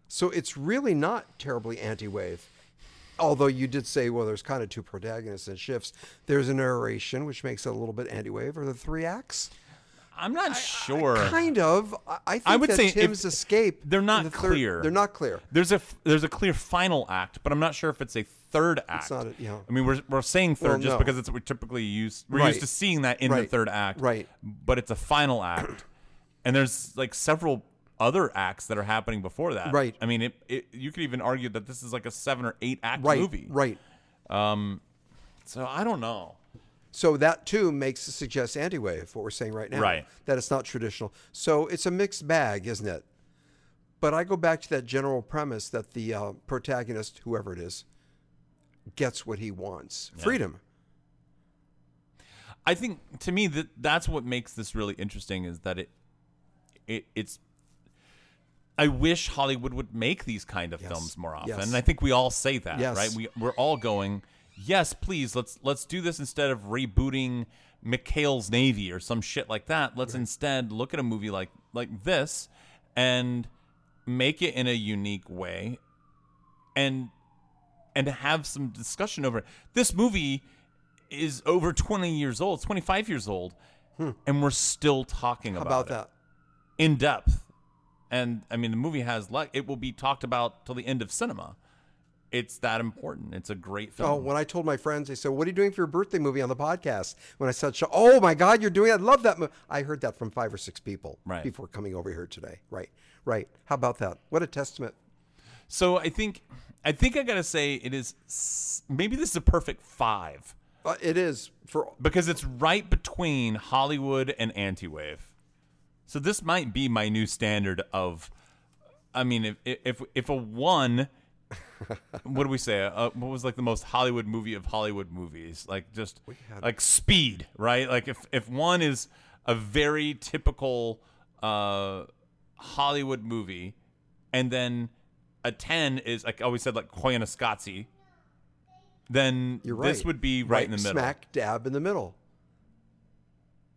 Speaker 2: So it's really not terribly anti-wave. Although you did say, well, there's kind of two protagonists and shifts. There's a narration, which makes it a little bit anti-wave, or the three acts.
Speaker 1: I'm not sure.
Speaker 2: Kind of. I- I think
Speaker 1: would
Speaker 2: that
Speaker 1: say if-
Speaker 2: Tim's escape.
Speaker 1: they're not
Speaker 2: in the third-
Speaker 1: clear.
Speaker 2: they're not clear.
Speaker 1: There's a f- there's a clear final act, but I'm not sure if it's a third act.
Speaker 2: not a- yeah.
Speaker 1: I mean, we're, we're saying third
Speaker 2: Well,
Speaker 1: just
Speaker 2: no.
Speaker 1: because it's we're typically used we're
Speaker 2: Right.
Speaker 1: used to seeing that in the
Speaker 2: Right.
Speaker 1: third act,
Speaker 2: Right.
Speaker 1: But it's a final act, and there's like several other acts that are happening before that,
Speaker 2: Right.
Speaker 1: I mean, it, it you could even argue that this is like a seven or eight act
Speaker 2: Right.
Speaker 1: movie,
Speaker 2: Right.
Speaker 1: So I don't know.
Speaker 2: So that too makes suggests anti-wave what we're saying right now.
Speaker 1: Right.
Speaker 2: That it's not traditional. So it's a mixed bag, isn't it? But I go back to that general premise that the uh, protagonist, whoever it is, gets what he wants: freedom.
Speaker 1: I think to me that that's what makes this really interesting is that it, it it's. I wish Hollywood would make these kind of films more often,
Speaker 2: Yes.
Speaker 1: and I think we all say that,
Speaker 2: Yes.
Speaker 1: right? We we're all going, yes, please let's let's do this instead of rebooting McHale's Navy or some shit like that. Let's instead look at a movie like like this and make it in a unique way and and have some discussion over it. This movie is over 20 years old, 25 years old, and we're still talking
Speaker 2: Hmm. How
Speaker 1: about,
Speaker 2: about
Speaker 1: it
Speaker 2: that?
Speaker 1: in depth. And I mean, the movie has like it will be talked about till the end of cinema. It's that important. It's a great film.
Speaker 2: Oh, when I told my friends, they said, "What are you doing for your birthday movie on the podcast?" When I said, "Sh- "Oh my God, you're doing! it. I love that movie." I heard that from five or six people
Speaker 1: Right.
Speaker 2: before coming over here today. Right, right. How about that? What a testament!
Speaker 1: So I think, I think I gotta say it is. s- Maybe this is a perfect five
Speaker 2: Uh, it is for
Speaker 1: because it's right between Hollywood and anti-wave. So this might be my new standard of. I mean, if if if a one, what do we say? Uh, what was like the most Hollywood movie of Hollywood movies? Like just like Speed, right? Like if if one is a very typical uh, Hollywood movie, and then a ten is like I always said like Koyaanisqatsi. Then
Speaker 2: You're right.
Speaker 1: this would be right, in the middle.
Speaker 2: Smack dab in the middle.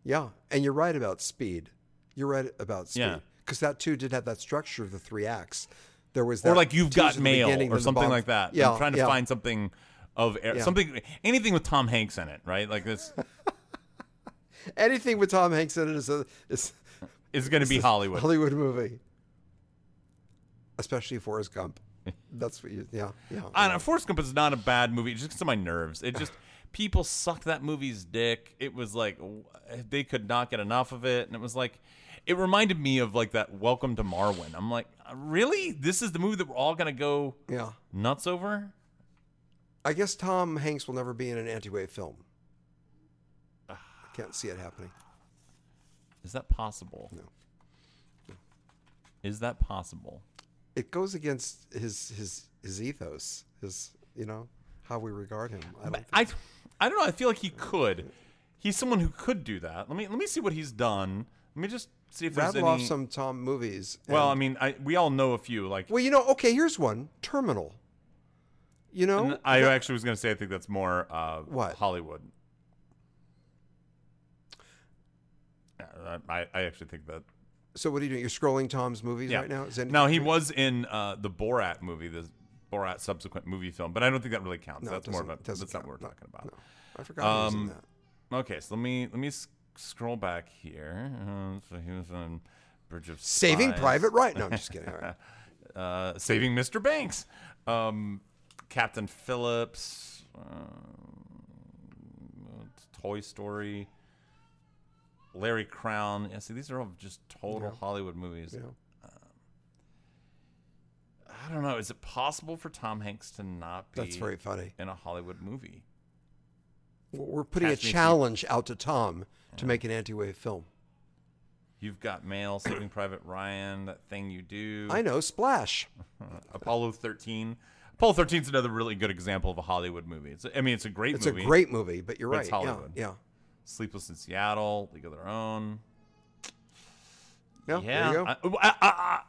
Speaker 2: Yeah, and you're right about speed. You're right about speed.
Speaker 1: Yeah.
Speaker 2: Because that too did have that structure of the three acts. There was that
Speaker 1: or like you've
Speaker 2: tease at
Speaker 1: got
Speaker 2: the
Speaker 1: mail
Speaker 2: beginning, then
Speaker 1: or
Speaker 2: the
Speaker 1: something
Speaker 2: bomb-
Speaker 1: like that.
Speaker 2: Yeah,
Speaker 1: I'm trying to
Speaker 2: yeah.
Speaker 1: find something of air, something anything with Tom Hanks in it, right? Like this
Speaker 2: anything with Tom Hanks in it is a is
Speaker 1: is going to be
Speaker 2: is a
Speaker 1: Hollywood.
Speaker 2: Hollywood movie, especially Forrest Gump. That's what you. Yeah, yeah.
Speaker 1: I don't know, Forrest Gump is not a bad movie. It just gets on my nerves. It just people sucked that movie's dick. It was like w- they could not get enough of it, and it was like it reminded me of like that Welcome to Marwin. I'm like, really? This is the movie that we're all going to go
Speaker 2: yeah.
Speaker 1: nuts over?
Speaker 2: I guess Tom Hanks will never be in an anti-wave film. I can't see it happening.
Speaker 1: Is that possible?
Speaker 2: No.
Speaker 1: Is that possible?
Speaker 2: it goes against his his his ethos, his you know how we regard him. I don't think.
Speaker 1: I I don't know. I feel like he could. He's someone who could do that. Let me let me see what he's done. Let me just see if there's
Speaker 2: rattle off
Speaker 1: any.
Speaker 2: some Tom movies. and-
Speaker 1: well, I mean, I, we all know a few. Like
Speaker 2: well, you know, okay, here's one Terminal. You know,
Speaker 1: I actually was going to say, I think that's more uh,
Speaker 2: What?
Speaker 1: Hollywood. Uh, I, I actually think that.
Speaker 2: so what are you doing? You're scrolling Tom's movies
Speaker 1: Yeah.
Speaker 2: right now. Is that
Speaker 1: no, he was in uh, the Borat movie, the Borat subsequent movie film, but I don't think that really counts.
Speaker 2: No, it
Speaker 1: that's more of a,
Speaker 2: doesn't- doesn't
Speaker 1: that's not what we're
Speaker 2: count.
Speaker 1: talking about.
Speaker 2: No. I forgot he was in
Speaker 1: Um,
Speaker 2: that.
Speaker 1: Okay, so let me let me s- scroll back here. Uh, so he was on Bridge of
Speaker 2: Saving
Speaker 1: Spies.
Speaker 2: Private Ryan. No, I'm just kidding. All right.
Speaker 1: uh, Saving Mr. Banks, um, Captain Phillips, um, Toy Story, Larry Crown. Yeah, see, these are all just total Hollywood movies. Um,
Speaker 2: You know.
Speaker 1: I don't know. Is it possible for Tom Hanks to not be
Speaker 2: That's very funny.
Speaker 1: in a Hollywood movie?
Speaker 2: We're putting a
Speaker 1: Catch me if you-
Speaker 2: challenge out to Tom to make an anti-wave film.
Speaker 1: You've got Mail, Saving Private Ryan, that thing you do.
Speaker 2: I know, Splash.
Speaker 1: Uh, Apollo 13. Apollo 13 is another really good example of a Hollywood movie. It's, I mean, it's a great
Speaker 2: It's
Speaker 1: movie.
Speaker 2: a great movie, but you're
Speaker 1: But
Speaker 2: right.
Speaker 1: it's
Speaker 2: yeah,
Speaker 1: Hollywood.
Speaker 2: yeah.
Speaker 1: Sleepless in Seattle, League of Their Own. Yeah.
Speaker 2: Yeah, there you go.
Speaker 1: I- I- I- I-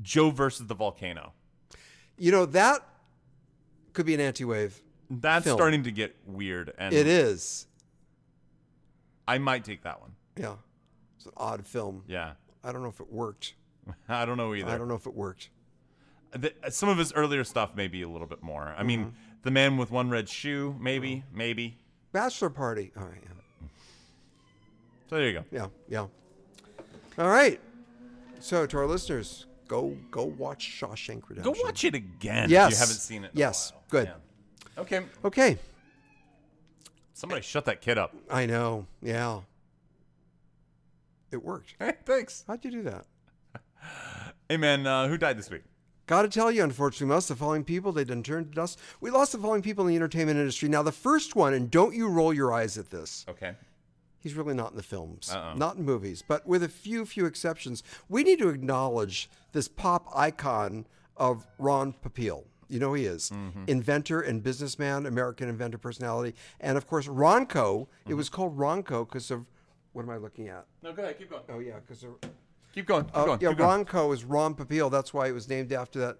Speaker 1: Joe versus the volcano.
Speaker 2: you know, that could be an anti-wave.
Speaker 1: That's
Speaker 2: Film.
Speaker 1: starting to get weird, and
Speaker 2: It is.
Speaker 1: I might take that one.
Speaker 2: Yeah. It's an odd film.
Speaker 1: Yeah,
Speaker 2: I don't know if it worked.
Speaker 1: I don't know either.
Speaker 2: I don't know if it worked.
Speaker 1: the, uh, some of his earlier stuff maybe a little bit more. I mean,
Speaker 2: Mm-hmm.
Speaker 1: the man with one red shoe, maybe, maybe.
Speaker 2: Bachelor Party. All right.
Speaker 1: So there you go.
Speaker 2: Yeah. Yeah. yeah. All right. So to our listeners, go go watch Shawshank
Speaker 1: Go
Speaker 2: Redemption.
Speaker 1: watch it again if
Speaker 2: Yes.
Speaker 1: you haven't seen it. in a
Speaker 2: Yes.
Speaker 1: while.
Speaker 2: Good.
Speaker 1: Yeah. Okay.
Speaker 2: Okay.
Speaker 1: Somebody shut that kid up.
Speaker 2: I know. Yeah. It worked.
Speaker 1: Hey, thanks.
Speaker 2: How'd you do that?
Speaker 1: Hey man, uh, who died this week?
Speaker 2: Gotta tell you, unfortunately, we lost the following people. They didn't turn to dust. We lost the following people in the entertainment industry. Now, the first one, and don't you roll your eyes at this.
Speaker 1: Okay.
Speaker 2: He's really not in the films,
Speaker 1: Uh-oh.
Speaker 2: not in movies, but with a few, few exceptions, we need to acknowledge this pop icon of Ron Popeil. You know who he is inventor and businessman, American inventor personality, and of course Ronco. It was called Ronco because of what am I looking at?
Speaker 1: No, go ahead. Keep going.
Speaker 2: Oh yeah, because of
Speaker 1: Keep going. Keep
Speaker 2: uh,
Speaker 1: going.
Speaker 2: yeah,
Speaker 1: keep going.
Speaker 2: Ronco is Ron Popeil. That's why it was named after that.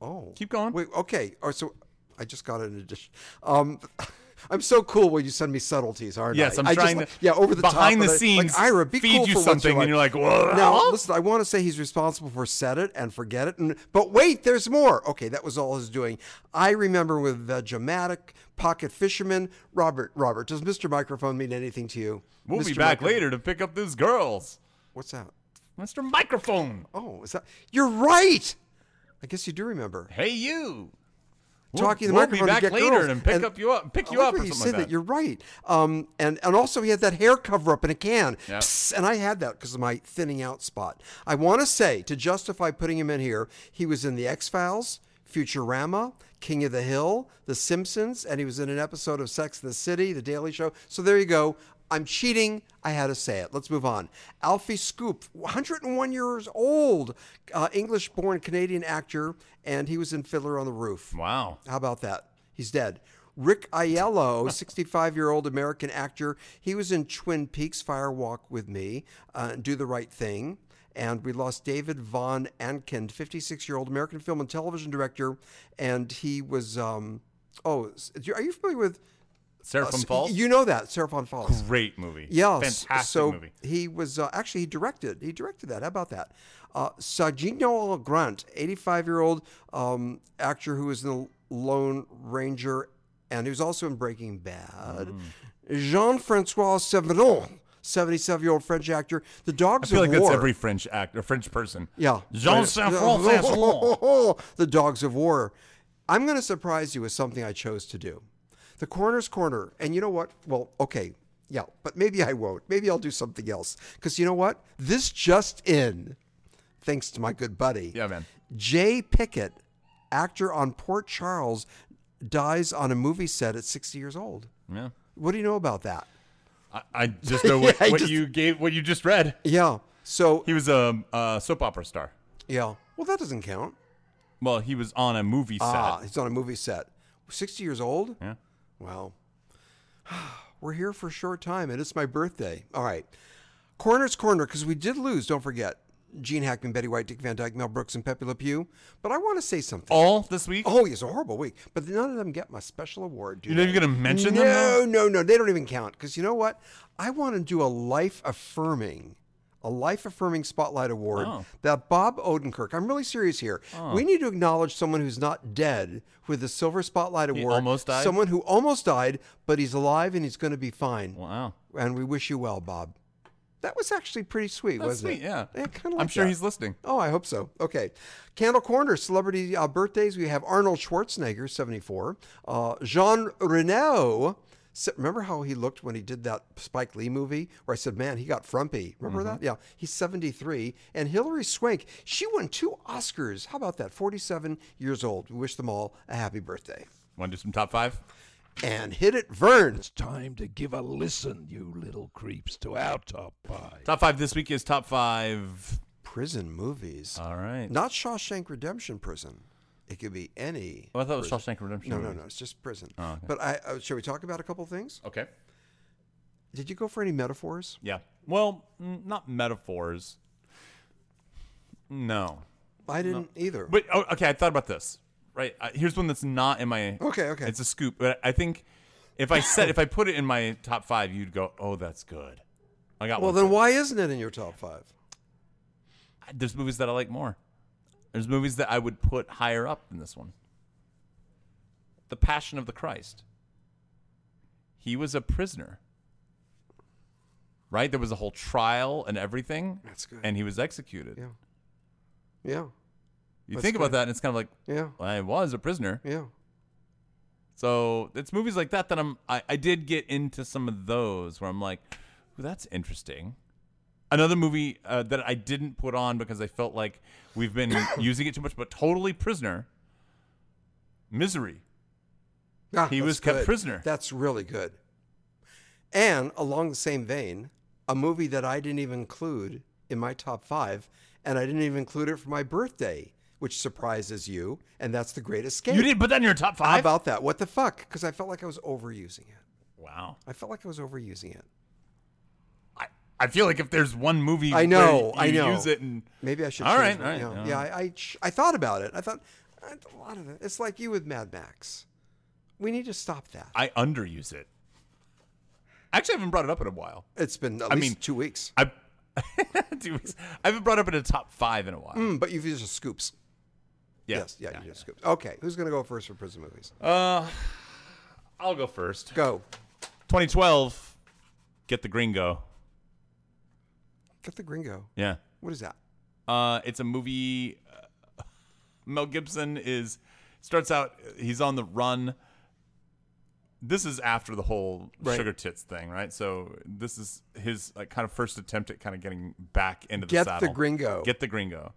Speaker 2: Oh,
Speaker 1: Keep going.
Speaker 2: Wait, okay. Or so I just got an addition. Um, I'm so cool when you send me subtleties, aren't
Speaker 1: Yes,
Speaker 2: I?
Speaker 1: I'm
Speaker 2: I just
Speaker 1: trying
Speaker 2: like-
Speaker 1: to.
Speaker 2: yeah, over the top,
Speaker 1: behind the
Speaker 2: but I- like,
Speaker 1: scenes.
Speaker 2: Ira, be
Speaker 1: feed
Speaker 2: cool
Speaker 1: you
Speaker 2: for once in
Speaker 1: something,
Speaker 2: your
Speaker 1: and you're like,
Speaker 2: life.
Speaker 1: whoa.
Speaker 2: Now, listen, I want to say he's responsible for set it and forget it, and but wait, there's more. Okay, that was all his doing. I remember with Vegematic, Pocket Fisherman, Robert. Robert, does Mr. Microphone mean anything to you?
Speaker 1: We'll be
Speaker 2: Mr.
Speaker 1: back
Speaker 2: Micro-
Speaker 1: later to pick up these girls.
Speaker 2: What's that?
Speaker 1: Mr. Microphone.
Speaker 2: Oh, is that? You're right. I guess you do remember
Speaker 1: Hey you.
Speaker 2: talking to the
Speaker 1: we'll
Speaker 2: microphone
Speaker 1: be
Speaker 2: to
Speaker 1: back
Speaker 2: get
Speaker 1: later
Speaker 2: girls.
Speaker 1: and pick up you up, pick
Speaker 2: I
Speaker 1: you
Speaker 2: like
Speaker 1: up,
Speaker 2: when
Speaker 1: or
Speaker 2: you
Speaker 1: something
Speaker 2: Oh, said
Speaker 1: like that.
Speaker 2: You're right. Um, and and also he had that hair cover up in a can.
Speaker 1: Yeah.
Speaker 2: Psst, and I had that because of my thinning out spot. I want to say to justify putting him in here, he was in the X Files, Futurama, King of the Hill, The Simpsons, and he was in an episode of Sex and the City, The Daily Show. So there you go. I'm cheating. I had to say it. Let's move on. Alfie Scoop, 101 years old, uh, English born Canadian actor, and he was in Fiddler on the Roof.
Speaker 1: Wow.
Speaker 2: How about that? He's dead. Rick Aiello, 65 year old American actor. He was in Twin Peaks, Fire Walk with Me, uh, Do the Right Thing. And we lost David Von Anken, 56 year old American film and television director. And he was, um, oh, s- do you- are you familiar with?
Speaker 1: Seraphim Falls.
Speaker 2: Uh, You know that, Seraphon Falls.
Speaker 1: Great movie.
Speaker 2: Yes.
Speaker 1: Fantastic
Speaker 2: so
Speaker 1: movie.
Speaker 2: he was uh, actually he directed he directed that. How about that? Uh, Sergio Grant, eighty five year old um, actor who was in the Lone Ranger, and he was also in Breaking Bad.
Speaker 1: Mm.
Speaker 2: Jean Francois Severon, seventy seven year old French actor. The Dogs
Speaker 1: I feel
Speaker 2: of
Speaker 1: like that's
Speaker 2: War.
Speaker 1: every French actor, French person.
Speaker 2: yeah,
Speaker 1: Jean Francois.
Speaker 2: The Dogs of War. I'm going to surprise you with something I chose to do. The Corner's Corner. And you know what? Well, okay. Yeah, but maybe I won't. Maybe I'll do something else. Because you know what? This just in, thanks to my good buddy,
Speaker 1: Yeah, man.
Speaker 2: Jay Pickett, actor on Port Charles, dies on a movie set at 60 years old.
Speaker 1: Yeah.
Speaker 2: What do you know about that?
Speaker 1: I, I just know what,
Speaker 2: Yeah, I
Speaker 1: what
Speaker 2: just-
Speaker 1: you gave, what you just read.
Speaker 2: Yeah. So,
Speaker 1: He was a, a soap opera star.
Speaker 2: yeah. Well, that doesn't count.
Speaker 1: Well, he was on a movie set.
Speaker 2: Ah, he's on a movie set. 60 years old?
Speaker 1: Yeah.
Speaker 2: Wow. We're here for a short time, and it's my birthday. All right. Corner's Corner, because we did lose, don't forget. Gene Hackman, Betty White, Dick Van Dyke, Mel Brooks, and Pepe Le Pew. But I want to say something.
Speaker 1: All this week.
Speaker 2: Oh, it's a horrible week. But none of them get my special award. Do
Speaker 1: You're not
Speaker 2: they?
Speaker 1: even gonna mention
Speaker 2: no,
Speaker 1: them, though?
Speaker 2: No, no, They don't even count. Because you know what? I want to do a life affirming, a life affirming spotlight award
Speaker 1: Oh.
Speaker 2: that Bob Odenkirk. I'm really serious here. We need to acknowledge someone who's not dead with the Silver Spotlight Award.
Speaker 1: almost died?
Speaker 2: Someone who almost died, but he's alive and he's going to be fine.
Speaker 1: Wow.
Speaker 2: And we wish you well, Bob. That was actually pretty sweet,
Speaker 1: That's
Speaker 2: wasn't
Speaker 1: sweet.
Speaker 2: it?
Speaker 1: Yeah.
Speaker 2: kinda
Speaker 1: I'm
Speaker 2: like
Speaker 1: sure
Speaker 2: that.
Speaker 1: he's listening.
Speaker 2: Oh, I hope so. Okay. Candle Corner, celebrity uh, birthdays. We have Arnold Schwarzenegger, 74. Uh, Jean Reno. se- Remember how he looked when he did that Spike Lee movie where I said, man, he got frumpy? Remember
Speaker 1: Mm-hmm.
Speaker 2: that? Yeah. He's 73. And Hilary Swank, she won two Oscars. How about that? 47 years old. We wish them all a happy birthday.
Speaker 1: Want to do some top five?
Speaker 2: and hit it, Vern.
Speaker 3: It's time to give a listen, you little creeps, to our top five.
Speaker 1: Top five this week is top five.
Speaker 2: Prison movies,
Speaker 1: All right.
Speaker 2: not Shawshank Redemption prison. It could be any.
Speaker 1: Oh, I thought it was Shawshank Redemption.
Speaker 2: No, no,
Speaker 1: movies.
Speaker 2: no. It's just prison.
Speaker 1: Oh,
Speaker 2: But I, uh, shall we talk about a couple things?
Speaker 1: Okay.
Speaker 2: Did you go for any metaphors?
Speaker 1: Yeah. Well, mm, not metaphors. No.
Speaker 2: I didn't either.
Speaker 1: But oh, okay, I thought about this. Right. Uh, here's one that's not in my.
Speaker 2: Okay, okay.
Speaker 1: It's a scoop, but I think if I said if I put it in my top five, you'd go, "Oh, that's good." I got
Speaker 2: well,
Speaker 1: one.
Speaker 2: then why isn't it in your top five?
Speaker 1: There's movies that I like more. There's movies that I would put higher up than this one. The Passion of the Christ. He was a prisoner. Right? There was a whole trial and everything.
Speaker 2: That's good.
Speaker 1: And he was executed.
Speaker 2: Yeah. Yeah.
Speaker 1: You
Speaker 2: That's
Speaker 1: think
Speaker 2: good.
Speaker 1: about that, and it's kind of like,
Speaker 2: Yeah.
Speaker 1: well, I was a prisoner.
Speaker 2: Yeah.
Speaker 1: So it's movies like that that I'm. I, I did get into some of those where I'm like, "Ooh, that's interesting." Another movie uh, that I didn't put on because I felt like we've been using it too much, but totally prisoner. Misery.
Speaker 2: Ah,
Speaker 1: He
Speaker 2: that's
Speaker 1: was kept
Speaker 2: good.
Speaker 1: prisoner.
Speaker 2: That's really good. And along the same vein, a movie that I didn't even include in my top five, and I didn't even include it for my birthday, which surprises you, and that's The Great Escape.
Speaker 1: You didn't put that in your top
Speaker 2: How
Speaker 1: five.
Speaker 2: about that? What the fuck? Because I felt like I was overusing it.
Speaker 1: wow.
Speaker 2: I felt like I was overusing it.
Speaker 1: I, I feel like if there's one movie,
Speaker 2: I know,
Speaker 1: where you
Speaker 2: I know.
Speaker 1: Use it and
Speaker 2: Maybe I should.
Speaker 1: All
Speaker 2: change
Speaker 1: right,
Speaker 2: my-
Speaker 1: all right,
Speaker 2: yeah.
Speaker 1: all
Speaker 2: Yeah, I, I, ch- I thought about it. I thought I- a lot of it. It's like you with Mad Max. We need to stop that.
Speaker 1: I underuse it. Actually, I haven't brought it up in a while.
Speaker 2: it's been at
Speaker 1: I
Speaker 2: least
Speaker 1: mean-
Speaker 2: two weeks.
Speaker 1: I Two weeks. I haven't brought up in a top five in a while.
Speaker 2: Mm, but you've used scoops.
Speaker 1: Yeah.
Speaker 2: Yes, yeah, you did scoops. Okay, who's gonna go first for prison movies?
Speaker 1: Uh, I'll go first.
Speaker 2: Go.
Speaker 1: 2012, Get the Gringo.
Speaker 2: Get the gringo.
Speaker 1: Yeah.
Speaker 2: What is that?
Speaker 1: Uh, it's a movie. Uh, Mel Gibson is starts out. He's on the run. This is after the whole
Speaker 2: Right.
Speaker 1: sugar tits thing, right? So this is his like kind of first attempt at kind of getting back into the
Speaker 2: Get the
Speaker 1: saddle.
Speaker 2: Gringo.
Speaker 1: Get the gringo.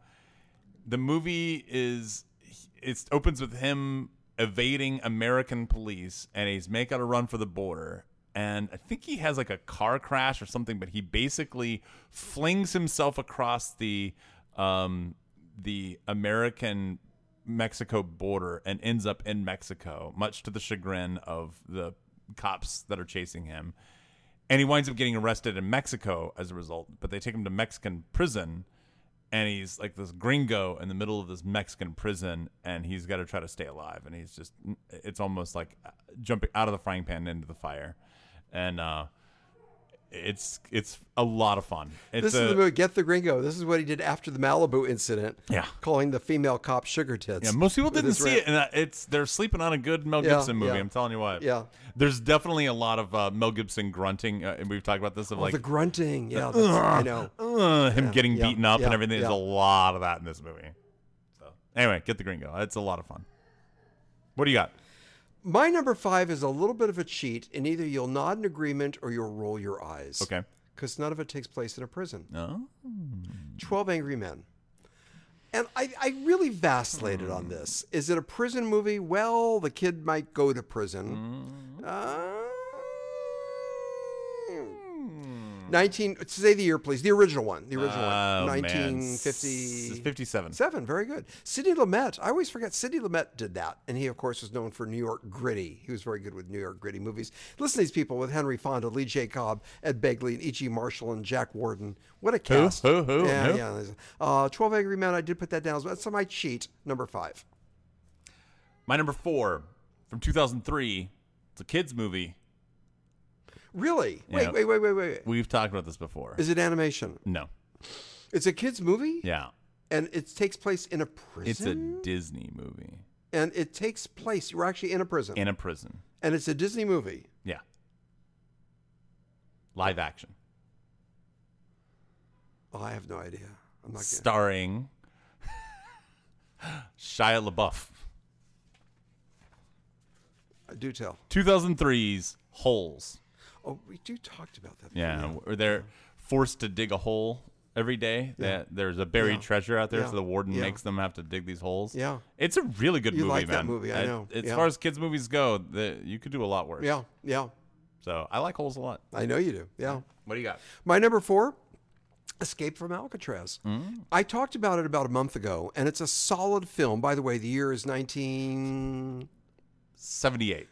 Speaker 1: The movie is it opens with him evading American police, and he's making a run for the border. And I think he has like a car crash or something, but he basically flings himself across the um, the American Mexico border and ends up in Mexico, much to the chagrin of the cops that are chasing him. And he winds up getting arrested in Mexico as a result, but they take him to Mexican prison and he's like this gringo in the middle of this Mexican prison, and he's got to try to stay alive. And he's just, it's almost like uh, jumping out of the frying pan into the fire, and uh, it's it's a lot of fun. It's
Speaker 2: This
Speaker 1: a,
Speaker 2: is the movie Get the Gringo. This is what he did after the Malibu incident.
Speaker 1: Yeah.
Speaker 2: Calling the female cop sugar tits.
Speaker 1: Yeah, most people
Speaker 2: with
Speaker 1: didn't
Speaker 2: his
Speaker 1: see
Speaker 2: rant.
Speaker 1: it, and uh, it's they're sleeping on a good Mel
Speaker 2: Yeah,
Speaker 1: Gibson movie.
Speaker 2: yeah.
Speaker 1: I'm telling you what.
Speaker 2: Yeah.
Speaker 1: there's definitely a lot of uh, Mel Gibson grunting, uh, and we've talked about this of like
Speaker 2: the grunting. Yeah, that's, I know.
Speaker 1: uh, him getting
Speaker 2: yeah,
Speaker 1: beaten up
Speaker 2: yeah,
Speaker 1: and everything. There's a
Speaker 2: yeah.
Speaker 1: lot of that in this movie. So anyway, get the gringo. It's a lot of fun. What do you got?
Speaker 2: My number five is a little bit of a cheat, and either you'll nod in agreement or you'll roll your eyes.
Speaker 1: Okay.
Speaker 2: Because none of it takes place in a prison.
Speaker 1: No.
Speaker 2: 12 Angry Men. And I, I really vacillated
Speaker 1: Hmm.
Speaker 2: on this. Is it a prison movie? Well, the kid might go to prison.
Speaker 1: Hmm.
Speaker 2: Uh, 19, say the year, please. The original one. The original
Speaker 1: Oh, man.
Speaker 2: one. 1950.
Speaker 1: S- 57.
Speaker 2: Seven, very good. Sidney Lumet. I always forget Sidney Lumet did that, and he of course was known for New York gritty. He was very good with New York gritty movies. Listen to these people with Henry Fonda, Lee J. Cobb, Ed Begley, and E.G. Marshall, and Jack Warden. What a cast!
Speaker 1: Who? Who?
Speaker 2: Yeah,
Speaker 1: Who?
Speaker 2: yeah. Uh, Twelve Angry Men. I did put that down. as well. That's on my cheat number five.
Speaker 1: My number four from 2003. It's a kids movie.
Speaker 2: Really? Wait,
Speaker 1: Yeah.
Speaker 2: wait, wait, wait, wait.
Speaker 1: We've talked about this before.
Speaker 2: Is it animation?
Speaker 1: no.
Speaker 2: It's a kids' movie,
Speaker 1: Yeah.
Speaker 2: and it takes place in a prison.
Speaker 1: It's a Disney movie
Speaker 2: and it takes place. You're actually in a prison,
Speaker 1: in a prison.
Speaker 2: and it's a Disney movie.
Speaker 1: Yeah. Live action.
Speaker 2: Oh, I have no idea. I'm not. Gonna...
Speaker 1: Starring Shia LaBeouf.
Speaker 2: I do tell.
Speaker 1: 2003's Holes.
Speaker 2: Oh, we do talked about that.
Speaker 1: Yeah. Where they're forced to dig a hole every day that there's a buried
Speaker 2: Yeah.
Speaker 1: treasure out there,
Speaker 2: Yeah.
Speaker 1: so the warden
Speaker 2: Yeah.
Speaker 1: makes them have to dig these holes.
Speaker 2: Yeah.
Speaker 1: it's a really good
Speaker 2: You
Speaker 1: movie,
Speaker 2: like that
Speaker 1: man.
Speaker 2: movie, I know.
Speaker 1: As
Speaker 2: Yeah.
Speaker 1: far as kids' movies go, the, you could do a lot worse.
Speaker 2: Yeah, yeah.
Speaker 1: So I like holes a lot.
Speaker 2: I know you do. Yeah.
Speaker 1: What do you got?
Speaker 2: My number four, Escape from Alcatraz. I talked about it about a month ago, and it's a solid film. By the way, the year is 1979.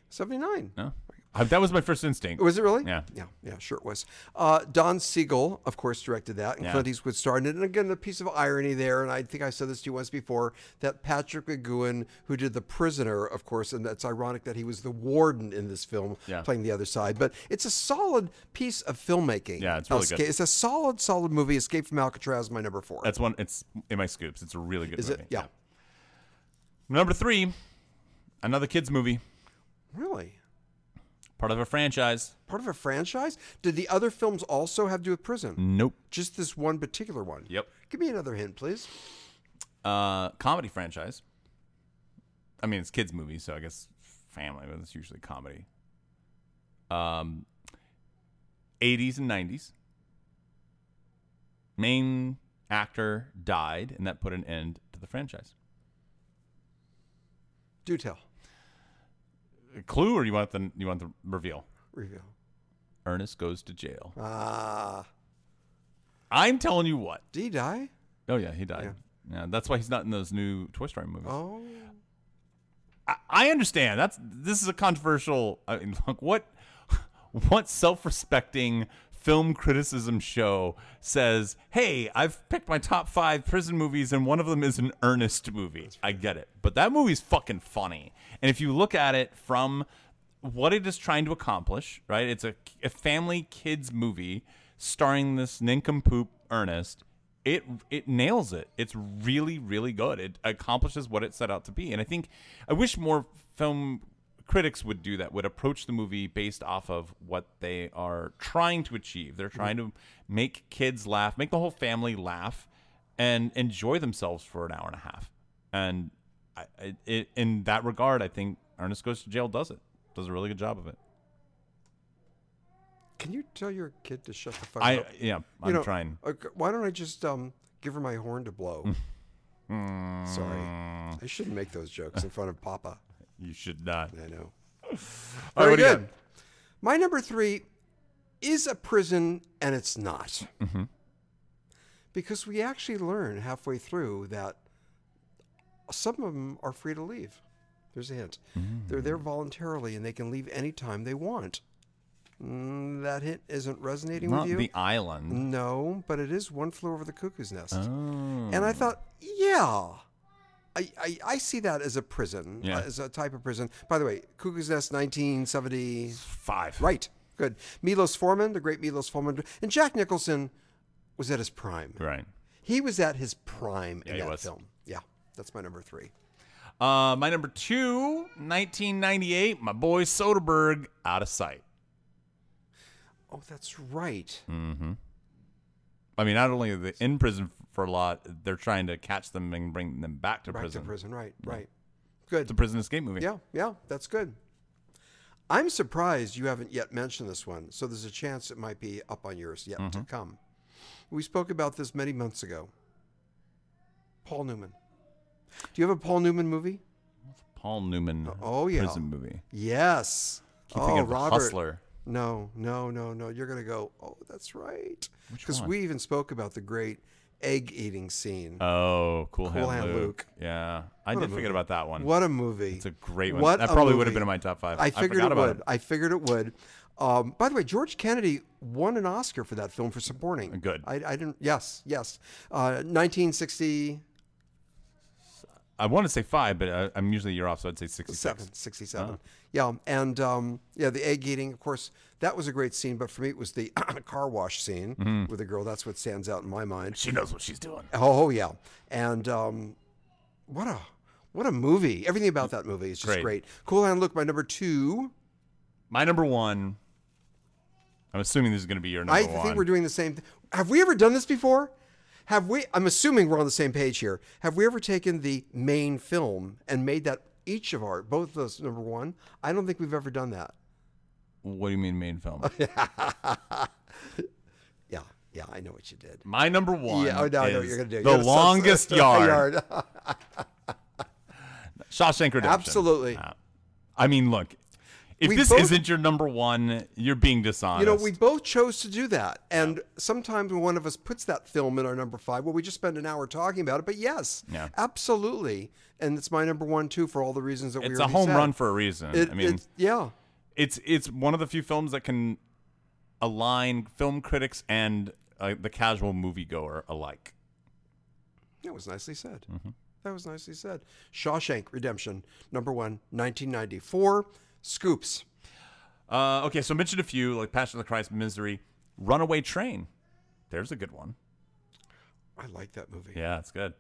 Speaker 1: Seventy-eight. No, Uh, that was my first instinct.
Speaker 2: Was it really?
Speaker 1: Yeah.
Speaker 2: Yeah, yeah, sure it was. Uh, Don Siegel, of course, directed that, and
Speaker 1: Yeah.
Speaker 2: Clint Eastwood starred in it. And again, a piece of irony there, and I think I said this to you once before, that Patrick McGowan, who did The Prisoner, of course, and that's ironic that he was the warden in this film,
Speaker 1: Yeah.
Speaker 2: playing the other side. But it's a solid piece of filmmaking.
Speaker 1: Yeah, it's really
Speaker 2: Esca-
Speaker 1: good.
Speaker 2: It's a solid, solid movie. Escape from Alcatraz, my number four.
Speaker 1: That's one. It's in my scoops. It's a really good
Speaker 2: Is
Speaker 1: movie.
Speaker 2: it? Yeah.
Speaker 1: Number three, another kids movie,
Speaker 2: Really?
Speaker 1: part of a franchise.
Speaker 2: Part of a franchise? Did the other films also have to do with prison?
Speaker 1: Nope.
Speaker 2: Just this one particular one?
Speaker 1: Mm. Yep.
Speaker 2: Give me another hint, please.
Speaker 1: Uh, comedy franchise. I mean, it's kids movie, so I guess family, but it's usually comedy. Um, 80s and 90s. Main actor died, and that put an end to the franchise.
Speaker 2: Do tell.
Speaker 1: Clue, or you want the you want the reveal?
Speaker 2: Reveal.
Speaker 1: Ernest goes to jail.
Speaker 2: Ah,
Speaker 1: I'm telling you what.
Speaker 2: did he die?
Speaker 1: Oh yeah, he died. Yeah. that's why he's not in those new Toy Story movies.
Speaker 2: Oh,
Speaker 1: I, I understand. That's this is a controversial. I mean, look, what what self-respecting film criticism show says, "Hey, I've picked my top five prison movies, and one of them is an earnest movie." I get it, but that movie's fucking funny. And if you look at it from what it is trying to accomplish, right? It's a, a family kids movie starring this nincompoop Ernest. It it nails it. It's really really good. It accomplishes what it set out to be. And I think I wish more film critics would do that. Would approach the movie based off of what they are trying to achieve. They're trying to make kids laugh, make the whole family laugh, and enjoy themselves for an hour and a half. And I, I, it, in that regard, I think Ernest Goes to Jail does it. Does a really good job of it.
Speaker 2: can you tell your kid to shut the fuck
Speaker 1: I
Speaker 2: up? You
Speaker 1: yeah, I'm
Speaker 2: know,
Speaker 1: trying.
Speaker 2: okay, why don't I just um, give her my horn to blow? Sorry,
Speaker 1: Hmm.
Speaker 2: I shouldn't make those jokes in front of Papa.
Speaker 1: You should uh, not.
Speaker 2: I know.
Speaker 1: All right,
Speaker 2: Very
Speaker 1: what do you got?
Speaker 2: good. My number three is a prison, and it's not.
Speaker 1: Mm-hmm.
Speaker 2: Because we actually learn halfway through that some of them are free to leave. There's a hint. They're there
Speaker 1: Mm.
Speaker 2: voluntarily, and they can leave anytime they want. Mm, that hint isn't resonating
Speaker 1: Not
Speaker 2: with you? Mm.
Speaker 1: the island.
Speaker 2: No, but it is one flew over the cuckoo's nest. And
Speaker 1: Oh.
Speaker 2: I thought, yeah. I, I, I see that as a prison,
Speaker 1: Yeah.
Speaker 2: uh, as a type of prison. By the way, Cuckoo's Nest, 1970.
Speaker 1: Five.
Speaker 2: Right. Good. Milos Forman, the great Milos Forman. And Jack Nicholson was at his prime.
Speaker 1: Right.
Speaker 2: He was at his prime
Speaker 1: Yeah,
Speaker 2: in
Speaker 1: he
Speaker 2: that
Speaker 1: was.
Speaker 2: film. Yeah. That's my number three.
Speaker 1: Uh, my number two, 1998. My boy Soderbergh, out of sight.
Speaker 2: Oh, that's right.
Speaker 1: Mm, I mean, not only are they in prison for a lot, they're trying to catch them and bring them back to
Speaker 2: Back
Speaker 1: prison.
Speaker 2: to prison. Right. Right.
Speaker 1: It's a
Speaker 2: Good.
Speaker 1: prison escape movie.
Speaker 2: Yeah. Yeah. That's good. I'm surprised you haven't yet mentioned this one. So there's a chance it might be up on yours yet
Speaker 1: Mm-hmm.
Speaker 2: to come. We spoke about this many months ago. Paul Newman. Do you have a Paul Newman movie?
Speaker 1: Paul Newman.
Speaker 2: oh, yeah.
Speaker 1: Prison movie.
Speaker 2: Yes.
Speaker 1: Keep
Speaker 2: oh,
Speaker 1: thinking of The
Speaker 2: Robert.
Speaker 1: Hustler.
Speaker 2: No, no, no, no. You're gonna go. Oh, that's right.
Speaker 1: Which
Speaker 2: Because
Speaker 1: one?
Speaker 2: we even spoke about the great egg eating scene.
Speaker 1: Oh, Cool,
Speaker 2: Cool
Speaker 1: Hand,
Speaker 2: Hand
Speaker 1: Luke.
Speaker 2: Luke.
Speaker 1: Yeah, I
Speaker 2: What a
Speaker 1: did forget
Speaker 2: movie.
Speaker 1: about that one.
Speaker 2: what a movie!
Speaker 1: It's a great one.
Speaker 2: What
Speaker 1: That
Speaker 2: a
Speaker 1: probably would have
Speaker 2: movie.
Speaker 1: been in my top five.
Speaker 2: I
Speaker 1: I
Speaker 2: figured
Speaker 1: forgot
Speaker 2: it
Speaker 1: about
Speaker 2: would.
Speaker 1: it.
Speaker 2: I figured it would. Um, by the way, George Kennedy won an Oscar for that film for supporting.
Speaker 1: Uh, Good.
Speaker 2: I, I didn't. Yes, yes. Uh, 1967,
Speaker 1: I want to say five, but I, I'm usually a year off, so I'd say 66. Uh-huh.
Speaker 2: 67. Yeah, and um, yeah, the egg eating. Of course, that was a great scene. But for me, it was the car wash scene
Speaker 1: Mm-hmm.
Speaker 2: with the girl. That's what stands out in my mind.
Speaker 1: She knows what she's doing.
Speaker 2: Oh yeah, and um, what a what a movie! Everything about that movie is just
Speaker 1: Great.
Speaker 2: great. Cool Hand Luke, my number two.
Speaker 1: My number one. I'm assuming this is going to be your number
Speaker 2: I
Speaker 1: one.
Speaker 2: think we're doing the same. Th- Have we ever done this before? Have we? I'm assuming we're on the same page here. Have we ever taken the main film and made that each of our both of us number one? I don't think we've ever done that.
Speaker 1: what do you mean main film?
Speaker 2: Yeah, Yeah, I know what you did.
Speaker 1: My number one.
Speaker 2: Yeah, oh, no, I know what
Speaker 1: is
Speaker 2: you're gonna do. You're
Speaker 1: The
Speaker 2: gonna sub-
Speaker 1: longest yard.
Speaker 2: yard.
Speaker 1: Shawshank Redemption.
Speaker 2: Absolutely.
Speaker 1: Uh, I mean, look, if
Speaker 2: We
Speaker 1: this
Speaker 2: both-
Speaker 1: isn't your number one, you're being dishonest.
Speaker 2: You know, we both chose to do that. And sometimes when one of us puts that film in our number five, well, we just spend an hour talking about it. But yes,
Speaker 1: Yeah.
Speaker 2: absolutely. And it's my number one, too, for all the reasons that we
Speaker 1: it's a
Speaker 2: already
Speaker 1: home
Speaker 2: said.
Speaker 1: run for a reason.
Speaker 2: It,
Speaker 1: I mean,
Speaker 2: it's- yeah.
Speaker 1: it's it's one of the few films that can align film critics and uh, the casual moviegoer alike.
Speaker 2: That was nicely said.
Speaker 1: Mm-hmm.
Speaker 2: That was nicely said. Shawshank Redemption, number one, 1994. Scoops.
Speaker 1: Uh, okay, so mentioned a few like Passion of the Christ, Misery, Runaway Train. There's a good one.
Speaker 2: I like that movie.
Speaker 1: Yeah, it's good.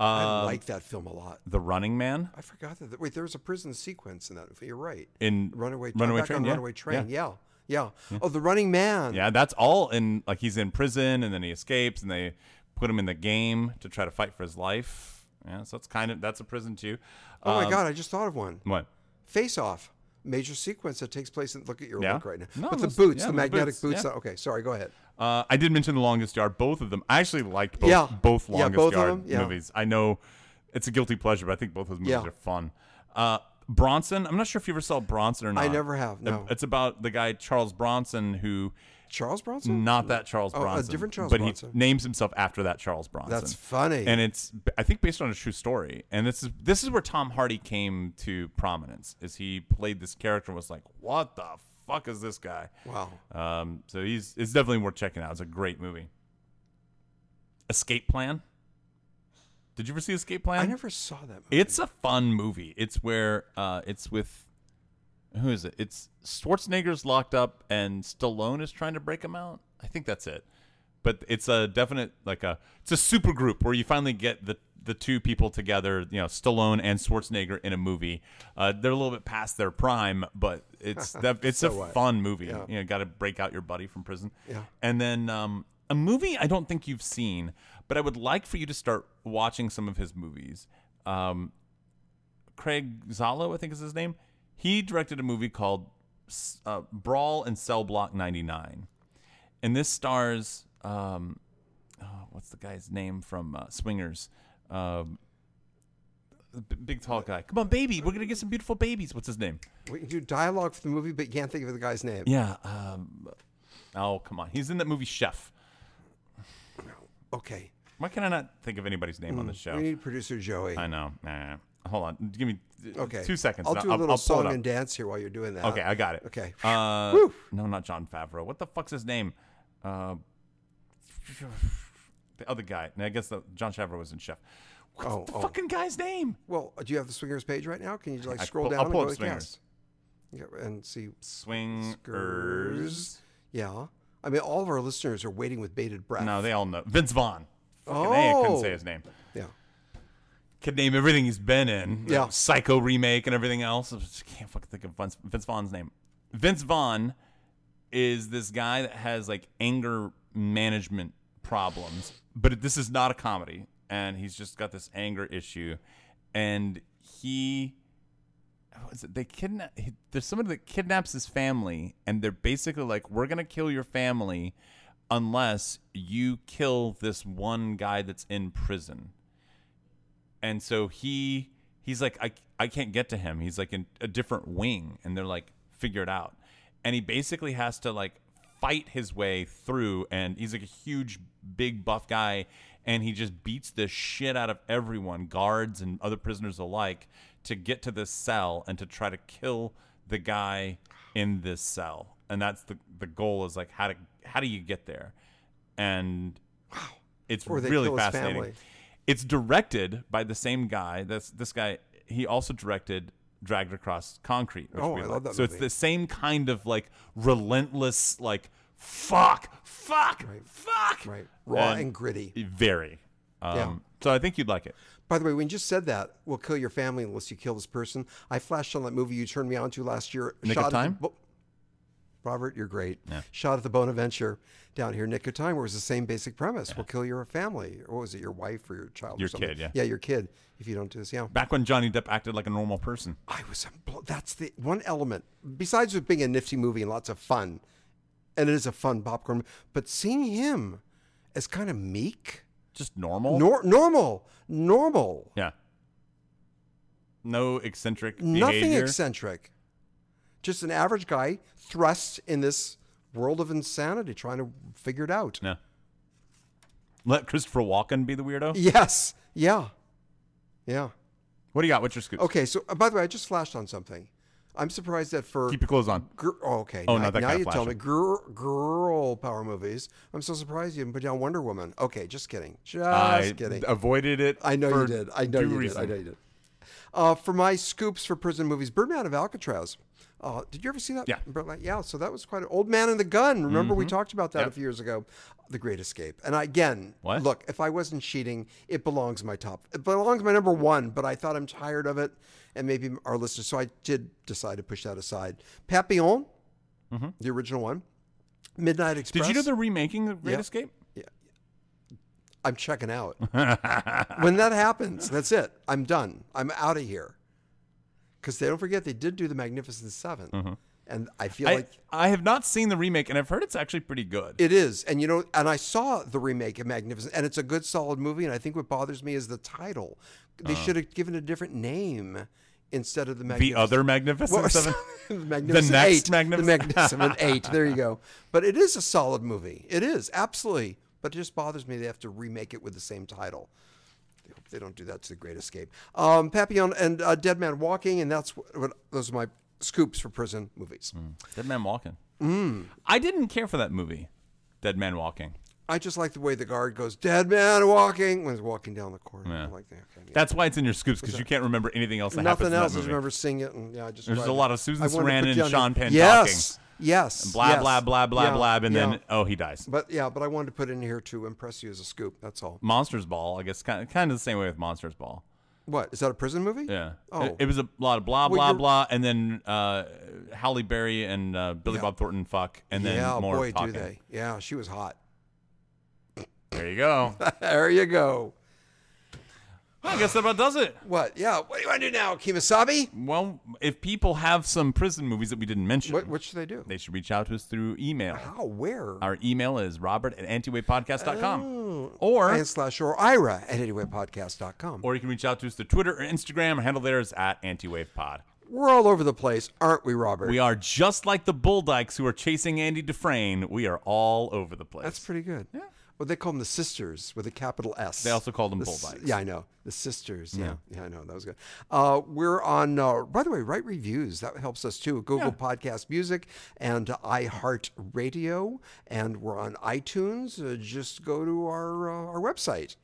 Speaker 2: I
Speaker 1: Uh,
Speaker 2: like that film a lot.
Speaker 1: the Running Man
Speaker 2: I forgot that. Wait, there was a prison sequence in that movie. You're right.
Speaker 1: in
Speaker 2: Runaway,
Speaker 1: Runaway
Speaker 2: back
Speaker 1: Train.
Speaker 2: on
Speaker 1: yeah.
Speaker 2: Runaway Train.
Speaker 1: Yeah.
Speaker 2: Yeah. yeah. Oh, The Running Man.
Speaker 1: Yeah, that's all in like he's in prison and then he escapes and they put him in the game to try to fight for his life. Yeah, so it's kind of that's a prison too. Uh,
Speaker 2: Oh,
Speaker 1: um,
Speaker 2: my God. I just thought of one.
Speaker 1: What?
Speaker 2: Face Off, major sequence that takes place. In, look at your
Speaker 1: Yeah.
Speaker 2: work right now.
Speaker 1: No,
Speaker 2: but the
Speaker 1: those-
Speaker 2: boots,
Speaker 1: yeah,
Speaker 2: the
Speaker 1: those
Speaker 2: magnetic
Speaker 1: boots,
Speaker 2: boots.
Speaker 1: yeah.
Speaker 2: uh, okay, sorry. Go ahead.
Speaker 1: Uh, I did mention the longest yard. Both of them. I actually liked both
Speaker 2: Yeah.
Speaker 1: both
Speaker 2: Yeah,
Speaker 1: longest
Speaker 2: both of
Speaker 1: yard
Speaker 2: them, yeah.
Speaker 1: movies. I know it's a guilty pleasure, but I think both those movies
Speaker 2: Yeah.
Speaker 1: are fun. Uh, Bronson. I'm not sure if you ever saw Bronson or not.
Speaker 2: I never have, no.
Speaker 1: It's about the guy Charles Bronson who.
Speaker 2: Charles Bronson.
Speaker 1: Not that Charles
Speaker 2: Oh, a
Speaker 1: Bronson.
Speaker 2: different Charles
Speaker 1: but
Speaker 2: Bronson.
Speaker 1: he names himself after that Charles Bronson.
Speaker 2: That's funny.
Speaker 1: And it's I think based on a true story. And this is this is where Tom Hardy came to prominence. Is he played this character and was like, "What the fuck is this guy?"
Speaker 2: Wow.
Speaker 1: Um, so he's it's definitely worth checking out. It's a great movie. Escape Plan. Did you ever see Escape Plan?
Speaker 2: I never saw that movie.
Speaker 1: It's a fun movie. It's where uh, it's with who is it? It's Schwarzenegger's locked up and Stallone is trying to break him out. I think that's it. But it's a definite like a it's a super group where you finally get the the two people together, you know, Stallone and Schwarzenegger in a movie. Uh, they're a little bit past their prime, but it's that, it's a fun movie. You know, got to break out your buddy from prison.
Speaker 2: Yeah.
Speaker 1: And then um, a movie I don't think you've seen, but I would like for you to start watching some of his movies. Um, Craig Zalo, I think is his name. He directed a movie called S- uh, Brawl and Cell Block 99. And this stars, um, oh, what's the guy's name from uh, Swingers? Um, the b- big tall guy. Come on, baby. We're going to get some beautiful babies. What's his name?
Speaker 2: we can do dialogue for the movie, but you can't think of the guy's name.
Speaker 1: Yeah. Um, oh, come on. He's in that movie Chef.
Speaker 2: Okay.
Speaker 1: Why can I not think of anybody's name on the show?
Speaker 2: Mm, We need producer Joey.
Speaker 1: I know. Nah. hold on. Give me uh,
Speaker 2: okay.
Speaker 1: two seconds.
Speaker 2: I'll
Speaker 1: and
Speaker 2: do a little
Speaker 1: I'll pull it
Speaker 2: song
Speaker 1: up.
Speaker 2: and dance here while you're doing that.
Speaker 1: Okay, I got it.
Speaker 2: Okay.
Speaker 1: Uh,
Speaker 2: Whew.
Speaker 1: no, not John Favreau. What the fuck's his name? Uh, the other guy. And I guess the, John Favreau was in Chef. What's
Speaker 2: Oh,
Speaker 1: the
Speaker 2: oh.
Speaker 1: fucking guy's name?
Speaker 2: Well, do you have the swingers page right now? Can you like
Speaker 1: I
Speaker 2: scroll
Speaker 1: pull-
Speaker 2: down
Speaker 1: I'll pull
Speaker 2: and go
Speaker 1: up
Speaker 2: to cast? Yeah, and see
Speaker 1: Swingers.
Speaker 2: Yeah. I mean, all of our listeners are waiting with bated breath.
Speaker 1: No, they all know. Vince Vaughn. Fucking A, I couldn't
Speaker 2: Oh.
Speaker 1: say his name.
Speaker 2: yeah.
Speaker 1: Could name everything he's been in.
Speaker 2: Yeah.
Speaker 1: Like, Psycho remake and everything else. I just can't fucking think of Vince, Vince Vaughn's name. Vince Vaughn is this guy that has like anger management problems, but it- this is not a comedy, and he's just got this anger issue, and he. what is it? They kidnap. he- There's somebody that kidnaps his family, and they're basically like, "We're gonna kill your family, unless you kill this one guy that's in prison." and so he he's like I, I can't get to him he's like in a different wing and they're like figure it out and he basically has to like fight his way through and he's like a huge big buff guy and he just beats the shit out of everyone guards and other prisoners alike to get to this cell and to try to kill the guy in this cell and that's the the goal is like how to how do you get there and it's
Speaker 2: Or they
Speaker 1: really
Speaker 2: kill his
Speaker 1: fascinating
Speaker 2: family.
Speaker 1: it's directed by the same guy. That's this guy. He also directed Dragged Across Concrete. Which
Speaker 2: Oh,
Speaker 1: we
Speaker 2: I
Speaker 1: like.
Speaker 2: love that
Speaker 1: So it's
Speaker 2: movie.
Speaker 1: the same kind of like relentless, like fuck, fuck, fuck,
Speaker 2: Right. Raw
Speaker 1: And
Speaker 2: and gritty.
Speaker 1: Very. Um,
Speaker 2: Yeah.
Speaker 1: So I think you'd like it.
Speaker 2: By the way, when you just said that, we'll kill your family unless you kill this person. I flashed on that movie you turned me on to last year.
Speaker 1: Nick of
Speaker 2: Shot at the
Speaker 1: Time?
Speaker 2: Bo- Robert, you're great. Shot at the Bonaventure down here, Nick of Time, where it was the same basic premise. We'll kill your family. Or what was it, your wife or your child? or
Speaker 1: Your
Speaker 2: something.
Speaker 1: kid, yeah.
Speaker 2: Yeah, your kid, if you don't do this. Yeah.
Speaker 1: Back when Johnny Depp acted like a normal person.
Speaker 2: I was, blo- that's the one element, besides it being a nifty movie and lots of fun, and it is a fun popcorn, but seeing him as kind of meek,
Speaker 1: Just normal.
Speaker 2: nor- normal, normal,
Speaker 1: yeah. No eccentric
Speaker 2: nothing
Speaker 1: behavior.
Speaker 2: eccentric. Just an average guy thrust in this world of insanity, trying to figure it out.
Speaker 1: no. Let Christopher Walken be the weirdo.
Speaker 2: Yes, yeah, yeah.
Speaker 1: What do you got? What's your scoop?
Speaker 2: Okay, so uh, by the way, I just flashed on something. I'm surprised that for
Speaker 1: Keep your clothes on.
Speaker 2: Gr- oh, okay.
Speaker 1: Oh,
Speaker 2: now,
Speaker 1: not that
Speaker 2: now
Speaker 1: kind of
Speaker 2: you tell me
Speaker 1: flasher.
Speaker 2: Gr- girl power movies. I'm so surprised you didn't put down Wonder Woman. Okay, just kidding. Just
Speaker 1: I
Speaker 2: kidding.
Speaker 1: avoided it.
Speaker 2: I know
Speaker 1: for
Speaker 2: you did. I know
Speaker 1: due
Speaker 2: you
Speaker 1: reason.
Speaker 2: did. I know you did. Uh, for my scoops for prison movies, Birdman of Alcatraz. Uh, did you ever see that?
Speaker 1: Yeah. Mm-hmm.
Speaker 2: Birdman- yeah. So that was quite an old man in the gun. Remember we talked about that a
Speaker 1: Yep.
Speaker 2: few years ago. The Great Escape. And I, again,
Speaker 1: What?
Speaker 2: look, if I wasn't cheating, it belongs my top. It belongs my number one. But I thought I'm tired of it, and maybe our listeners. So I did decide to push that aside. Papillon, the original one. Midnight
Speaker 1: Mm-hmm. Did
Speaker 2: Express.
Speaker 1: you know they're remaking The Great
Speaker 2: Yeah.
Speaker 1: Escape?
Speaker 2: I'm checking out. when that happens, that's it. I'm done. I'm out of here. Because they don't forget they did do the Magnificent 7 and I
Speaker 1: Mm-hmm.
Speaker 2: feel
Speaker 1: I,
Speaker 2: like
Speaker 1: I have not seen the remake, and I've heard it's actually pretty good.
Speaker 2: it is. And you know, and I saw the remake of Magnificent, and it's a good, solid movie. And I think what bothers me is the title. They should have given it a different name instead of the
Speaker 1: Uh-huh. the other
Speaker 2: Magnificent.
Speaker 1: Magnificent
Speaker 2: Well,
Speaker 1: Seven.
Speaker 2: the Magnificent
Speaker 1: next
Speaker 2: Eight.
Speaker 1: Magnificent-
Speaker 2: The Magnificent Eight. There you go. But it is a solid movie. It is absolutely. But it just bothers me they have to remake it with the same title. I hope they don't do that to The Great Escape. Um, Papillon and uh, Dead Man Walking, and that's what, what those are my scoops for prison movies.
Speaker 1: Dead Man Walking.
Speaker 2: Hmm.
Speaker 1: I didn't care for that movie, Dead Man Walking.
Speaker 2: I just like the way the guard goes, "Dead Man Walking" when he's walking down the corridor. I like that. Okay, yeah.
Speaker 1: That's why it's in your scoops because you can't remember anything else that happens
Speaker 2: Nothing
Speaker 1: in
Speaker 2: else.
Speaker 1: that
Speaker 2: I just
Speaker 1: movie.
Speaker 2: remember seeing it, and yeah, I just
Speaker 1: There's
Speaker 2: tried
Speaker 1: a
Speaker 2: to-
Speaker 1: lot of Susan
Speaker 2: I wanted to
Speaker 1: Sarandon
Speaker 2: put
Speaker 1: and
Speaker 2: down-
Speaker 1: Sean Penn
Speaker 2: yes, Yes,
Speaker 1: Blah
Speaker 2: yes.
Speaker 1: blah blah blah
Speaker 2: Yeah,
Speaker 1: blah, and
Speaker 2: yeah.
Speaker 1: then oh he dies.
Speaker 2: But yeah, but I wanted to put it in here to impress you as a scoop. That's all.
Speaker 1: Monsters Ball, I guess, kind of, kind of the same way with Monsters Ball.
Speaker 2: What is that a prison movie?
Speaker 1: Yeah.
Speaker 2: Oh.
Speaker 1: It, it was a lot of blah
Speaker 2: Well,
Speaker 1: blah
Speaker 2: you're-
Speaker 1: blah, and then uh, Halle Berry and uh, Billy Bob Thornton fuck, and then
Speaker 2: yeah,
Speaker 1: more
Speaker 2: boy,
Speaker 1: talking.
Speaker 2: do they. Yeah, she was hot.
Speaker 1: There you go.
Speaker 2: there you go.
Speaker 1: I guess that about does it.
Speaker 2: What? Yeah. What do you want to do now, Kimasabi?
Speaker 1: Well, if people have some prison movies that we didn't mention,
Speaker 2: What, Uh-huh. what should they do?
Speaker 1: they should reach out to us through email.
Speaker 2: How? Where?
Speaker 1: Our email is robert at antiwaypodcast.com.
Speaker 2: Oh.
Speaker 1: Or
Speaker 2: And slash or Ira at anywaypodcast.com.
Speaker 1: or you can reach out to us through Twitter or Instagram. Our handle there is at antiwavepod.
Speaker 2: We're all over the place, aren't we, Robert?
Speaker 1: We are just like the bull dykes who are chasing Andy Dufresne. We are all over the place.
Speaker 2: That's pretty good. Yeah. Well, they call them the sisters with a capital S.
Speaker 1: They also called them
Speaker 2: The
Speaker 1: bull
Speaker 2: s-
Speaker 1: dykes.
Speaker 2: Yeah, I know. The sisters. Yeah. Yeah, I know. That was good. Uh, we're on, uh, by the way, write reviews. That helps us too. Google Podcast Music and iHeartRadio. And we're on iTunes. Uh, just go to our, uh, our website.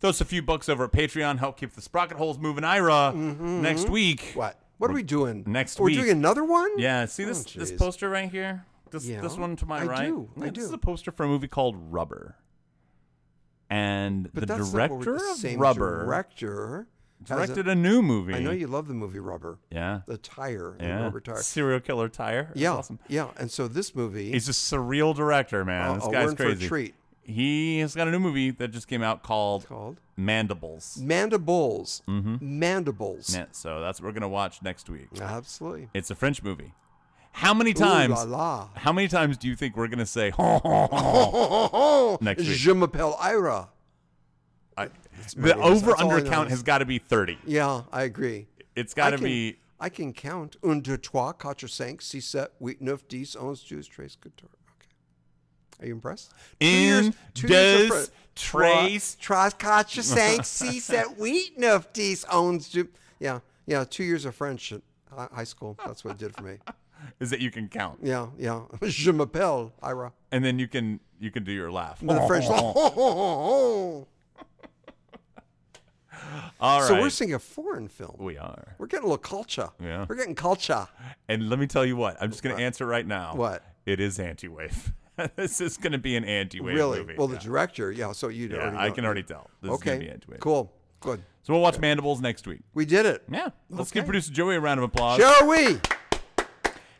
Speaker 1: Throw us a few bucks over at Patreon. Help keep the sprocket holes moving, Ira.
Speaker 2: Mm-hmm.
Speaker 1: Next week.
Speaker 2: What? What are we doing?
Speaker 1: Next
Speaker 2: We're
Speaker 1: week.
Speaker 2: doing another one?
Speaker 1: Yeah, see this
Speaker 2: Oh,
Speaker 1: this
Speaker 2: jeez.
Speaker 1: poster right here? This
Speaker 2: Yeah,
Speaker 1: this one to my
Speaker 2: I
Speaker 1: right.
Speaker 2: do, I
Speaker 1: This is
Speaker 2: do.
Speaker 1: a poster for a movie called Rubber. And
Speaker 2: But
Speaker 1: the
Speaker 2: that's not
Speaker 1: director
Speaker 2: what we're- the
Speaker 1: of
Speaker 2: same
Speaker 1: Rubber
Speaker 2: Director. has a-
Speaker 1: directed a new movie.
Speaker 2: I know you love the movie Rubber.
Speaker 1: Yeah.
Speaker 2: The tire. the
Speaker 1: yeah.
Speaker 2: Rubber tire.
Speaker 1: Serial killer tire. That's
Speaker 2: Yeah.
Speaker 1: Awesome.
Speaker 2: Yeah. And so this movie.
Speaker 1: He's a surreal director, man. this
Speaker 2: Uh-oh,
Speaker 1: guy's
Speaker 2: we're in for Uh, a
Speaker 1: crazy.
Speaker 2: treat.
Speaker 1: He has got a new movie that just came out called,
Speaker 2: called?
Speaker 1: Mandibles.
Speaker 2: Mandibles. Mm-hmm. Mandibles.
Speaker 1: Yeah, so that's what we're gonna watch next week.
Speaker 2: Absolutely.
Speaker 1: It's a French movie. How many
Speaker 2: Ooh
Speaker 1: times?
Speaker 2: la la.
Speaker 1: How many times do you think we're gonna say? Next week.
Speaker 2: Oh, Je m'appelle Ira.
Speaker 1: I-
Speaker 2: my
Speaker 1: the
Speaker 2: name is-
Speaker 1: over
Speaker 2: that's all I
Speaker 1: under
Speaker 2: know
Speaker 1: count
Speaker 2: is-
Speaker 1: has got to be thirty.
Speaker 2: Yeah, I agree.
Speaker 1: It's got
Speaker 2: I
Speaker 1: to
Speaker 2: can-
Speaker 1: be.
Speaker 2: I can count. Un, deux, trois, quatre, cinq, six, sept, huit, neuf, dix, onze, douze, treize, quatorze. Okay. Are you impressed? Two years-
Speaker 1: In
Speaker 2: two years
Speaker 1: des
Speaker 2: of fr-
Speaker 1: tres-
Speaker 2: Trois, trois, quatre, cinq, six, sept, huit, neuf, dix, onze, douze. Yeah, yeah. Two years of French at hi- high school. That's what it did for me.
Speaker 1: Is that you can count,
Speaker 2: Yeah, yeah. Je m'appelle Ira.
Speaker 1: and then you can you can do your laugh.
Speaker 2: The French.
Speaker 1: Oh.
Speaker 2: All
Speaker 1: All right,
Speaker 2: So we're seeing a foreign film.
Speaker 1: we are.
Speaker 2: We're getting a little culture.
Speaker 1: Yeah.
Speaker 2: We're getting culture.
Speaker 1: And let me tell you what, I'm just going to answer right now.
Speaker 2: What?
Speaker 1: It is anti-wave. this is going to be an anti-wave
Speaker 2: really?
Speaker 1: movie.
Speaker 2: Well,
Speaker 1: yeah.
Speaker 2: the director, yeah. So you
Speaker 1: Yeah,
Speaker 2: already
Speaker 1: I
Speaker 2: know.
Speaker 1: can already tell. This is going to be
Speaker 2: Okay.
Speaker 1: anti-wave.
Speaker 2: Cool. Good.
Speaker 1: So we'll watch Mandibles next week.
Speaker 2: We did it.
Speaker 1: Yeah. Let's give
Speaker 2: Okay.
Speaker 1: producer Joey a round of applause.
Speaker 2: Shall we?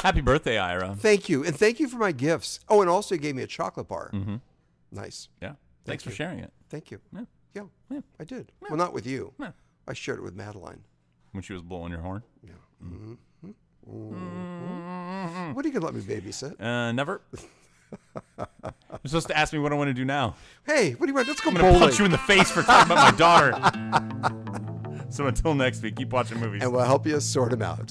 Speaker 1: Happy birthday, Ira.
Speaker 2: Thank you. And thank you for my gifts. Oh, and also you gave me a chocolate bar. Mm-hmm. Nice.
Speaker 1: Yeah. Thanks for sharing it
Speaker 2: Thank you. Yeah. Yeah. I did. Well, not with you. I shared it with Madeline.
Speaker 1: when she was blowing your horn. Hmm.
Speaker 2: What are you going to let me babysit?
Speaker 1: Uh, never. You're supposed to ask me what I want to do now.
Speaker 2: Hey, what do you want? Let's go
Speaker 1: I'm gonna
Speaker 2: bowling.
Speaker 1: punch you in the face for talking about my daughter. so until next week, keep watching movies.
Speaker 2: and we'll help you sort them out.